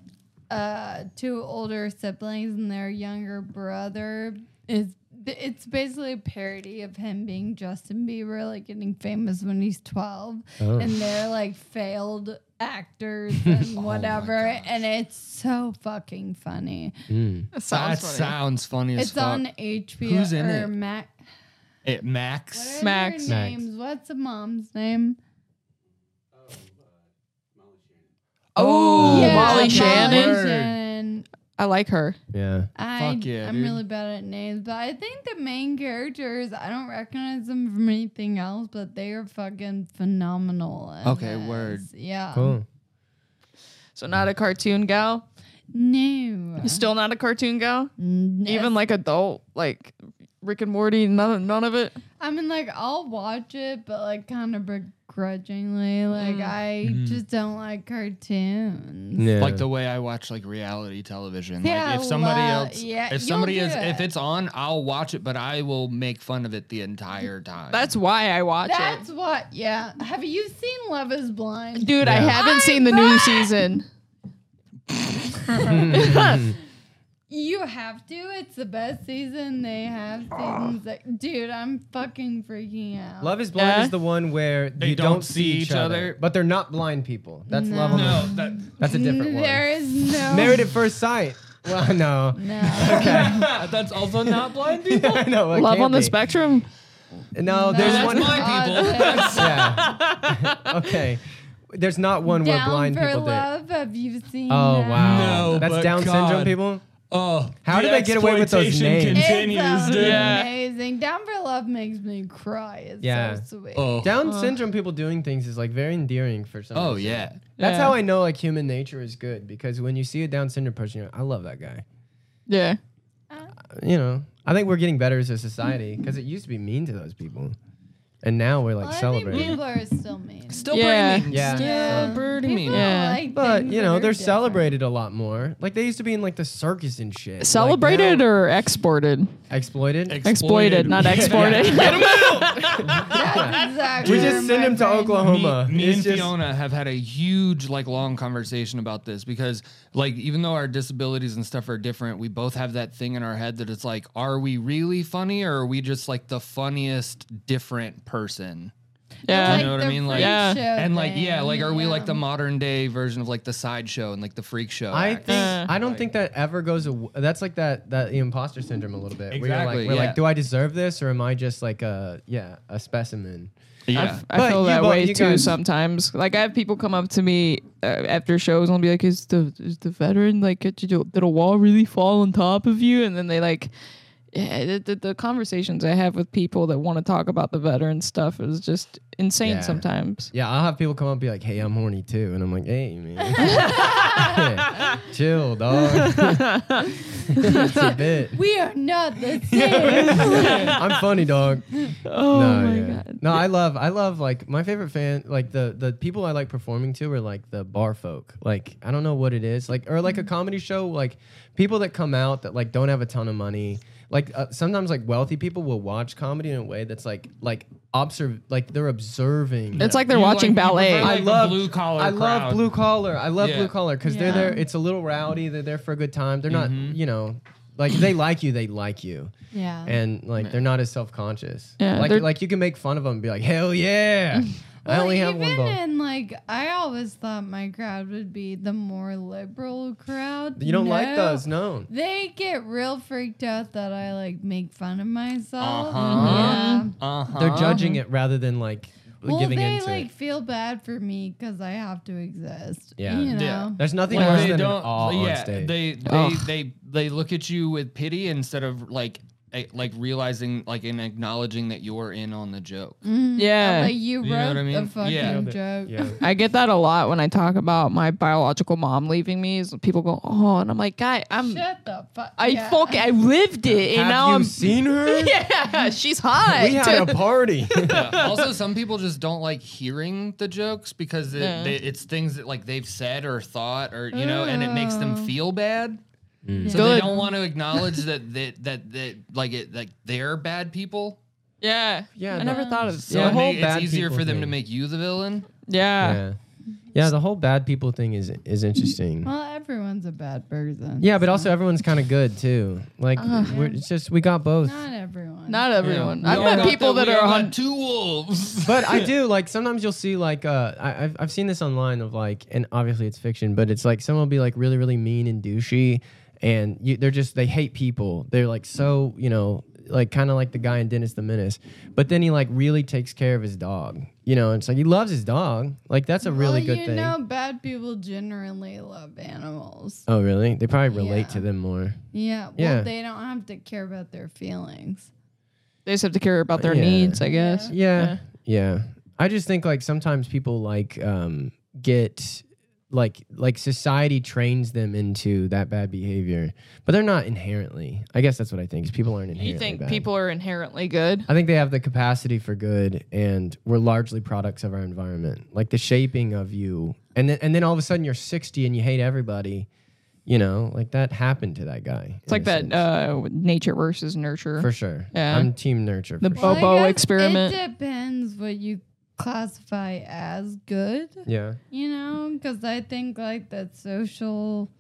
Speaker 1: uh, two older siblings and their younger brother is. It's basically a parody of him being Justin Bieber, like getting famous when he's twelve,
Speaker 4: Oh.
Speaker 1: and they're like failed actors
Speaker 4: Oh
Speaker 1: and whatever, and it's so fucking funny.
Speaker 2: Hmm.
Speaker 3: That
Speaker 4: That
Speaker 3: sounds funny.
Speaker 4: sounds funny as
Speaker 1: It's
Speaker 4: fuck.
Speaker 1: on HBO
Speaker 4: Who's in
Speaker 1: or
Speaker 4: it?
Speaker 1: Mac. What
Speaker 4: It Max.
Speaker 1: are
Speaker 3: Max.
Speaker 1: their
Speaker 2: Max.
Speaker 1: names? What's the mom's name?
Speaker 4: Oh,
Speaker 3: Yeah. Molly Shannon?
Speaker 1: Shannon.
Speaker 3: I like her.
Speaker 2: Yeah.
Speaker 1: I,
Speaker 4: Fuck yeah,
Speaker 1: I'm
Speaker 4: dude.
Speaker 1: really bad at names, but I think the main characters, I don't recognize them from anything else, but they are fucking phenomenal. in
Speaker 4: Okay, word.
Speaker 1: this. Yeah.
Speaker 2: Cool.
Speaker 3: So not a cartoon gal.
Speaker 1: No.
Speaker 3: Still not a cartoon gal.
Speaker 1: No.
Speaker 3: Even like adult, like Rick and Morty. None none of it.
Speaker 1: I mean, like, I'll watch it, but like, kind of begrudgingly. Like, I just don't like cartoons.
Speaker 2: Yeah.
Speaker 4: Like the way I watch like reality television.
Speaker 1: Yeah,
Speaker 4: like if somebody
Speaker 1: well,
Speaker 4: else
Speaker 1: yeah,
Speaker 4: if
Speaker 1: you'll
Speaker 4: somebody
Speaker 1: do
Speaker 4: is if
Speaker 1: it.
Speaker 4: it's on, I'll watch it, but I will make fun of it the entire time.
Speaker 3: That's why I watch
Speaker 1: That's
Speaker 3: it.
Speaker 1: what, yeah. Have you seen Love is Blind?
Speaker 3: Dude, I
Speaker 2: Yeah.
Speaker 3: haven't seen the new season.
Speaker 1: You have to. It's the best season they have. Seasons that, dude, I'm fucking freaking out.
Speaker 2: Love is blind
Speaker 3: Yeah.
Speaker 2: is the one where
Speaker 4: They
Speaker 2: you
Speaker 4: don't
Speaker 2: don't, see each other, but they're not blind people. That's
Speaker 1: No.
Speaker 2: love. on
Speaker 4: no,
Speaker 2: the-
Speaker 4: Oh, that
Speaker 2: That's a different one.
Speaker 1: There is no
Speaker 2: Married at first sight. Well, no.
Speaker 1: No.
Speaker 4: that's also not blind people.
Speaker 2: I know. it
Speaker 3: Love
Speaker 2: can't
Speaker 3: on the
Speaker 2: be.
Speaker 3: spectrum.
Speaker 2: No, there's
Speaker 1: That's
Speaker 2: one.
Speaker 1: my
Speaker 2: yeah. okay. There's not one where
Speaker 1: Down
Speaker 2: blind
Speaker 1: for
Speaker 2: people date.
Speaker 1: love. Have you seen?
Speaker 2: Oh
Speaker 1: that?
Speaker 2: wow.
Speaker 4: No,
Speaker 2: That's
Speaker 4: but
Speaker 2: Down syndrome
Speaker 4: God.
Speaker 2: people.
Speaker 4: Oh,
Speaker 2: How
Speaker 4: the
Speaker 2: do they get away with those
Speaker 4: exploitation
Speaker 2: names?
Speaker 4: Continues,
Speaker 1: It's um,
Speaker 4: dude.
Speaker 1: amazing. Down for love makes me cry. It's
Speaker 2: Yeah.
Speaker 1: so sweet.
Speaker 4: Oh,
Speaker 2: Down syndrome people doing things is like very endearing for some.
Speaker 4: oh
Speaker 2: reason.
Speaker 4: yeah.
Speaker 2: That's
Speaker 3: Yeah.
Speaker 2: how I know like human nature is good because when you see a Down syndrome person, you're like, I love that guy.
Speaker 3: Yeah.
Speaker 2: you know, I think we're getting better as a society because it used to be mean to those people, and now we're like
Speaker 1: Well, I think
Speaker 2: celebrating.
Speaker 1: people are still mean.
Speaker 4: Still
Speaker 3: Yeah.
Speaker 4: burning.
Speaker 2: Yeah.
Speaker 1: Yeah.
Speaker 4: burning me.
Speaker 1: People
Speaker 3: Yeah.
Speaker 1: like
Speaker 2: But
Speaker 1: things
Speaker 2: you
Speaker 1: that
Speaker 2: know,
Speaker 1: are
Speaker 2: they're
Speaker 1: different.
Speaker 2: celebrated a lot more. Like they used to be in like the circus and shit. Like,
Speaker 3: Celebrated
Speaker 2: now-
Speaker 3: or exported?
Speaker 2: exploited?
Speaker 3: Exploited, not exported.
Speaker 1: That's exactly.
Speaker 2: we just
Speaker 1: where
Speaker 2: send
Speaker 1: my
Speaker 2: him to
Speaker 1: brain-
Speaker 2: Oklahoma.
Speaker 4: Me, me
Speaker 2: It's
Speaker 4: and
Speaker 2: just-
Speaker 4: Fiona have had a huge, like, long conversation about this because, like, even though our disabilities and stuff are different, we both have that thing in our head that it's like, are we really funny or are we just like the funniest, different person?
Speaker 3: yeah.
Speaker 4: You know what I
Speaker 1: the
Speaker 4: mean? Like,
Speaker 1: freak
Speaker 3: Yeah.
Speaker 1: show
Speaker 4: and like, yeah,
Speaker 1: thing,
Speaker 4: like, are we
Speaker 1: yeah.
Speaker 4: like the modern day version of like the sideshow and like the freak show?
Speaker 2: I
Speaker 4: act?
Speaker 2: think
Speaker 3: Uh,
Speaker 2: I don't think that ever goes. Away. That's like that that imposter syndrome a little bit. where you're
Speaker 4: Exactly,
Speaker 2: like, we're
Speaker 4: yeah.
Speaker 2: like, do I deserve this or am I just like a yeah a specimen?
Speaker 3: I
Speaker 4: yeah.
Speaker 3: f- I,
Speaker 2: But
Speaker 3: feel
Speaker 2: you
Speaker 3: that
Speaker 2: both-
Speaker 3: way
Speaker 2: you
Speaker 3: too
Speaker 2: guys-
Speaker 3: sometimes. Like I have people come up to me uh, after shows and be like, "Is the is the veteran like did, you, did a wall really fall on top of you?" And then they like. Yeah, the, the, the conversations I have with people that want to talk about the veteran stuff is just insane
Speaker 2: Yeah.
Speaker 3: sometimes.
Speaker 2: Yeah, I'll have people come up and be like, "Hey, I'm horny too," and I'm like, "Hey, man, chill, dog. it's a bit.
Speaker 1: We are not the same.
Speaker 2: I'm funny, dog.
Speaker 3: Oh my
Speaker 2: yeah.
Speaker 3: god!
Speaker 2: No, I love, I love. Like my favorite fan, like the the people I like performing to are like the bar folk. Like
Speaker 3: Mm-hmm.
Speaker 2: I don't know what it is, like or like a comedy show, like people that come out that like don't have a ton of money. like uh, sometimes like wealthy people will watch comedy in a way that's like like observe like they're observing.
Speaker 3: It's like they're
Speaker 4: You like-
Speaker 3: watching
Speaker 4: you
Speaker 3: ballet.
Speaker 4: prefer,
Speaker 2: I
Speaker 4: like the
Speaker 2: love
Speaker 4: blue collar
Speaker 2: I love
Speaker 4: crowd.
Speaker 2: blue collar. I love
Speaker 4: Yeah.
Speaker 2: blue collar because
Speaker 1: Yeah.
Speaker 2: they're there. It's a little rowdy. They're there for a good time. They're
Speaker 4: Mm-hmm.
Speaker 2: not, you know, like they like you. They like you,
Speaker 1: Yeah.
Speaker 2: and like they're not as self conscious.
Speaker 3: Yeah,
Speaker 2: like
Speaker 3: they're-
Speaker 2: like you can make fun of them and be like, hell yeah, I
Speaker 1: Well,
Speaker 2: only have one
Speaker 1: even
Speaker 2: ball.
Speaker 1: in like, I always thought my crowd would be the more liberal crowd.
Speaker 2: you don't like
Speaker 1: No.
Speaker 2: those, no.
Speaker 1: They get real freaked out that I like make fun of myself.
Speaker 6: Uh-huh.
Speaker 1: Yeah.
Speaker 6: Uh-huh.
Speaker 2: They're judging it rather than like
Speaker 1: Well,
Speaker 2: giving
Speaker 1: they
Speaker 2: into
Speaker 1: like
Speaker 2: it.
Speaker 1: feel bad for me because I have to exist.
Speaker 2: Yeah.
Speaker 1: You know?
Speaker 4: Yeah.
Speaker 2: There's nothing
Speaker 4: Like,
Speaker 2: worse
Speaker 4: they
Speaker 2: than an
Speaker 4: don't.
Speaker 2: all
Speaker 4: yeah,
Speaker 2: on stage.
Speaker 4: they they,
Speaker 3: Oh.
Speaker 4: they they look at you with pity instead of like a- like realizing like and acknowledging that you're in on the joke.
Speaker 3: yeah.
Speaker 1: Like you wrote
Speaker 4: know what I
Speaker 1: the
Speaker 4: mean?
Speaker 1: fucking
Speaker 4: Yeah.
Speaker 1: joke.
Speaker 2: yeah.
Speaker 3: I get that a lot when I talk about my biological mom leaving me. Is people go, oh, and I'm like, guy, I'm,
Speaker 1: Shut the fuck.
Speaker 3: I
Speaker 1: yeah.
Speaker 3: fuck, e- I lived it, and
Speaker 2: have
Speaker 3: now
Speaker 2: you
Speaker 3: I'm,
Speaker 2: seen her?
Speaker 3: yeah, she's hot.
Speaker 2: We had a party.
Speaker 4: also, some people just don't like hearing the jokes because it,
Speaker 3: Yeah.
Speaker 4: they, it's things that like they've said or thought or you know, and it makes them feel bad.
Speaker 2: Mm.
Speaker 4: So they
Speaker 3: Oh. Good.
Speaker 4: don't want to acknowledge that that that, that like it like they're bad people.
Speaker 3: yeah,
Speaker 2: Yeah,
Speaker 3: I
Speaker 2: the-
Speaker 3: never thought of
Speaker 4: So
Speaker 2: Yeah.
Speaker 4: yeah,
Speaker 2: The whole
Speaker 4: it's
Speaker 2: bad
Speaker 4: easier
Speaker 2: people
Speaker 4: for them to
Speaker 2: thing.
Speaker 4: make you the villain.
Speaker 3: yeah.
Speaker 2: yeah. Yeah, the whole bad people thing is is interesting.
Speaker 1: Well, everyone's a bad person.
Speaker 2: Yeah, but also everyone's kind of good too. Like we're, it's just we got both.
Speaker 1: Uh-huh. Not everyone.
Speaker 3: Not everyone.
Speaker 4: We
Speaker 3: I've
Speaker 4: all
Speaker 3: met
Speaker 4: got
Speaker 3: people
Speaker 4: the-
Speaker 3: that
Speaker 4: we
Speaker 3: are
Speaker 4: all got
Speaker 3: on.
Speaker 4: two wolves.
Speaker 2: But I do like sometimes you'll see like uh I, I've I've seen this online of like and obviously it's fiction, but it's like someone will be like really really mean and douchey, and you, they're just they hate people. They're like so you know like kind of like the guy in Dennis the Menace, but then he like really takes care of his dog. You know, and it's like he loves his dog. Like that's a really
Speaker 1: well,
Speaker 2: good
Speaker 1: you
Speaker 2: thing.
Speaker 1: know, bad people generally love animals.
Speaker 2: Oh really? They probably relate
Speaker 1: Yeah.
Speaker 2: to them more.
Speaker 1: Yeah. Well,
Speaker 2: Yeah.
Speaker 1: they don't have to care about their feelings.
Speaker 3: They just have to care about their
Speaker 2: Yeah.
Speaker 3: needs, I guess.
Speaker 2: Yeah. Yeah. I just think like sometimes people like um get like like society trains them into that bad behavior, but they're not inherently. I guess that's what I think. Is people aren't inherently.
Speaker 3: You think
Speaker 2: bad.
Speaker 3: people are inherently good?
Speaker 2: I think they have the capacity for good, and we're largely products of our environment, like the shaping of you. And then and then all of a sudden you're 60 and you hate everybody. You know, like that happened to that guy.
Speaker 3: It's like that uh, nature versus nurture.
Speaker 2: for sure.
Speaker 3: Yeah.
Speaker 2: I'm team nurture.
Speaker 3: The
Speaker 2: for sure.
Speaker 1: Well, I
Speaker 3: Bobo
Speaker 1: guess
Speaker 3: experiment.
Speaker 1: It depends what you classify as good,
Speaker 2: Yeah.
Speaker 1: you know, because I think like that social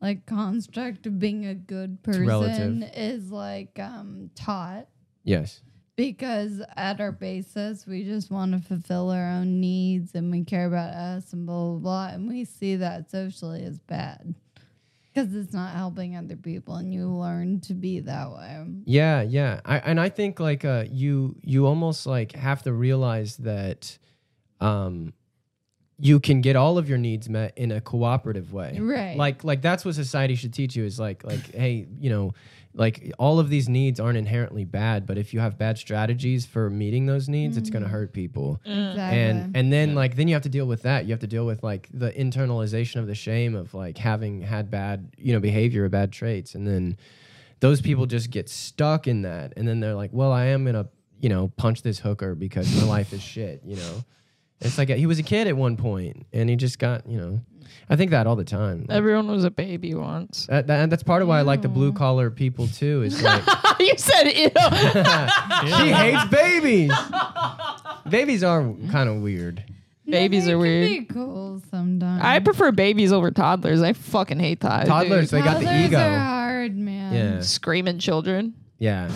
Speaker 1: like construct of being a good person
Speaker 2: relative.
Speaker 1: is like um taught
Speaker 2: Yes.
Speaker 1: because at our basis we just want to fulfill our own needs and we care about us and blah blah blah and we see that socially as bad because it's not helping other people and you learn to be that way
Speaker 2: Yeah, yeah. I and I think like uh you you almost like have to realize that um you can get all of your needs met in a cooperative way.
Speaker 1: Right.
Speaker 2: Like like that's what society should teach you is like like hey, you know, like all of these needs aren't inherently bad, but if you have bad strategies for meeting those needs, it's going to hurt people
Speaker 1: exactly
Speaker 2: and and then like then you have to deal with that you have to deal with like the internalization of the shame of like having had bad you know behavior or bad traits and then those people just get stuck in that and then they're like well i am gonna you know punch this hooker because my life is shit you know it's like he was a kid at one point and he just got you know i think that all the time Like,
Speaker 3: Everyone was a baby once.
Speaker 2: that, that- that's part of why i like the blue collar people too is like
Speaker 3: you said ew.
Speaker 2: she hates babies babies are kind of weird
Speaker 3: Babies
Speaker 1: they
Speaker 3: are
Speaker 1: can
Speaker 3: weird.
Speaker 1: Be cool sometimes.
Speaker 3: I prefer babies over toddlers. I fucking hate toddlers.
Speaker 2: toddlers they got the
Speaker 1: Toddlers
Speaker 2: ego
Speaker 1: Are hard, man.
Speaker 2: yeah
Speaker 3: screaming children.
Speaker 2: Yeah.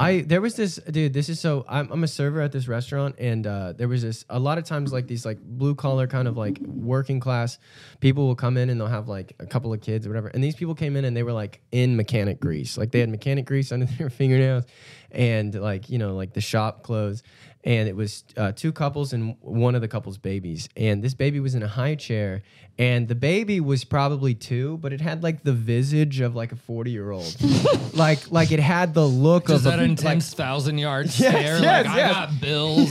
Speaker 2: I there was this dude. This is so. I'm, I'm a server at this restaurant, and uh, there was this. A lot of times, like these, like blue collar kind of like working class people will come in and they'll have like a couple of kids or whatever. And these people came in and they were like in mechanic grease, like they had mechanic grease under their fingernails, and like you know, like the shop clothes. And it was uh, two couples and one of the couple's babies. And this baby was in a high chair, and the baby was probably two, but it had like the visage of like a forty year old like like it had the look
Speaker 4: Does
Speaker 2: of
Speaker 4: that
Speaker 2: a,
Speaker 4: intense thousand yard
Speaker 2: Yes,
Speaker 4: stare?
Speaker 2: yes,
Speaker 4: like
Speaker 2: yes.
Speaker 4: I got bills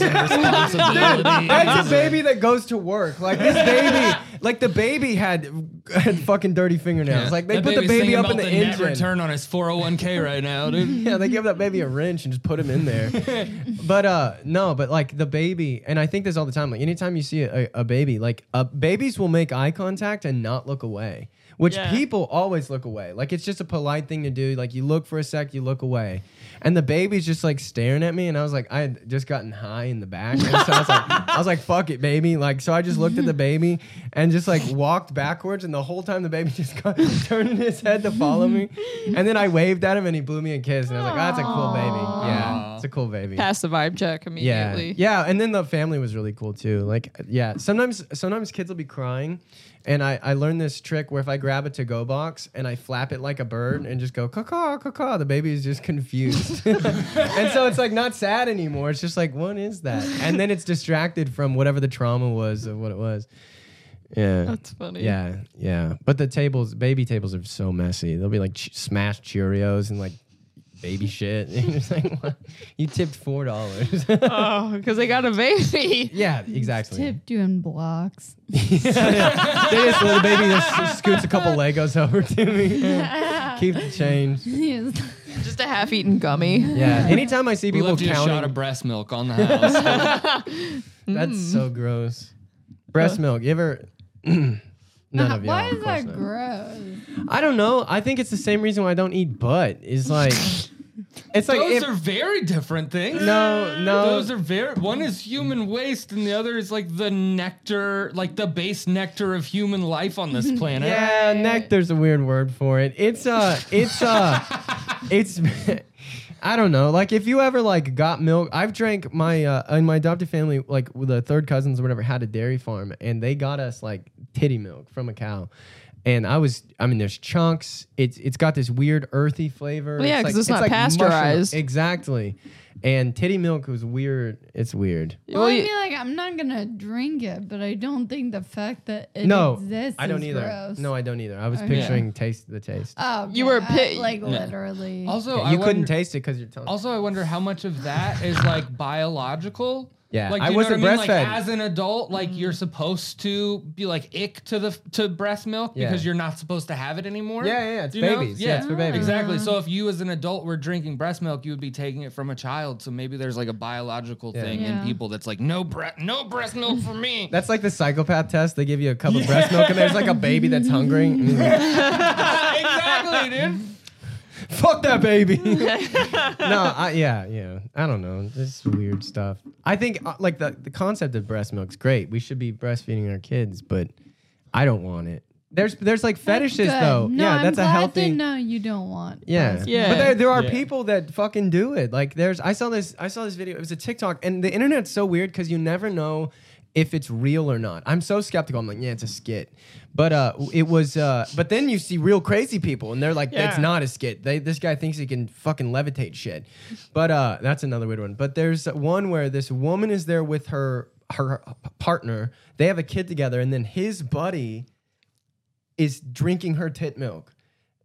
Speaker 4: and responsibilities.
Speaker 2: like, that's a baby that goes to work. Like this baby, like the baby had, had fucking dirty fingernails. Like they
Speaker 4: That
Speaker 2: put the
Speaker 4: baby's
Speaker 2: baby
Speaker 4: thinking
Speaker 2: up in the,
Speaker 4: about net
Speaker 2: engine.
Speaker 4: return on his 401k right now, dude.
Speaker 2: Yeah, they give that baby a wrench and just put him in there. but uh no, but like the baby, and I think this all the time. Like anytime you see a, a baby, like uh, babies will make eye contact and not look away. which
Speaker 3: Yeah.
Speaker 2: people always look away. Like it's just a polite thing to do. Like you look for a sec, you look away, and the baby's just like staring at me, and I was like, I had just gotten high in the back, and so I was like, I was like, fuck it, baby. Like so, I just looked at the baby and just like walked backwards, and the whole time the baby just got, turning his head to follow me, and then I waved at him, and he blew me a kiss, and I was like, oh, that's a cool baby. Yeah, it's a cool baby.
Speaker 3: Pass the vibe check
Speaker 2: Yeah,
Speaker 3: immediately.
Speaker 2: yeah, and then the family was really cool too. Like, yeah, sometimes sometimes kids will be crying, and I I learned this trick where if I grab a to go box and I flap it like a bird and just go caw caw, the baby is just confused, and so it's like not sad anymore. It's just like what is that? And then it's distracted from whatever the trauma was of what it was. Yeah.
Speaker 3: That's funny.
Speaker 2: yeah, yeah, but the tables, baby tables, are so messy. They'll be like ch- smashed Cheerios and like baby shit. You're just like, what? you tipped four dollars.
Speaker 3: Oh, because they got a baby.
Speaker 2: Yeah, exactly.
Speaker 1: Tipped you in blocks.
Speaker 2: They just little baby just s- scoots a couple Legos over to me. Keep the change.
Speaker 1: Yes.
Speaker 3: Just a half-eaten gummy.
Speaker 2: Yeah. Anytime I see
Speaker 4: We
Speaker 2: people
Speaker 4: left you a shot
Speaker 2: counting,
Speaker 4: of breast milk on the house.
Speaker 2: that's
Speaker 1: Mm.
Speaker 2: so gross. Breast milk. You ever? None of y'all.
Speaker 1: Why
Speaker 2: of
Speaker 1: is that
Speaker 2: course not.
Speaker 1: gross?
Speaker 2: I don't know. I think it's the same reason why I don't eat butt. Is like, it's like
Speaker 4: Those
Speaker 2: if-
Speaker 4: are very different things.
Speaker 2: no, no.
Speaker 4: Those are very. One is human waste, and the other is like the nectar, like the base nectar of human life on this planet.
Speaker 2: Yeah, nectar's a weird word for it. It's uh it's uh it's I don't know. Like if you ever like got milk, I've drank my uh in my adopted family, like with the third cousins or whatever, had a dairy farm and they got us like titty milk from a cow. And I was, I mean, there's chunks. It's it's got this weird earthy flavor.
Speaker 3: Well, yeah, 'cause
Speaker 2: like-
Speaker 3: it's not
Speaker 2: mushroom-
Speaker 3: pasteurized.
Speaker 2: Exactly. And titty milk was weird. It's weird.
Speaker 1: well, I
Speaker 3: you-
Speaker 1: mean, like, I'm not gonna drink it, but I don't think the fact that it
Speaker 2: no,
Speaker 1: exists
Speaker 2: I don't
Speaker 1: is
Speaker 2: either.
Speaker 1: gross.
Speaker 2: No, I don't either. I was
Speaker 1: Okay.
Speaker 2: picturing taste the taste.
Speaker 1: oh,
Speaker 3: You were
Speaker 1: yeah,
Speaker 3: pit-
Speaker 1: like literally.
Speaker 4: Also,
Speaker 2: Yeah,
Speaker 4: I
Speaker 2: you couldn't
Speaker 4: wonder-
Speaker 2: taste it because your tongue.
Speaker 4: Also, I wonder how much of that is like biological.
Speaker 2: Yeah,
Speaker 4: like,
Speaker 2: I
Speaker 4: do you know
Speaker 2: wasn't
Speaker 4: what I mean?
Speaker 2: breastfed.
Speaker 4: Like, as an adult, like you're supposed to be like ick to the to breast milk
Speaker 2: Yeah.
Speaker 4: because you're not supposed to have it anymore.
Speaker 2: Yeah, yeah, yeah, it's
Speaker 4: Do you know?
Speaker 2: babies. Yeah, it's for babies.
Speaker 4: Exactly. So if you as an adult were drinking breast milk, you would be taking it from a child. So maybe there's like a biological thing
Speaker 1: Yeah.
Speaker 4: in people that's like no bre- no breast milk for me.
Speaker 2: That's like the psychopath test. They give you a cup of breast milk, and there's like a baby that's hungry. And you're like,
Speaker 4: exactly, dude.
Speaker 2: Fuck that baby. no, I, yeah, yeah. I don't know. This is weird stuff. I think uh, like the, the concept of breast milk's great. We should be breastfeeding our kids, but I don't want it. There's there's like
Speaker 1: That's
Speaker 2: fetishes
Speaker 1: good.
Speaker 2: though.
Speaker 1: No,
Speaker 2: yeah,
Speaker 1: I'm
Speaker 2: that's
Speaker 1: glad
Speaker 2: a healthy.
Speaker 1: To know you don't want.
Speaker 2: Yeah.
Speaker 1: breast
Speaker 3: Yeah.
Speaker 2: But there, there are
Speaker 4: Yeah.
Speaker 2: people that fucking do it. Like there's I saw this I saw this video. It was a TikTok and the internet's so weird cuz you never know if it's real or not. I'm so skeptical. I'm like, yeah, it's a skit. But uh it was uh but then you see real crazy people and they're like it's
Speaker 3: Yeah.
Speaker 2: not a skit. They this guy thinks he can fucking levitate shit. But uh that's another weird one. But there's one where this woman is there with her her partner. They have a kid together and then his buddy is drinking her tit milk.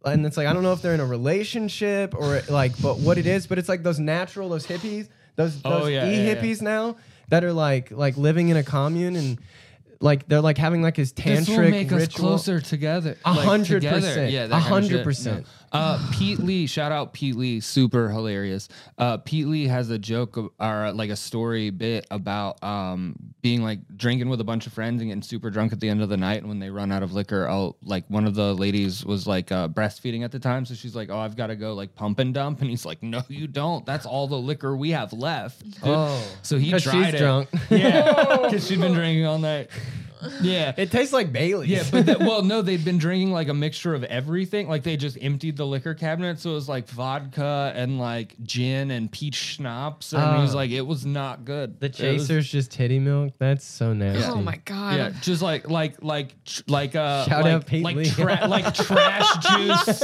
Speaker 2: And it's like I don't know if they're in a relationship or like, but what it is, but it's like those natural, those hippies, those,
Speaker 4: Oh,
Speaker 2: those
Speaker 4: yeah,
Speaker 2: e
Speaker 4: yeah, yeah.
Speaker 2: hippies now that are like like living in a commune and like they're like having like his tantric
Speaker 4: this will make
Speaker 2: ritual.
Speaker 4: us closer together.
Speaker 2: A
Speaker 4: like,
Speaker 2: hundred
Speaker 4: together.
Speaker 2: percent.
Speaker 4: Yeah,
Speaker 2: A
Speaker 4: that kind of
Speaker 2: hundred
Speaker 4: shit.
Speaker 2: percent.
Speaker 4: No. Uh, Pete Lee, shout out Pete Lee, super hilarious. Uh, Pete Lee has a joke of- or uh, like a story bit about um, being like drinking with a bunch of friends and getting super drunk at the end of the night. And when they run out of liquor, oh, like one of the ladies was like uh, breastfeeding at the time, so she's like, "Oh, I've got to go like pump and dump," and he's like, "No, you don't. That's all the liquor we have left." dude."
Speaker 2: Oh.
Speaker 4: so he
Speaker 2: 'Cause
Speaker 4: tried
Speaker 2: she's
Speaker 4: it.
Speaker 2: drunk.
Speaker 4: Yeah, because she'd been drinking all night. Yeah,
Speaker 2: It tastes like Bailey's.
Speaker 4: yeah, but that, well, no, they'd been drinking like a mixture of everything. Like they just emptied the liquor cabinet, so it was like vodka and like gin and peach schnapps. And it was
Speaker 2: Ah.
Speaker 4: like it was not good.
Speaker 2: the
Speaker 4: It was-
Speaker 2: chasers just titty milk. That's so nasty.
Speaker 3: Oh my god.
Speaker 4: yeah, just like like like tr- like uh
Speaker 2: Shout
Speaker 4: like
Speaker 2: out Pete
Speaker 4: like,
Speaker 2: Lee.
Speaker 4: tra- like trash juice.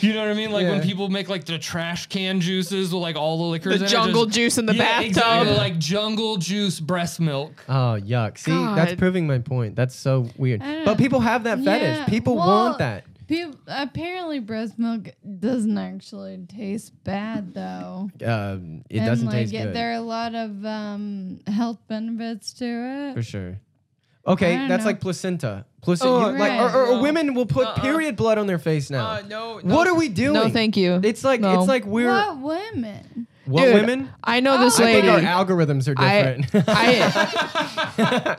Speaker 4: You know what I mean? Like when
Speaker 2: Yeah.
Speaker 4: people make like the trash can juices with like all the liquors.
Speaker 3: The
Speaker 4: in it,
Speaker 3: jungle
Speaker 4: just-
Speaker 3: juice in the
Speaker 4: Yeah,
Speaker 3: bathtub.
Speaker 4: exactly, like jungle juice breast milk.
Speaker 2: Oh yuck! See, that's
Speaker 3: God.
Speaker 2: proving my point. That's so weird.
Speaker 1: I don't
Speaker 2: But
Speaker 1: know.
Speaker 2: people have that fetish.
Speaker 1: Yeah,
Speaker 2: People
Speaker 1: well,
Speaker 2: want that.
Speaker 1: Peop apparently, breast milk doesn't actually taste bad though.
Speaker 2: Um, it
Speaker 1: and
Speaker 2: doesn't
Speaker 1: like,
Speaker 2: taste
Speaker 1: it-
Speaker 2: good.
Speaker 1: There are a lot of um, health benefits to it.
Speaker 2: For sure. Okay,
Speaker 1: I don't
Speaker 2: that's
Speaker 1: know.
Speaker 2: like placenta. Placenta,
Speaker 3: Oh,
Speaker 2: you- like,
Speaker 1: right.
Speaker 2: or, or women will put period blood on their face now.
Speaker 3: Uh-uh. Uh, no,
Speaker 2: What are we doing?
Speaker 3: No, thank you.
Speaker 2: It's like
Speaker 3: No.
Speaker 2: it's like we're
Speaker 1: What women?
Speaker 2: what
Speaker 3: Dude,
Speaker 2: women.
Speaker 3: I know this
Speaker 2: I think
Speaker 3: lady.
Speaker 2: our algorithms are different.
Speaker 3: I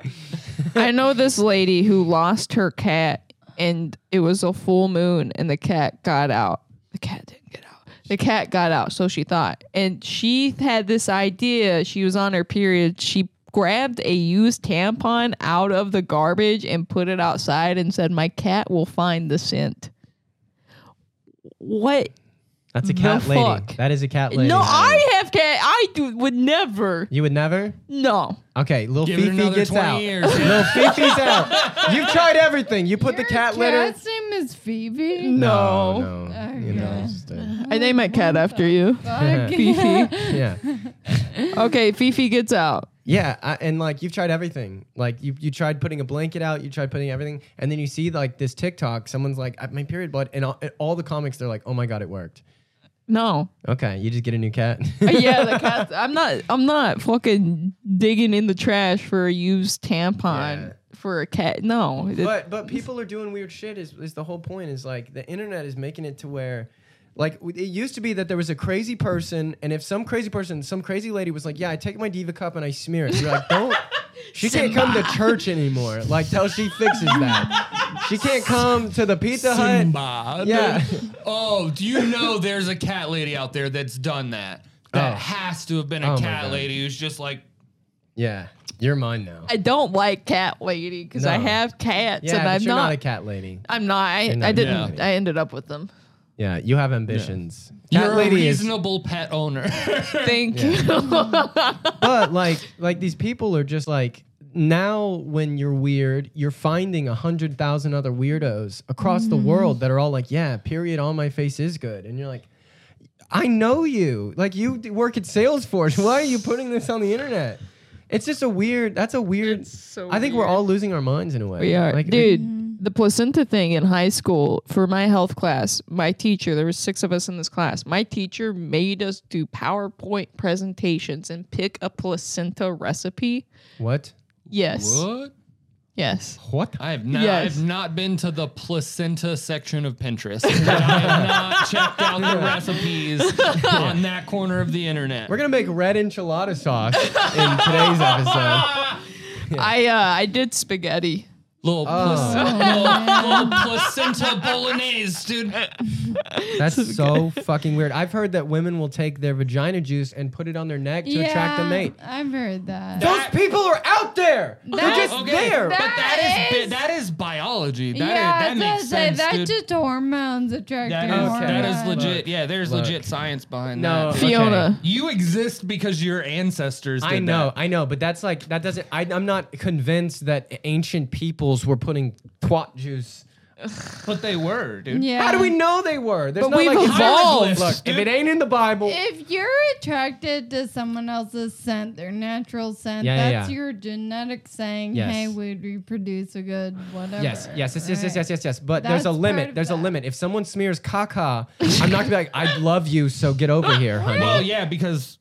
Speaker 3: I know this lady who lost her cat and it was a full moon and the cat got out. The cat didn't get out. The cat got out, so she thought. And she had this idea. She was on her period. She grabbed a used tampon out of the garbage and put it outside and said, My cat will find the scent. What?
Speaker 2: That's a
Speaker 3: The
Speaker 2: cat lady.
Speaker 3: fuck?
Speaker 2: That is a cat lady.
Speaker 3: no, I have cat. I do, would never.
Speaker 2: You would never.
Speaker 3: No.
Speaker 2: Okay, little
Speaker 4: Give it
Speaker 2: Fifi
Speaker 4: another
Speaker 2: gets
Speaker 4: 20
Speaker 2: out.
Speaker 4: years.
Speaker 2: Little Fifi's out. You've tried everything. You put the cat litter.
Speaker 1: Cat's name is Phoebe.
Speaker 3: No.
Speaker 2: no, no. You know, it's just a-
Speaker 3: I named my cat after you.
Speaker 1: Fuck.
Speaker 3: Fifi.
Speaker 2: yeah,
Speaker 3: Okay, Fifi gets out.
Speaker 2: yeah, I, and like you've tried everything. Like you, you tried putting a blanket out. You tried putting everything, and then you see like this TikTok. Someone's like, "I- "My period blood," and all, and all the comics they're like, "Oh my god, it worked."
Speaker 3: No.
Speaker 2: Okay, you just get a new cat.
Speaker 3: Uh, yeah, the cat. I'm not. I'm not fucking digging in the trash for a used tampon
Speaker 2: Yeah.
Speaker 3: for a cat. No. It-
Speaker 2: but but people are doing weird shit is, is the whole point is like the internet is making it to where like w- it used to be that there was a crazy person and if some crazy person some crazy lady was like yeah i take my diva cup and i smear it you're like don't she can't come to church anymore like till she fixes that she can't come to the pizza hut
Speaker 4: Simba.
Speaker 2: yeah
Speaker 4: Oh, do you know there's a cat lady out there that's done that? That
Speaker 2: Oh.
Speaker 4: has to have been
Speaker 2: Oh
Speaker 4: a
Speaker 2: my
Speaker 4: cat
Speaker 2: God.
Speaker 4: lady who's just like,
Speaker 2: yeah you're mine now
Speaker 3: I don't like cat lady because I
Speaker 2: No.
Speaker 3: have cats
Speaker 2: yeah
Speaker 3: and
Speaker 2: but
Speaker 3: I'm
Speaker 2: you're
Speaker 3: not,
Speaker 2: not, a cat lady
Speaker 3: I'm not. I,
Speaker 2: You're not
Speaker 3: I
Speaker 2: a
Speaker 3: didn't.
Speaker 2: cat
Speaker 3: I ended up with them.
Speaker 2: yeah you have ambitions cat
Speaker 4: you're a
Speaker 2: lady is
Speaker 4: reasonable pet owner.
Speaker 3: Thank you.
Speaker 2: but like like these people are just like now when you're weird you're finding a hundred thousand other weirdos across the world that are all like yeah period on my face is good and you're like i know you like you d- work at salesforce why are you putting this on the internet it's just a weird that's a weird
Speaker 3: so
Speaker 2: i think we're
Speaker 3: weird.
Speaker 2: all losing our minds in a way
Speaker 3: We are,
Speaker 2: Like, mm-hmm.
Speaker 3: dude. The placenta thing in high school for my health class. My teacher, there were six of us in this class. My teacher made us do PowerPoint presentations and pick a placenta recipe.
Speaker 2: what
Speaker 3: Yes,
Speaker 4: what?
Speaker 3: yes.
Speaker 2: what
Speaker 4: I have not.
Speaker 3: Yes.
Speaker 4: I have not been to the placenta section of Pinterest. I have not checked out the recipes on that corner of the internet.
Speaker 2: we're gonna make red enchilada sauce in today's episode
Speaker 3: I uh, I did spaghetti.
Speaker 4: little,
Speaker 2: Oh,
Speaker 4: placenta, little, little placenta bolognese, dude.
Speaker 2: That's so fucking weird. I've heard that women will take their vagina juice and put it on their neck to attract a mate.
Speaker 1: I've heard that.
Speaker 2: Those people are out there.
Speaker 1: That-
Speaker 2: They're just there.
Speaker 4: but that is,
Speaker 1: is-
Speaker 4: that is biology. That,
Speaker 1: yeah,
Speaker 4: that
Speaker 1: that's,
Speaker 4: makes sense,
Speaker 1: that's
Speaker 4: dude.
Speaker 1: just hormones attracting
Speaker 4: That is,
Speaker 1: hormones.
Speaker 2: Okay.
Speaker 4: that is legit.
Speaker 2: Look,
Speaker 4: yeah, there's
Speaker 2: look.
Speaker 4: legit science behind
Speaker 2: No,
Speaker 4: that.
Speaker 2: okay.
Speaker 3: Fiona.
Speaker 4: You exist because your ancestors did
Speaker 2: I know,
Speaker 4: that.
Speaker 2: I know, but that's like that doesn't. I, I'm not convinced that ancient peoples were putting twat juice.
Speaker 4: But they were, dude.
Speaker 1: Yeah.
Speaker 2: How do we know they were? There's
Speaker 3: But we've
Speaker 2: it's-
Speaker 3: evolved.
Speaker 2: Look, if it ain't in the Bible,
Speaker 1: If you're attracted to someone else's scent, their natural scent,
Speaker 2: Yeah, yeah,
Speaker 1: that's
Speaker 2: yeah.
Speaker 1: your genetic saying,
Speaker 2: Yes.
Speaker 1: hey, we reproduce a good whatever.
Speaker 2: Yes, yes, yes, yes, yes, yes, yes, yes. But
Speaker 1: That's
Speaker 2: there's a
Speaker 1: part
Speaker 2: limit.
Speaker 1: of
Speaker 2: There's a
Speaker 1: that.
Speaker 2: limit. If someone smears caca, I'm not gonna be like, I love you, so get over here, honey.
Speaker 4: Well, yeah, because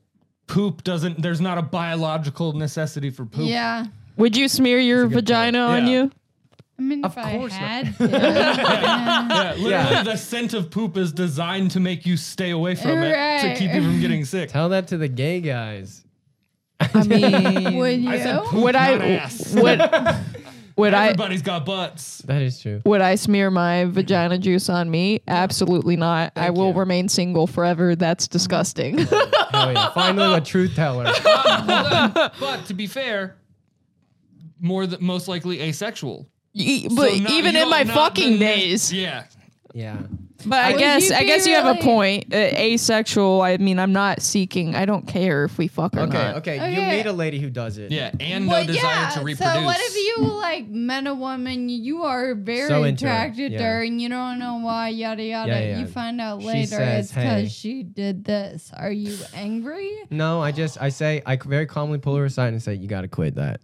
Speaker 4: poop doesn't. There's not a biological necessity for poop.
Speaker 1: Yeah.
Speaker 3: Would you smear your vagina on
Speaker 4: Yeah.
Speaker 3: you?
Speaker 1: I mean,
Speaker 2: Of
Speaker 1: if I
Speaker 2: course not.
Speaker 1: had to.
Speaker 4: Yeah, literally,
Speaker 2: Yeah.
Speaker 4: the scent of poop is designed to make you stay away from it to
Speaker 1: Right.
Speaker 4: keep you from getting sick.
Speaker 2: Tell that to the gay guys.
Speaker 3: I mean,
Speaker 1: would
Speaker 3: would,
Speaker 1: you?
Speaker 3: would
Speaker 4: Not
Speaker 3: I
Speaker 4: ass.
Speaker 3: would would I
Speaker 4: Everybody's got butts.
Speaker 2: That is true.
Speaker 3: would I smear my vagina juice on me? Absolutely not. I will
Speaker 2: you.
Speaker 3: remain single forever. That's disgusting.
Speaker 2: Oh yeah, finally a truth teller.
Speaker 4: But to be fair, more th- most likely asexual.
Speaker 3: Y-
Speaker 4: So
Speaker 3: E, but
Speaker 4: not-
Speaker 3: even
Speaker 4: you
Speaker 3: in my
Speaker 4: don't- not
Speaker 3: fucking
Speaker 4: the-
Speaker 3: days.
Speaker 4: Yeah.
Speaker 2: Yeah.
Speaker 3: But I
Speaker 1: Would
Speaker 3: guess
Speaker 1: you
Speaker 3: I
Speaker 1: be
Speaker 3: guess you have a
Speaker 1: really-
Speaker 3: point. Uh, asexual. I mean, I'm not seeking. I don't care if we fuck or
Speaker 2: Okay,
Speaker 3: not.
Speaker 2: okay. You
Speaker 1: Okay.
Speaker 2: meet a lady who does it.
Speaker 4: Yeah, and
Speaker 1: Well,
Speaker 4: no desire to reproduce.
Speaker 1: So what if you like met a woman you are very
Speaker 2: So into her,
Speaker 1: attracted to
Speaker 2: yeah.
Speaker 1: her and you don't know why yada yada?
Speaker 2: Yeah, yeah.
Speaker 1: You find out
Speaker 2: She
Speaker 1: later
Speaker 2: says,
Speaker 1: it's because
Speaker 2: "Hey."
Speaker 1: she did this. Are you angry?
Speaker 2: No, I just I say I very calmly pull her aside and say you got to quit that.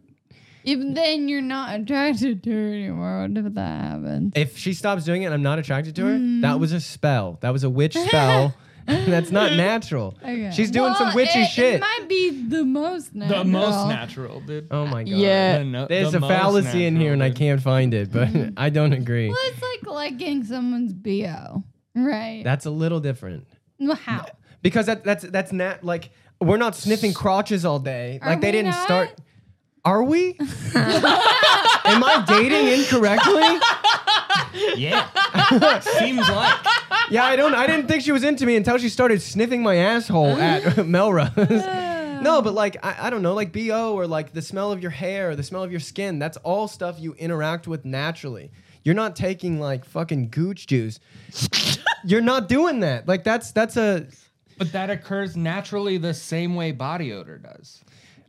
Speaker 1: Even then, you're not attracted to her anymore. What if that happens?
Speaker 2: If she stops doing it and I'm not attracted to her, that was a spell. That was a witch spell. That's not natural.
Speaker 1: Okay.
Speaker 2: She's doing some
Speaker 1: Well,
Speaker 2: witchy
Speaker 1: it, It
Speaker 2: shit.
Speaker 1: might be the most natural.
Speaker 4: the most natural, dude.
Speaker 2: uh, oh my god.
Speaker 3: Yeah.
Speaker 4: The no-
Speaker 2: There's
Speaker 4: the
Speaker 2: a
Speaker 4: most
Speaker 2: fallacy in here and I
Speaker 4: natural,
Speaker 2: can't find it, but
Speaker 1: Mm.
Speaker 2: I don't agree.
Speaker 1: Well, it's like liking someone's bo, right?
Speaker 2: That's a little different.
Speaker 1: Well, How?
Speaker 2: Because that that's that's not like we're not sniffing crotches all day.
Speaker 1: Are
Speaker 2: like they
Speaker 1: we
Speaker 2: didn't
Speaker 1: not?
Speaker 2: start. Are we? Am I dating incorrectly?
Speaker 4: Yeah. Seems like.
Speaker 2: Yeah, I don't. I didn't think she was into me until she started sniffing my asshole at Melrose. no, but like I, I don't know, like bo or like the smell of your hair, or the smell of your skin. That's all stuff you interact with naturally. You're not taking like fucking gooch juice. You're not doing that. Like that's that's a
Speaker 4: But that occurs naturally the same way body odor does.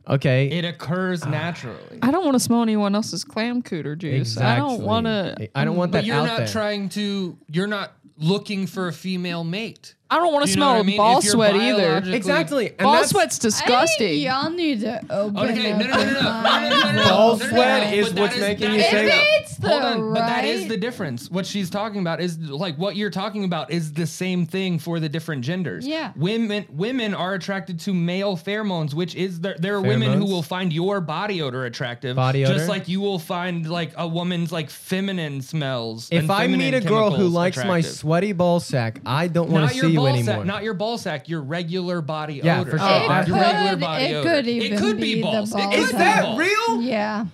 Speaker 2: okay.
Speaker 4: It occurs
Speaker 2: Ah.
Speaker 4: naturally.
Speaker 3: I don't want to smell anyone else's clam cooter juice. I don't want to.
Speaker 2: I don't want
Speaker 4: But
Speaker 2: that
Speaker 4: you're
Speaker 2: out
Speaker 4: not
Speaker 2: there.
Speaker 4: trying to you're not looking for a female mate.
Speaker 3: I don't want to
Speaker 4: You know
Speaker 3: smell
Speaker 4: what I
Speaker 3: a
Speaker 4: mean?
Speaker 3: ball
Speaker 4: If you're
Speaker 3: sweat either.
Speaker 4: biologically-
Speaker 2: exactly. And
Speaker 3: Ball
Speaker 2: that's-
Speaker 1: I
Speaker 3: sweat's
Speaker 1: think
Speaker 3: disgusting.
Speaker 1: y'all need to open
Speaker 4: Okay,
Speaker 1: up.
Speaker 4: no, no, no, no, no,
Speaker 1: your
Speaker 4: no, no, no, no, no.
Speaker 2: Ball
Speaker 4: no, no,
Speaker 2: sweat
Speaker 4: no,
Speaker 2: is
Speaker 4: but that
Speaker 2: what's making
Speaker 4: that
Speaker 2: you
Speaker 4: is-
Speaker 2: say that.
Speaker 1: If it's the
Speaker 4: Hold on, but that is
Speaker 1: right-
Speaker 4: the difference. What she's talking about is like what you're talking about is the same thing for the different genders.
Speaker 1: Yeah.
Speaker 4: women women are attracted to male pheromones, which is there. There are women who
Speaker 2: Pheromones?
Speaker 4: will find your body odor attractive,
Speaker 2: Body odor?
Speaker 4: just like you will find like a woman's like feminine smells.
Speaker 2: If
Speaker 4: and
Speaker 2: I
Speaker 4: feminine
Speaker 2: meet a girl who
Speaker 4: chemicals
Speaker 2: likes my
Speaker 4: attractive.
Speaker 2: sweaty ball sack, I don't want
Speaker 4: Not
Speaker 2: to
Speaker 4: your
Speaker 2: see you
Speaker 4: ball
Speaker 2: anymore.
Speaker 4: sack, not your ball sack, your regular body
Speaker 2: Yeah,
Speaker 4: odor.
Speaker 2: for sure.
Speaker 4: Not
Speaker 2: It
Speaker 4: your
Speaker 1: could-
Speaker 4: regular body
Speaker 1: it
Speaker 4: odor.
Speaker 1: could even
Speaker 4: it could be,
Speaker 1: be the
Speaker 4: balls.
Speaker 1: ball
Speaker 4: it
Speaker 1: sack.
Speaker 2: is
Speaker 4: could be
Speaker 2: that
Speaker 4: balls.
Speaker 2: real?
Speaker 1: Yeah.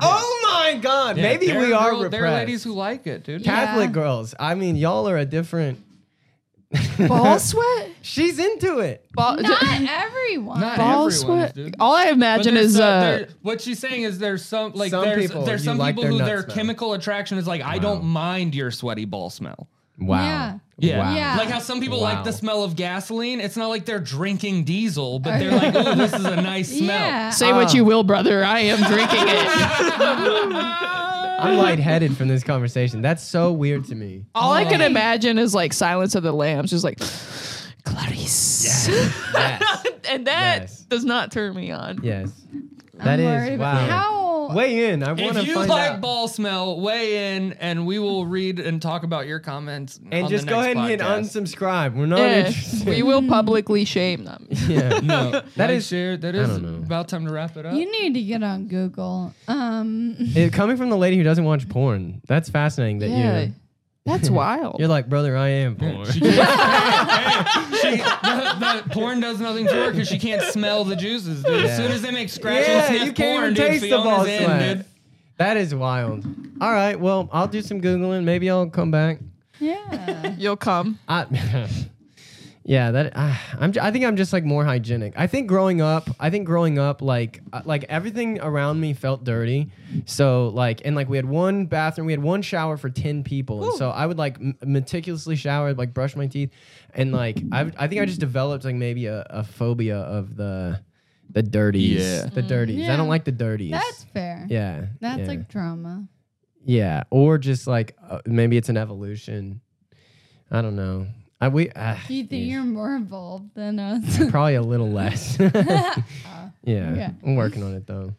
Speaker 2: Oh my god!
Speaker 4: Yeah,
Speaker 2: Maybe
Speaker 4: there
Speaker 2: we are
Speaker 4: girl-
Speaker 2: repressed.
Speaker 4: There are ladies who like it, dude.
Speaker 2: Catholic
Speaker 1: Yeah.
Speaker 2: girls. I mean, y'all are a different.
Speaker 3: Ball sweat?
Speaker 2: She's into it.
Speaker 3: Ball,
Speaker 1: Not everyone.
Speaker 4: Not
Speaker 3: ball
Speaker 4: everyone's,
Speaker 3: sweat?
Speaker 4: dude.
Speaker 3: All I imagine
Speaker 4: there's,
Speaker 3: is
Speaker 4: uh,
Speaker 3: uh,
Speaker 4: there- what she's saying is there's some like
Speaker 2: Some
Speaker 4: there's
Speaker 2: people,
Speaker 4: there's
Speaker 2: you
Speaker 4: some
Speaker 2: like
Speaker 4: people
Speaker 2: their
Speaker 4: who
Speaker 2: nut
Speaker 4: their
Speaker 2: smell.
Speaker 4: chemical attraction is like I don't mind your sweaty ball smell.
Speaker 2: Wow.
Speaker 1: Yeah.
Speaker 4: Yeah.
Speaker 1: Yeah.
Speaker 4: Like how some people
Speaker 2: Wow.
Speaker 4: like the smell of gasoline. It's not like they're drinking diesel, but they're like, oh, this is a nice smell.
Speaker 1: Yeah.
Speaker 3: say what
Speaker 4: Ah.
Speaker 3: you will, brother. I am drinking it.
Speaker 2: I'm lightheaded from this conversation. That's so weird to me.
Speaker 3: All I can imagine is like Silence of the Lambs, just like Clarice.
Speaker 2: Yes.
Speaker 3: and that
Speaker 2: Yes.
Speaker 3: does not turn me on.
Speaker 2: yes. That is
Speaker 1: worried about-
Speaker 2: wow.
Speaker 1: How?
Speaker 2: Weigh in. I want
Speaker 4: If
Speaker 2: to
Speaker 4: you
Speaker 2: find
Speaker 4: like
Speaker 2: out.
Speaker 4: ball smell, weigh in, and we will read and talk about your comments.
Speaker 2: and
Speaker 4: on
Speaker 2: just
Speaker 4: the
Speaker 2: go ahead
Speaker 4: next
Speaker 2: and hit
Speaker 4: podcast.
Speaker 2: unsubscribe. We're not
Speaker 3: Yeah,
Speaker 2: interested.
Speaker 3: we will publicly shame them.
Speaker 2: yeah.
Speaker 4: No, that
Speaker 2: is-
Speaker 4: is share. That is
Speaker 2: don't know.
Speaker 4: about time to wrap it up.
Speaker 1: You need to get on Google. Um,
Speaker 2: It- coming from the lady who doesn't watch porn, that's fascinating. That
Speaker 3: Yeah.
Speaker 2: you
Speaker 3: That's wild.
Speaker 2: you're like, brother, I am porn.
Speaker 4: she, the, the porn does nothing for her because she can't smell the juices. Dude.
Speaker 2: Yeah.
Speaker 4: As soon as they make scratch
Speaker 2: Yeah,
Speaker 4: and sniff
Speaker 2: you can't
Speaker 4: porn,
Speaker 2: even
Speaker 4: dude,
Speaker 2: taste the
Speaker 4: Fiona's
Speaker 2: ball
Speaker 4: in,
Speaker 2: sweat.
Speaker 4: dude.
Speaker 2: that is wild. All right, well, I'll do some googling. Maybe I'll come back.
Speaker 1: yeah.
Speaker 3: You'll come.
Speaker 2: I, yeah, that uh, I'm. j- I think I'm just like more hygienic. I think growing up, I think growing up, like uh, like everything around me felt dirty. So like, and like we had one bathroom, we had one shower for ten people, and so I would like m- meticulously shower, like brush my teeth, and like I, I think I just developed like maybe a, a phobia of the the dirties.
Speaker 4: Yeah.
Speaker 2: the dirties. I
Speaker 1: yeah.
Speaker 2: don't like the dirties.
Speaker 1: Mm. That's fair.
Speaker 2: yeah,
Speaker 1: That's
Speaker 2: yeah.
Speaker 1: like trauma.
Speaker 2: Yeah, or just like uh, maybe it's an evolution. I don't know. I we uh,
Speaker 1: Do you think
Speaker 2: yeah.
Speaker 1: you're more involved than us?
Speaker 2: probably a little less. yeah,
Speaker 1: okay.
Speaker 2: I'm working on it though.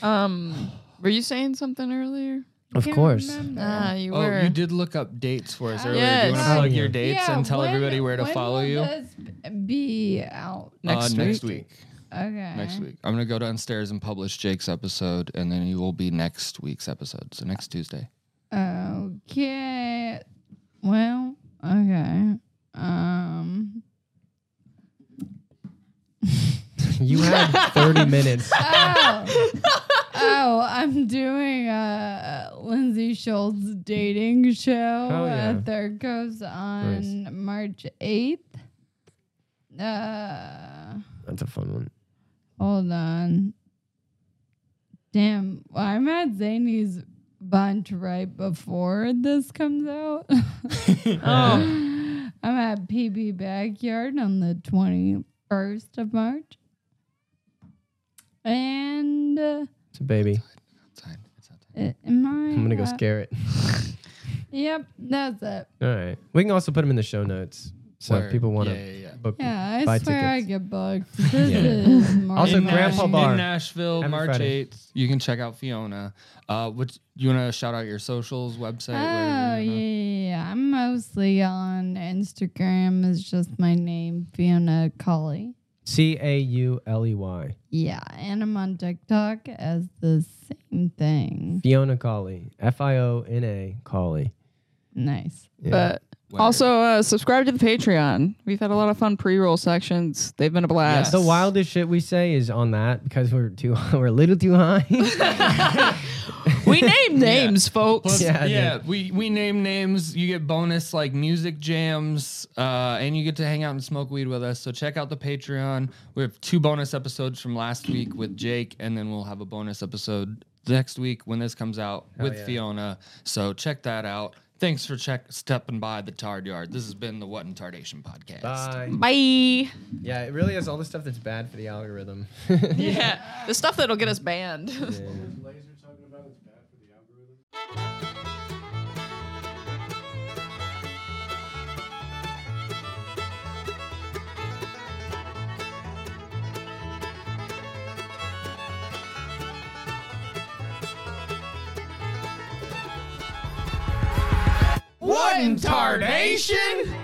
Speaker 3: Um, were you saying something earlier?
Speaker 2: Of
Speaker 1: Can't
Speaker 2: course.
Speaker 1: remember. Uh,
Speaker 3: Ah, you
Speaker 4: Oh,
Speaker 3: were.
Speaker 4: you did look up dates for us earlier. Do you want
Speaker 3: Yes.
Speaker 4: to plug
Speaker 2: Yeah.
Speaker 4: your dates
Speaker 1: Yeah,
Speaker 4: and tell
Speaker 1: when-
Speaker 4: everybody where to
Speaker 1: when
Speaker 4: follow
Speaker 1: will
Speaker 4: you?
Speaker 1: This be out.
Speaker 3: Next
Speaker 4: uh, next week.
Speaker 1: Okay.
Speaker 4: Next week. I'm gonna go downstairs and publish Jake's episode, and then you will be next week's episode. So next Tuesday.
Speaker 1: Okay. Well, okay. Um.
Speaker 2: You had 30 minutes.
Speaker 1: Oh. oh, I'm doing a Lindsay Schultz dating show.
Speaker 2: Oh, yeah.
Speaker 1: uh, there goes on March 8th. Uh,
Speaker 2: That's a fun one.
Speaker 1: hold on. Damn, well, I'm at Zany's bunch right before this comes out.
Speaker 3: Oh,
Speaker 1: I'm at PB Backyard on the 21st of March. And uh,
Speaker 2: It's a baby.
Speaker 4: It's fine. It's fine.
Speaker 1: am I?
Speaker 2: I'm gonna go
Speaker 1: uh,
Speaker 2: scare it.
Speaker 1: Yep, that's it.
Speaker 2: All right. We can also put them in the show notes so if
Speaker 4: Word.
Speaker 2: people want to
Speaker 4: Yeah, yeah, yeah.
Speaker 2: book.
Speaker 1: Yeah, I
Speaker 2: buy
Speaker 1: swear
Speaker 2: tickets.
Speaker 1: I get bugged. This
Speaker 2: Yeah.
Speaker 1: is more
Speaker 2: Also,
Speaker 1: than
Speaker 2: Grandpa
Speaker 1: mine.
Speaker 2: Bob- Bar.
Speaker 4: in Nashville,
Speaker 2: Every
Speaker 4: March
Speaker 2: Friday.
Speaker 4: 8th. You can check out Fiona. Uh, what you want to shout out your socials, website?
Speaker 1: Oh
Speaker 4: where
Speaker 1: yeah,
Speaker 4: you're gonna-
Speaker 1: yeah, I'm mostly on Instagram. It's just my name, Fiona Colley.
Speaker 2: C A U L E Y.
Speaker 1: Yeah, and I'm on TikTok as the same thing.
Speaker 2: Fiona Colley. F I O N A Colley.
Speaker 1: Nice.
Speaker 2: Yeah.
Speaker 3: but also uh, subscribe to the Patreon. We've had a lot of fun pre-roll sections. They've been a blast.
Speaker 2: The wildest shit we say is on that because we're too we're a little too high.
Speaker 3: We name names, folks.
Speaker 4: Plus,
Speaker 2: Yeah,
Speaker 4: yeah,
Speaker 2: dude.
Speaker 4: we we name names. You get bonus like music jams, uh, and you get to hang out and smoke weed with us. So check out the Patreon. We have two bonus episodes from last week with Jake, and then we'll have a bonus episode next week when this comes out with
Speaker 2: yeah.
Speaker 4: Fiona. So check that out. Thanks for check stepping by the Tard Yard. This has been the What in Tardation podcast.
Speaker 2: Bye.
Speaker 3: Bye.
Speaker 2: Yeah, it really is all the stuff that's bad for the algorithm.
Speaker 3: Yeah. The stuff that'll get us banned.
Speaker 11: Laser talking about it's bad for the algorithm.
Speaker 4: What in Tardation?